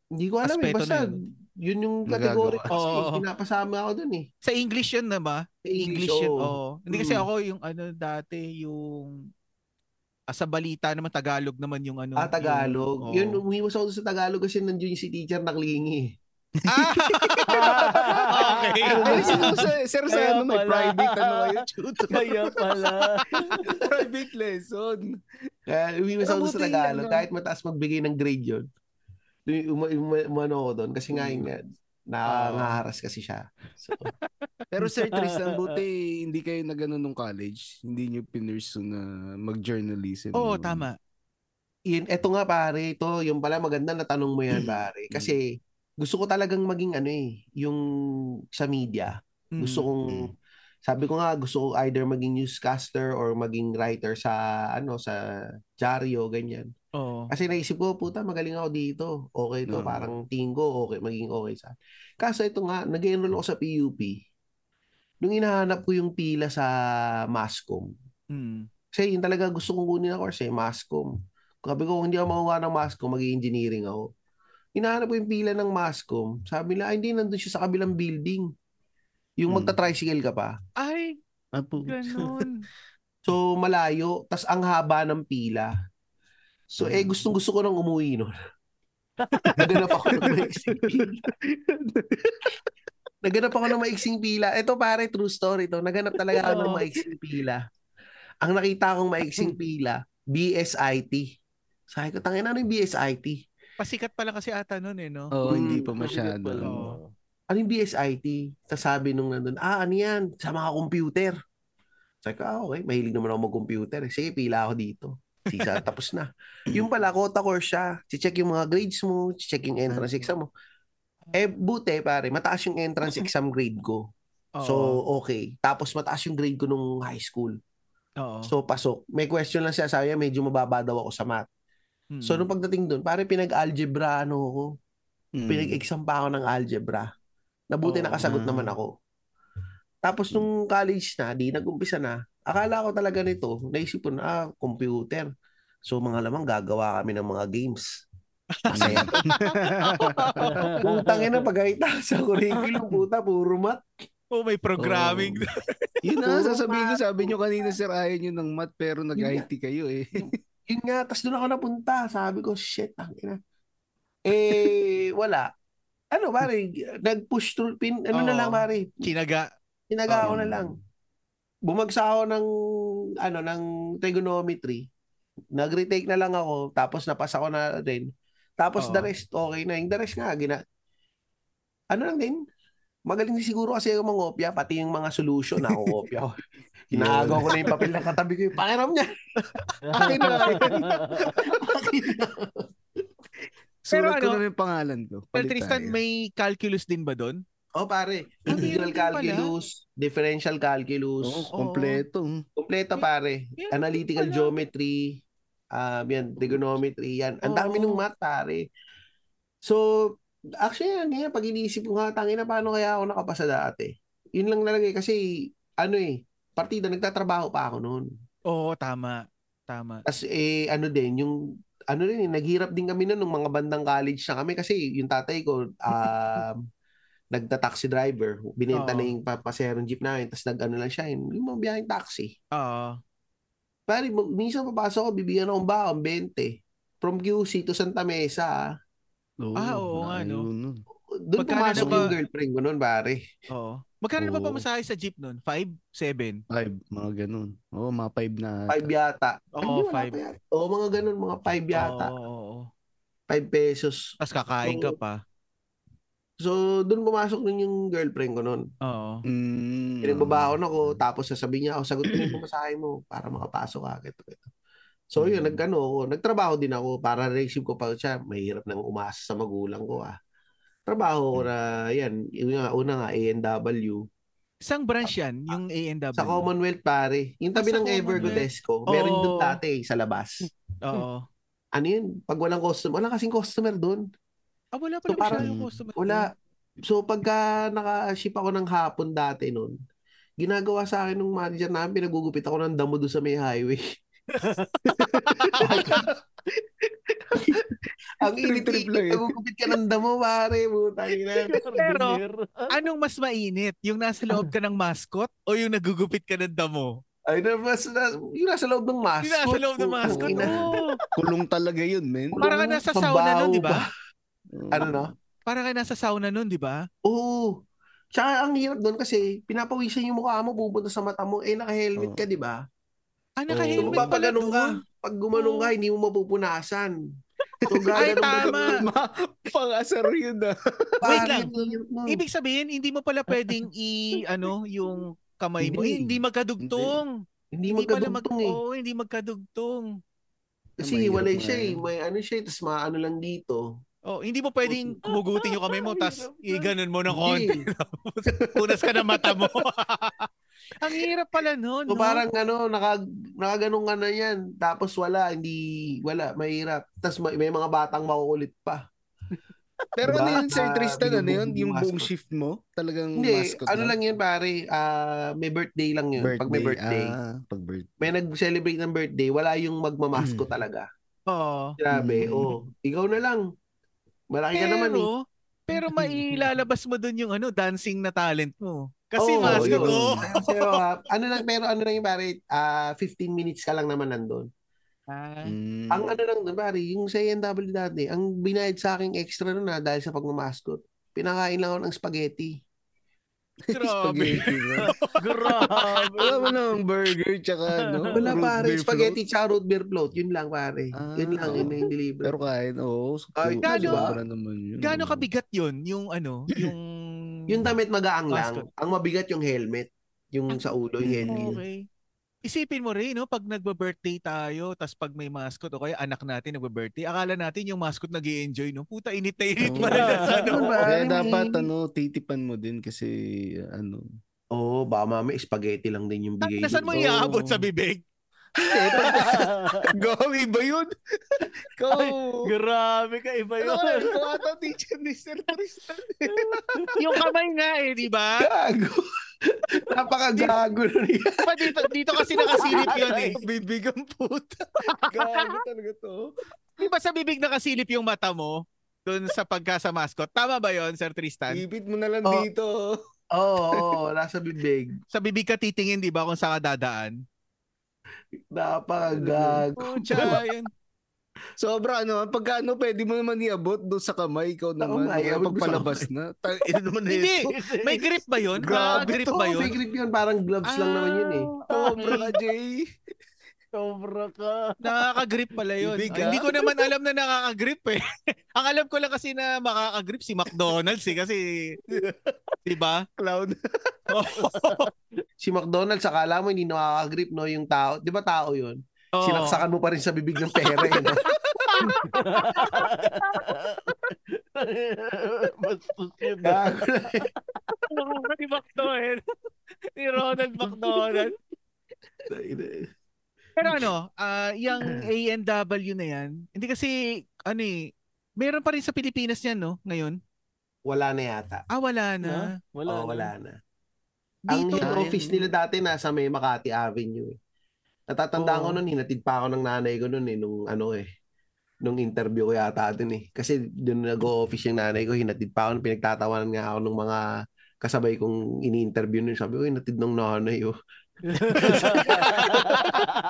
[SPEAKER 5] Hindi ko alam eh.
[SPEAKER 1] Aspeto
[SPEAKER 5] Basta
[SPEAKER 1] na yun.
[SPEAKER 5] yun. yung category
[SPEAKER 2] Nagagawa.
[SPEAKER 5] kasi.
[SPEAKER 1] Oo.
[SPEAKER 5] Pinapasama ako dun eh.
[SPEAKER 1] Sa English yun na ba?
[SPEAKER 5] Sa English,
[SPEAKER 1] English yun.
[SPEAKER 5] oo.
[SPEAKER 1] oo. Hindi kasi
[SPEAKER 5] Mm.
[SPEAKER 1] ako yung ano dati, yung... ah, sa balita naman, Tagalog naman yung ano.
[SPEAKER 5] Ah, Tagalog.
[SPEAKER 1] Yung,
[SPEAKER 5] Yun, umiwas ako sa Tagalog kasi nandiyon yung si teacher naklingi.
[SPEAKER 1] Ah! okay.
[SPEAKER 2] Pero siguro sa, sir, sa
[SPEAKER 3] Kaya
[SPEAKER 2] ano, may
[SPEAKER 3] pala.
[SPEAKER 2] private ano kayo, tutor.
[SPEAKER 3] Kaya pala.
[SPEAKER 2] private lesson.
[SPEAKER 5] Kaya umiwas ako
[SPEAKER 2] Mabuti
[SPEAKER 5] sa Tagalog.
[SPEAKER 2] yun, no?
[SPEAKER 5] Kahit mataas magbigay ng grade yun. Di- Uma, uma, umano ako doon. Kasi nga
[SPEAKER 1] Mm.
[SPEAKER 5] yun nga, nangangaharas kasi siya. So,
[SPEAKER 2] Pero Sir Tristan, buti hindi kayo na ganun nung college. Hindi nyo pinursu na mag-journalism.
[SPEAKER 1] Oo,
[SPEAKER 2] no?
[SPEAKER 1] tama.
[SPEAKER 5] yun, eto nga pare, ito, yung pala maganda na tanong mo
[SPEAKER 1] Mm.
[SPEAKER 5] yan pare. Kasi gusto ko talagang maging ano eh, yung sa media.
[SPEAKER 1] Mm.
[SPEAKER 5] Gusto kong, sabi ko nga, gusto ko either maging newscaster or maging writer sa, ano, sa dyaryo, ganyan.
[SPEAKER 1] Oo.
[SPEAKER 5] Kasi naisip ko, puta, magaling ako dito. Okay to,
[SPEAKER 2] Oo.
[SPEAKER 5] parang tingin ko, okay, maging okay sa akin. Kaso ito nga, nag-enroll ako sa PUP. Nung hinahanap ko yung pila sa MASCOM.
[SPEAKER 1] Mm.
[SPEAKER 5] Kasi yun talaga gusto kong kunin na course eh, MASCOM. Sabi ko, kung hindi ako makuha ng MASCOM, mag-engineering ako. Hinahanap ko yung pila ng MASCOM. Sabi nila, ay, hindi, nandun siya sa kabilang building. Yung
[SPEAKER 2] Hmm.
[SPEAKER 5] magta-tricycle ka pa.
[SPEAKER 1] Ay,
[SPEAKER 2] Ah, po.
[SPEAKER 1] ganun.
[SPEAKER 5] So, malayo. tas ang haba ng pila. So, eh, gustong gusto ko nang umuwi nun. Naganap ako ng maiksing pila. Naganap ako ng maiksing pila. Ito pare, true story to. Naganap talaga ako ng
[SPEAKER 3] Oo.
[SPEAKER 5] maiksing pila. Ang nakita kong maiksing pila, BSIT. Sabi ko, tangin ano yung BSIT?
[SPEAKER 1] Pasikat pala kasi ata nun eh, no?
[SPEAKER 3] Oo,
[SPEAKER 5] Hmm,
[SPEAKER 3] hindi pa
[SPEAKER 5] mabigat
[SPEAKER 3] masyado.
[SPEAKER 5] pala. Ano yung BSIT? Tapos sabi nung nandun, ah, ano yan? Sa mga computer. Sabi ko, ah, okay. Mahilig naman ako mag-computer. eh. Sige, pila ako dito. Sisa, tapos na. Yung pala, quota course siya. Check yung mga grades mo, check yung entrance
[SPEAKER 1] Ah.
[SPEAKER 5] exam mo. Eh, buti pare, mataas yung entrance exam grade ko.
[SPEAKER 1] Oo.
[SPEAKER 5] So, okay. Tapos mataas yung grade ko nung high school.
[SPEAKER 1] Oo.
[SPEAKER 5] So, pasok. May question lang siya. Sabi niya, medyo mababa daw ako sa math.
[SPEAKER 1] Hmm.
[SPEAKER 5] So, nung pagdating doon, pare, pinag-algebra ano ako. Hmm.
[SPEAKER 3] Mm.
[SPEAKER 5] Pinag-exam pa ako ng algebra. Nabuti
[SPEAKER 1] Oo. Mm.
[SPEAKER 5] nakasagot naman ako. Tapos nung college na, di nag-umpisa na, akala ko talaga nito, naisip ko na, ah, computer. So mga lamang gagawa kami ng mga games. Kasi putang ina pag sa curriculum, puta, puro mat.
[SPEAKER 1] oh, may programming.
[SPEAKER 2] Yun na,
[SPEAKER 5] Puro
[SPEAKER 2] sasabihin ko,
[SPEAKER 5] math,
[SPEAKER 2] sabi nyo
[SPEAKER 5] puro
[SPEAKER 2] kanina, sir, ayaw nyo ng math, pero nag-IT kayo eh.
[SPEAKER 5] Yun nga, tapos doon ako napunta. Sabi ko, shit, ang ina. Eh, wala. Ano, pare, nag-push through, pin, ano na
[SPEAKER 1] Oo.
[SPEAKER 5] lang, pare,
[SPEAKER 1] Chinaga.
[SPEAKER 5] Tinaga ako
[SPEAKER 3] Um,
[SPEAKER 5] na lang. Bumagsak ako ng ano ng trigonometry. Nag-retake na lang ako tapos napasa ko na rin.
[SPEAKER 1] Oo.
[SPEAKER 5] Tapos the rest okay na. Yung the rest nga gina Ano lang din? Magaling din siguro kasi ako mangopya pati yung mga solution na kopya ko. Hinahagaw ko na yung papel ng katabi ko. yung Pakiram niya. Akin na. Akin na.
[SPEAKER 1] Pero
[SPEAKER 2] Surat ko
[SPEAKER 1] ano,
[SPEAKER 2] na yung pangalan ko.
[SPEAKER 1] Pero
[SPEAKER 2] Palit
[SPEAKER 1] Tristan,
[SPEAKER 2] tayo.
[SPEAKER 1] may calculus din ba doon?
[SPEAKER 5] Oh pare,
[SPEAKER 1] Ang
[SPEAKER 5] integral
[SPEAKER 1] hirap din pala.
[SPEAKER 5] calculus, differential calculus.
[SPEAKER 2] Oo, kompleto.
[SPEAKER 5] Kompleto
[SPEAKER 1] Meron
[SPEAKER 5] pare.
[SPEAKER 1] din
[SPEAKER 5] Analytical
[SPEAKER 1] pala.
[SPEAKER 5] geometry, um, yan, trigonometry, yan. Ang dami
[SPEAKER 1] Oo.
[SPEAKER 5] nung math pare. So, actually, yan, yan, pag iniisip ko nga, tangin na paano kaya ako nakapasa dati? Yun lang talaga eh, kasi, ano eh, partida, nagtatrabaho pa ako noon.
[SPEAKER 1] Oo, tama. Tama.
[SPEAKER 5] Tapos, eh, ano din, yung, ano rin, eh, naghirap din kami noon nung mga bandang college na kami kasi yung tatay ko, um, nagta-taxi driver.
[SPEAKER 1] Oo.
[SPEAKER 5] Binenta na yung pa- paserong jeep namin. Tapos nag-ano lang siya, yung yung mga biyaheng taxi.
[SPEAKER 1] Oo.
[SPEAKER 5] Pare, mag- minsan papasok ko, bibigyan akong baon, 20. From QC to Santa Mesa, ah.
[SPEAKER 1] Ah, oo nga, no?
[SPEAKER 2] ayun nun.
[SPEAKER 5] doon
[SPEAKER 1] Magkano
[SPEAKER 5] pumasok
[SPEAKER 1] na ba-
[SPEAKER 5] yung girlfriend ko noon, pare.
[SPEAKER 1] Oo. Magkano na ba
[SPEAKER 2] Oo.
[SPEAKER 1] pamasahe sa jeep noon? 5? 7?
[SPEAKER 2] Five, mga ganun. Oo, mga five na.
[SPEAKER 5] Five yata.
[SPEAKER 1] Oo,
[SPEAKER 5] Ay, wala
[SPEAKER 1] five.
[SPEAKER 5] pa yata. Oo, mga ganun, mga five yata.
[SPEAKER 1] Oo, oo, oo.
[SPEAKER 5] Five pesos.
[SPEAKER 1] Tapos kakain ka
[SPEAKER 5] Oo.
[SPEAKER 1] pa.
[SPEAKER 5] So, doon pumasok nun yung girlfriend ko noon.
[SPEAKER 1] Oo.
[SPEAKER 2] Mm,
[SPEAKER 5] Pinagbabaon ako, tapos sasabihin niya, ako, sagot ko yung pamasahe mo para makapasok ka. Ganito, ganito. So, yun,
[SPEAKER 2] Mm.
[SPEAKER 5] nagkano ako. Nagtrabaho din ako para receive ko pa siya. Mahirap nang umasa sa magulang ko, ah. Trabaho ko
[SPEAKER 1] Mm.
[SPEAKER 5] na, yan, yung nga, una nga, A&W.
[SPEAKER 1] Isang branch yan, yung A&W.
[SPEAKER 5] Sa Commonwealth, pare. Yung tabi
[SPEAKER 1] Ah, sa Hmm.
[SPEAKER 5] ng Evergodesco.
[SPEAKER 1] Commonwealth.
[SPEAKER 5] Meron
[SPEAKER 1] Oo.
[SPEAKER 5] doon dati eh, sa labas.
[SPEAKER 1] Oo.
[SPEAKER 5] Ano yun? Pag walang customer, wala kasing customer doon.
[SPEAKER 1] Ah, wala pa
[SPEAKER 5] So,
[SPEAKER 1] naman
[SPEAKER 5] parang
[SPEAKER 1] siya yung customer.
[SPEAKER 5] Wala. So pagka naka-ship ako ng hapon dati noon, ginagawa sa akin ng manager namin, pinagugupit ako ng damo doon sa may highway. Ang
[SPEAKER 2] Trip-trip
[SPEAKER 5] init-init,
[SPEAKER 2] lang eh.
[SPEAKER 5] nagugupit ka ng damo, pare. Putang ina.
[SPEAKER 3] Pero,
[SPEAKER 1] Anong mas mainit? Yung nasa
[SPEAKER 5] Ah.
[SPEAKER 1] loob ka ng mascot o yung nagugupit ka ng damo?
[SPEAKER 5] Ay, na, mas, na, yung nasa loob ng mascot.
[SPEAKER 1] Yung nasa loob ng
[SPEAKER 5] putang
[SPEAKER 1] mascot.
[SPEAKER 5] ina.
[SPEAKER 1] Oo.
[SPEAKER 2] Kulong talaga yun, men.
[SPEAKER 5] Kulong.
[SPEAKER 1] Parang ka nasa
[SPEAKER 5] Pambaho
[SPEAKER 1] sauna nun, di
[SPEAKER 5] ba?
[SPEAKER 1] ba?
[SPEAKER 2] Oo.
[SPEAKER 5] Ano na?
[SPEAKER 1] Parang ka nasa sauna nun, di ba?
[SPEAKER 5] Oo. Tsaka ang hirap doon kasi pinapawisan yung mukha mo, pupunta sa mata mo, eh naka-helmet
[SPEAKER 2] Oo.
[SPEAKER 5] ka, di ba?
[SPEAKER 1] Ah,
[SPEAKER 5] So,
[SPEAKER 1] naka-helmet
[SPEAKER 2] Oo.
[SPEAKER 1] pala
[SPEAKER 5] papaganong ka.
[SPEAKER 1] doon.
[SPEAKER 5] Pag gumanong ka, hindi mo mapupunasan. So,
[SPEAKER 1] Ay,
[SPEAKER 5] gaganong ka.
[SPEAKER 1] tama.
[SPEAKER 2] Ma- Pang-asar yun ah.
[SPEAKER 1] Wait
[SPEAKER 5] Pare,
[SPEAKER 1] lang.
[SPEAKER 5] ang hirap nun. Hmm.
[SPEAKER 1] Ibig sabihin, hindi mo pala pwedeng i, ano, yung kamay mo. Eh, hindi
[SPEAKER 5] Hindi.
[SPEAKER 1] magkadugtong.
[SPEAKER 5] Hindi
[SPEAKER 1] Hindi, pala mag,
[SPEAKER 5] magkadugtong eh.
[SPEAKER 1] Oo, hindi magkadugtong.
[SPEAKER 5] Kasi
[SPEAKER 2] Mahirap
[SPEAKER 5] wala
[SPEAKER 2] nga
[SPEAKER 5] siya eh.
[SPEAKER 2] yun.
[SPEAKER 5] May ano siya, tapos maano lang dito.
[SPEAKER 1] Oh, hindi mo pwedeng humugutin yung kamay mo tas i-ganun mo ng Ano, konti.
[SPEAKER 5] Hindi. eh.
[SPEAKER 1] Punas ka ng mata mo. Ang hirap pala noon.
[SPEAKER 5] So,
[SPEAKER 1] no?
[SPEAKER 5] parang ano, naka, nakaganong ka na yan. Tapos wala, hindi, wala, mahirap. Tapos may, may mga batang makukulit pa.
[SPEAKER 2] Pero ano
[SPEAKER 5] Diba?
[SPEAKER 2] yun, Sir
[SPEAKER 5] Ah,
[SPEAKER 2] Tristan, ano yun?
[SPEAKER 5] binubugbog
[SPEAKER 2] Yung
[SPEAKER 5] yung
[SPEAKER 2] buong
[SPEAKER 5] mascot.
[SPEAKER 2] shift mo? Talagang
[SPEAKER 5] Hindi,
[SPEAKER 2] mascot
[SPEAKER 5] ano
[SPEAKER 2] na?
[SPEAKER 5] lang yan pare, ah, may birthday lang yun. Pag may birthday.
[SPEAKER 2] Ah, pag birthday.
[SPEAKER 5] may nag-celebrate ng birthday, wala yung magmamasko
[SPEAKER 2] Hmm.
[SPEAKER 5] talaga.
[SPEAKER 1] Oo.
[SPEAKER 5] Grabe,
[SPEAKER 2] Mm.
[SPEAKER 5] oh. Ikaw na lang. Malaki ka naman eh.
[SPEAKER 1] Pero, pero mailalabas mo doon yung ano, dancing na talent mo. Kasi oh.
[SPEAKER 5] Oo,
[SPEAKER 1] mas
[SPEAKER 5] yun.
[SPEAKER 1] ko.
[SPEAKER 5] Pero, ah, ano lang, pero ano lang yung pare, ah 15 minutes ka lang naman nandun.
[SPEAKER 1] Ah.
[SPEAKER 2] Mm.
[SPEAKER 5] Ang ano lang dun, pare, yung sa ANW dati, ang ah, binayad sa aking extra nun na dahil sa pagmamaskot, pinakain lang ako ng spaghetti.
[SPEAKER 1] Grabe.
[SPEAKER 2] Spaghetti, bro.
[SPEAKER 3] Grabe.
[SPEAKER 2] Wala mo ng burger tsaka no?
[SPEAKER 5] Wala
[SPEAKER 2] root
[SPEAKER 5] pare,
[SPEAKER 2] beer
[SPEAKER 5] spaghetti
[SPEAKER 2] float.
[SPEAKER 5] tsaka root beer float. Yun lang pare.
[SPEAKER 2] Ah.
[SPEAKER 5] yun lang, yun na yung deliver.
[SPEAKER 2] Pero kain, oo.
[SPEAKER 5] Ay,
[SPEAKER 1] gano-
[SPEAKER 2] sobra naman yun.
[SPEAKER 1] Gaano kabigat 'yun, yung ano, yung
[SPEAKER 5] Yung damit magaang lang.
[SPEAKER 1] Basket.
[SPEAKER 5] Ang mabigat yung helmet.
[SPEAKER 2] Ah.
[SPEAKER 5] Yung sa ulo, yung headgear.
[SPEAKER 1] Okay. Isipin mo rin, no, pag nagbe-birthday tayo, tas pag may mascot o kaya anak natin nagbe-birthday, akala natin yung mascot nag enjoy no? Puta, init na init
[SPEAKER 2] Oo.
[SPEAKER 1] pa
[SPEAKER 3] Ah.
[SPEAKER 1] rin. ang ano.
[SPEAKER 5] Ano ba?
[SPEAKER 2] Kaya
[SPEAKER 5] Ay.
[SPEAKER 2] dapat ano, titipan mo din kasi ano.
[SPEAKER 5] Oo, oh, baka mami, spaghetti lang din yung bigay.
[SPEAKER 1] Nasaan mo
[SPEAKER 5] dito.
[SPEAKER 1] iaabot sa bibig?
[SPEAKER 2] Gawi ba yun? Go!
[SPEAKER 3] Ay, Grabe ka, iba
[SPEAKER 2] Ano
[SPEAKER 3] yun.
[SPEAKER 2] ka ito ata teacher ni Sir Tristan?
[SPEAKER 1] yung kamay nga eh, di ba?
[SPEAKER 5] Gago. Napakagago na niya.
[SPEAKER 1] Pa dito, dito kasi nakasilip yun eh. Bibig ang puta.
[SPEAKER 2] Gago talaga to.
[SPEAKER 1] Di ba sa bibig nakasilip yung mata mo? Doon sa pagka sa mascot. Tama ba yon Sir Tristan?
[SPEAKER 2] Ipit mo na lang
[SPEAKER 5] Oh.
[SPEAKER 2] dito.
[SPEAKER 5] Oo, oo, nasa bibig.
[SPEAKER 1] Sa bibig ka titingin, di ba, kung saan ka dadaan?
[SPEAKER 5] Napakagago.
[SPEAKER 1] Pucha, Oh, yun.
[SPEAKER 2] Sobra ano, pagka ano, pwede mo naman iabot doon sa kamay, ikaw naman.
[SPEAKER 5] nga, iabot ko sa
[SPEAKER 2] pagpalabas na. Tang- Ina naman na
[SPEAKER 1] Hindi.
[SPEAKER 2] ito.
[SPEAKER 1] May grip ba yun?
[SPEAKER 2] Grabe
[SPEAKER 1] grip
[SPEAKER 2] to,
[SPEAKER 1] ba
[SPEAKER 5] May
[SPEAKER 1] yun? Ah.
[SPEAKER 5] grip yun, parang gloves lang naman yun eh.
[SPEAKER 2] Sobra ka, Jay.
[SPEAKER 3] Sobra ka.
[SPEAKER 1] Nakaka-grip pala yun.
[SPEAKER 2] Ibig,
[SPEAKER 1] Ah,
[SPEAKER 2] ah.
[SPEAKER 1] hindi ko naman alam na nakaka-grip eh. Ang alam ko lang kasi na makaka-grip si McDonald's eh kasi 'di ba?
[SPEAKER 2] Clown.
[SPEAKER 5] Si McDonald's, akala mo hindi nakakagrip, no? Yung tao, di ba tao yun?
[SPEAKER 1] Oo.
[SPEAKER 5] Sinaksakan mo pa rin sa bibig ng pera, eh, no?
[SPEAKER 3] Bastos yun.
[SPEAKER 1] Ah.
[SPEAKER 3] Ano
[SPEAKER 5] Gago na.
[SPEAKER 3] Mukha ni McDonald. Ni Ronald McDonald.
[SPEAKER 1] Pero ano, ah yung ANW na yan, hindi kasi ano eh, meron pa rin sa Pilipinas yan no ngayon.
[SPEAKER 5] Wala na yata.
[SPEAKER 1] Ah wala na.
[SPEAKER 3] Wala.
[SPEAKER 5] Wala,
[SPEAKER 3] na.
[SPEAKER 5] wala na. Ang
[SPEAKER 1] Dito
[SPEAKER 5] head
[SPEAKER 2] na.
[SPEAKER 5] office nila dati nasa may Makati Avenue. Eh. Natatandaan
[SPEAKER 1] Oo.
[SPEAKER 5] ko noon, hinatid pa ako ng nanay ko noon eh, nung ano eh, nung interview ko yata dun eh. Kasi doon nag-office yung nanay ko, hinatid pa ako, pinagtatawanan nga ako ng mga kasabay kong ini-interview nun. Sabi ko, hinatid ng nanay ko.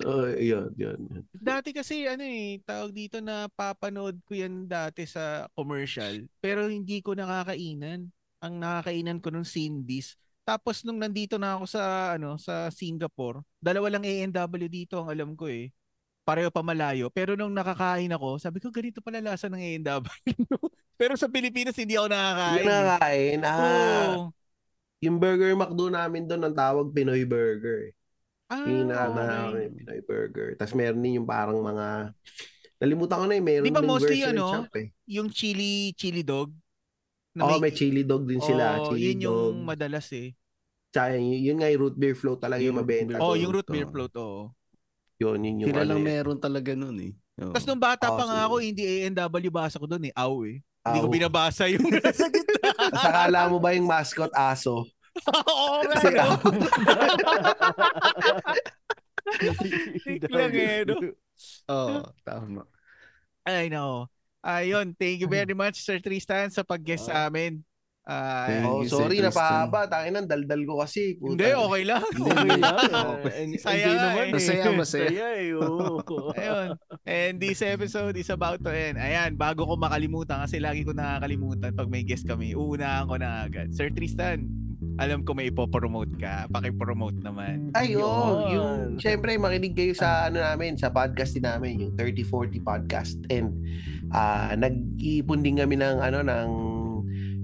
[SPEAKER 5] So, yun, yun. yun.
[SPEAKER 1] dati kasi ano eh, tawag dito na papanood ko yan dati sa commercial, pero hindi ko nakakainan. Ang nakakainan ko nung Cindy's. Tapos nung nandito na ako sa ano sa Singapore, dalawa lang ANW dito ang alam ko eh. Pareho pa malayo. Pero nung nakakain ako, sabi ko ganito pala lasa ng ANW. pero sa Pilipinas hindi ako nakakain.
[SPEAKER 5] Yung nakakain, ah,
[SPEAKER 1] Oo.
[SPEAKER 5] yung burger McDo namin doon, ang tawag Pinoy Burger. eh.
[SPEAKER 1] Ah,
[SPEAKER 5] Yung inaano
[SPEAKER 1] okay.
[SPEAKER 5] namin, Pinoy Burger. Tapos meron din yung parang mga, nalimutan ko na eh, meron
[SPEAKER 1] Di ba
[SPEAKER 5] din
[SPEAKER 1] mostly
[SPEAKER 5] version
[SPEAKER 1] ano?
[SPEAKER 5] shop eh.
[SPEAKER 1] Yung chili chili dog. na
[SPEAKER 5] Oo, may chili dog din sila.
[SPEAKER 1] Oo,
[SPEAKER 5] chili
[SPEAKER 1] yun
[SPEAKER 5] dog.
[SPEAKER 1] yung madalas eh.
[SPEAKER 5] Tsaka yun, yun nga yung root beer float talaga yung
[SPEAKER 2] Yung root
[SPEAKER 5] mabenta.
[SPEAKER 2] beer
[SPEAKER 1] Oh,
[SPEAKER 5] doon.
[SPEAKER 1] yung root
[SPEAKER 2] to.
[SPEAKER 1] beer float, oo.
[SPEAKER 5] Yun, yun yung
[SPEAKER 2] Sila
[SPEAKER 5] ano
[SPEAKER 2] lang
[SPEAKER 5] eh.
[SPEAKER 2] meron talaga nun eh. Oo.
[SPEAKER 1] Tapos nung bata
[SPEAKER 5] Oh,
[SPEAKER 1] pa nga
[SPEAKER 5] sige.
[SPEAKER 1] ako, hindi ANW basa ko doon eh. Aw eh. Hindi ko
[SPEAKER 5] Aw.
[SPEAKER 1] binabasa yung nasa gitna.
[SPEAKER 5] Tapos akala mo ba yung mascot aso?
[SPEAKER 1] Oo nga. eh.
[SPEAKER 5] Kasi
[SPEAKER 1] no?
[SPEAKER 5] aw.
[SPEAKER 1] Tik lang eh, no?
[SPEAKER 2] Oo, tama.
[SPEAKER 1] Ay, nako. Ayun, thank you very much Sir Tristan sa pag-guest sa amin. Ah,
[SPEAKER 2] Thank
[SPEAKER 5] oh,
[SPEAKER 2] you, Sir
[SPEAKER 5] sorry,
[SPEAKER 2] Tristan.
[SPEAKER 5] napahaba. Tangin ang daldal ko kasi.
[SPEAKER 1] hindi, okay lang.
[SPEAKER 3] Okay lang.
[SPEAKER 2] Okay.
[SPEAKER 3] And- and
[SPEAKER 1] Saya
[SPEAKER 3] yun
[SPEAKER 1] nga
[SPEAKER 3] naman
[SPEAKER 1] eh.
[SPEAKER 2] Masaya, masaya.
[SPEAKER 3] eh. oo.
[SPEAKER 1] Ayun. And this episode is about to end. Ayan, bago ko makalimutan kasi lagi ko nakakalimutan pag may guest kami, uunahan ko na agad. Sir Tristan, alam ko may ipopromote ka. Pakipromote naman.
[SPEAKER 5] Ay, oo.
[SPEAKER 3] Yun.
[SPEAKER 5] yung, syempre, makinig kayo sa ano namin, sa podcast din namin, yung 3040 podcast. And ah nag-iipon din kami ng ano, ng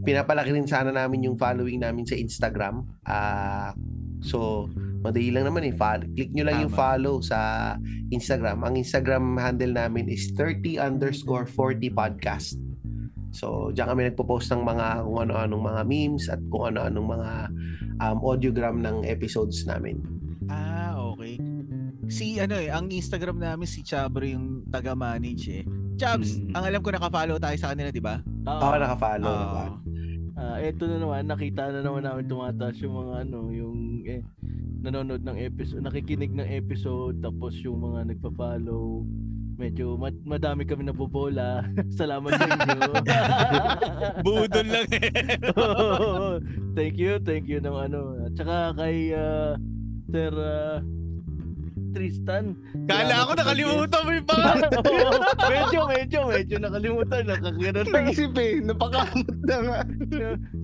[SPEAKER 5] pinapalaki rin sana namin yung following namin sa Instagram. ah so, madali lang naman eh. Follow, click nyo lang yung
[SPEAKER 1] Tama.
[SPEAKER 5] follow sa Instagram. Ang Instagram handle namin is 30 underscore 40 podcast. So, diyan kami nagpo-post ng mga kung ano-anong mga memes at kung ano-anong mga um, audiogram ng episodes namin.
[SPEAKER 1] Ah, okay. Si ano eh, ang Instagram namin si Chabro yung taga-manage eh. Chabs,
[SPEAKER 2] Mm.
[SPEAKER 1] ang alam ko nakafollow tayo sa kanila, di ba?
[SPEAKER 5] Oo,
[SPEAKER 3] Ah,
[SPEAKER 5] nakafollow.
[SPEAKER 1] Oo.
[SPEAKER 5] naman.
[SPEAKER 3] ah, eto na naman, nakita na naman namin tumataas yung mga ano, yung eh, nanonood ng episode, nakikinig ng episode, tapos yung mga nagpa-follow. Medyo ma- madami kami nabobola. Salamat sa inyo.
[SPEAKER 1] Budol lang eh.
[SPEAKER 3] thank you, thank you ng ano. At saka kay ah, Sir ah, Tristan.
[SPEAKER 1] Kala ko nakalimutan mo yung pangalan.
[SPEAKER 3] Oo, medyo, medyo, medyo nakalimutan. Nakakirot lang.
[SPEAKER 2] Naisip eh, napakamot na nga.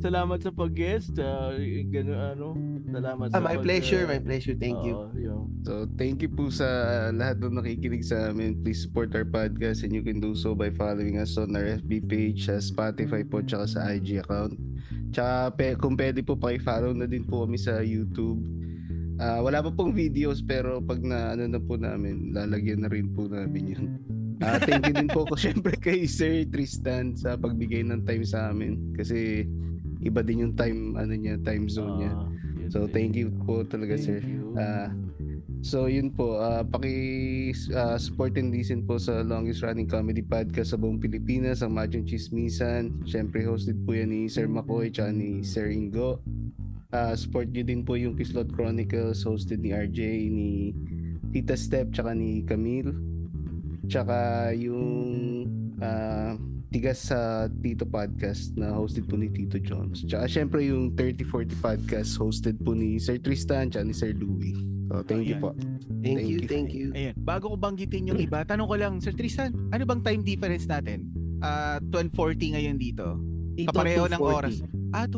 [SPEAKER 3] Salamat sa pag-guest. ah, gano, ano, salamat
[SPEAKER 5] Ah,
[SPEAKER 3] sa
[SPEAKER 5] my
[SPEAKER 3] pag-
[SPEAKER 5] pleasure,
[SPEAKER 3] ah,
[SPEAKER 5] my pleasure. Thank you.
[SPEAKER 3] oo, yun.
[SPEAKER 2] So, thank you po sa lahat ng nakikinig sa amin. Please support our podcast and you can do so by following us on our FB page sa Spotify po tsaka sa IG account. Tsaka pe, kung pwede po, pakifollow na din po kami sa YouTube. Ah, wala pa pong videos pero pag na ano na po namin, lalagyan na rin po namin yun. Ah, thank you din po ko syempre kay Sir Tristan sa pagbigay ng time sa amin kasi iba din yung time ano niya, time zone niya.
[SPEAKER 3] Ah, yun
[SPEAKER 2] So
[SPEAKER 3] din.
[SPEAKER 2] uh, thank you po talaga
[SPEAKER 3] Thank
[SPEAKER 2] sir.
[SPEAKER 3] you.
[SPEAKER 2] Ah, So yun po, ah, paki ah, support and listen po sa longest running comedy podcast sa buong Pilipinas, ang Majong Chismisan. Siyempre hosted po yan ni Sir Makoy at ni Sir Ingo. Ah, support nyo din po yung Kislot Chronicles hosted ni RJ, ni Tita Step, tsaka ni Camille. Tsaka yung ah, Tigas sa Tito Podcast na hosted po ni Tito Jones. Tsaka syempre yung 3040 Podcast hosted po ni Sir Tristan tsaka ni Sir Louie. So, thank you
[SPEAKER 1] Ayan.
[SPEAKER 2] po.
[SPEAKER 5] Thank,
[SPEAKER 2] Thank
[SPEAKER 5] you,
[SPEAKER 2] you.
[SPEAKER 5] thank you.
[SPEAKER 1] Ayan, bago ko banggitin yung iba, tanong ko lang, Sir Tristan, ano bang time difference natin? Ah, 12.40 ngayon dito.
[SPEAKER 5] Ito,
[SPEAKER 1] Kapareho ng
[SPEAKER 5] 240.
[SPEAKER 1] oras. Mm. Ah, 2.40.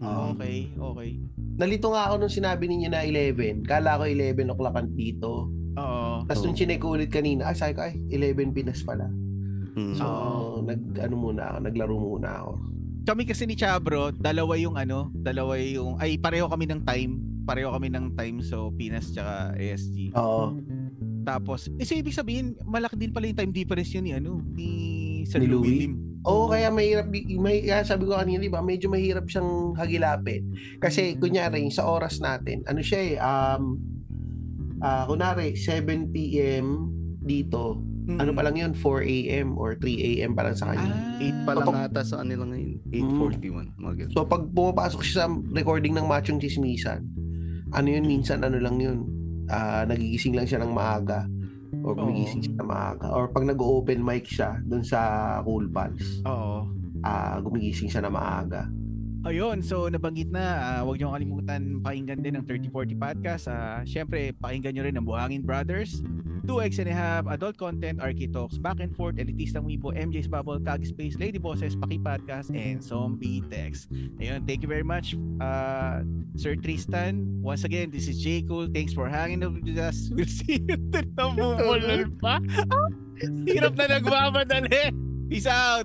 [SPEAKER 5] Oo.
[SPEAKER 1] Okay, okay.
[SPEAKER 5] Nalito nga ako nung sinabi ninyo na 11. Kala ko 11 o'clock ang dito.
[SPEAKER 1] Oo.
[SPEAKER 5] Tapos nung
[SPEAKER 2] Oo.
[SPEAKER 5] chinek ko ulit kanina, ay sabi ko, ay, 11 Pinas pala.
[SPEAKER 2] Hmm.
[SPEAKER 5] So,
[SPEAKER 1] Oo.
[SPEAKER 5] nag, ano muna ako, naglaro muna ako.
[SPEAKER 1] Kami kasi ni Chabro, dalawa yung ano, dalawa yung, ay pareho kami ng time. Pareho kami ng time, so Pinas tsaka ASG.
[SPEAKER 5] Oo.
[SPEAKER 1] Tapos, eh, so ibig sabihin, malaki din pala yung time difference yun ni ano, ni Sir
[SPEAKER 5] Ni Louie?
[SPEAKER 1] Louie Lim.
[SPEAKER 5] Oo, oh, kaya mahirap, may, kaya sabi ko kanina, di ba, medyo mahirap siyang hagilapin. Kasi, kunyari, sa oras natin, ano siya eh, um, ah, kunwari, 7 p.m. dito,
[SPEAKER 1] Mm.
[SPEAKER 5] ano pa lang yun, 4 a.m. or 3 a.m. pa lang sa kanya.
[SPEAKER 1] Ah,
[SPEAKER 2] 8 pa lang
[SPEAKER 5] Kapag-
[SPEAKER 2] ata sa kanila ngayon.
[SPEAKER 5] Hmm.
[SPEAKER 2] 8.41. Mga ganun.
[SPEAKER 5] So, pag pumapasok siya sa recording ng Machong Chismisan, ano yun, minsan, ano lang yun, ah, nagigising lang siya ng maaga or gumigising
[SPEAKER 1] Oo.
[SPEAKER 5] siya ng maaga or pag nag-open mic siya doon sa Cool Pals,
[SPEAKER 1] Oo.
[SPEAKER 5] ah, gumigising siya na maaga.
[SPEAKER 1] Ayun, so nabanggit na, ah, huwag niyo kalimutan pakinggan din ang 3040 Podcast. Ah, Siyempre, pakinggan niyo rin ang Buhangin Brothers,
[SPEAKER 2] Mm-hmm.
[SPEAKER 1] 2X and a Half, Adult Content, RK Talks, Back and Forth, Elitistang Weibo, MJ's Bubble, Tag Space, Lady Bosses, Paki Podcast, and Zombie Text. Ayun, thank you very much, ah, Sir Tristan. Once again, this is J. Cool. Thanks for hanging out with us. We'll see you to the pa. Hirap na nagmamadali. Peace out.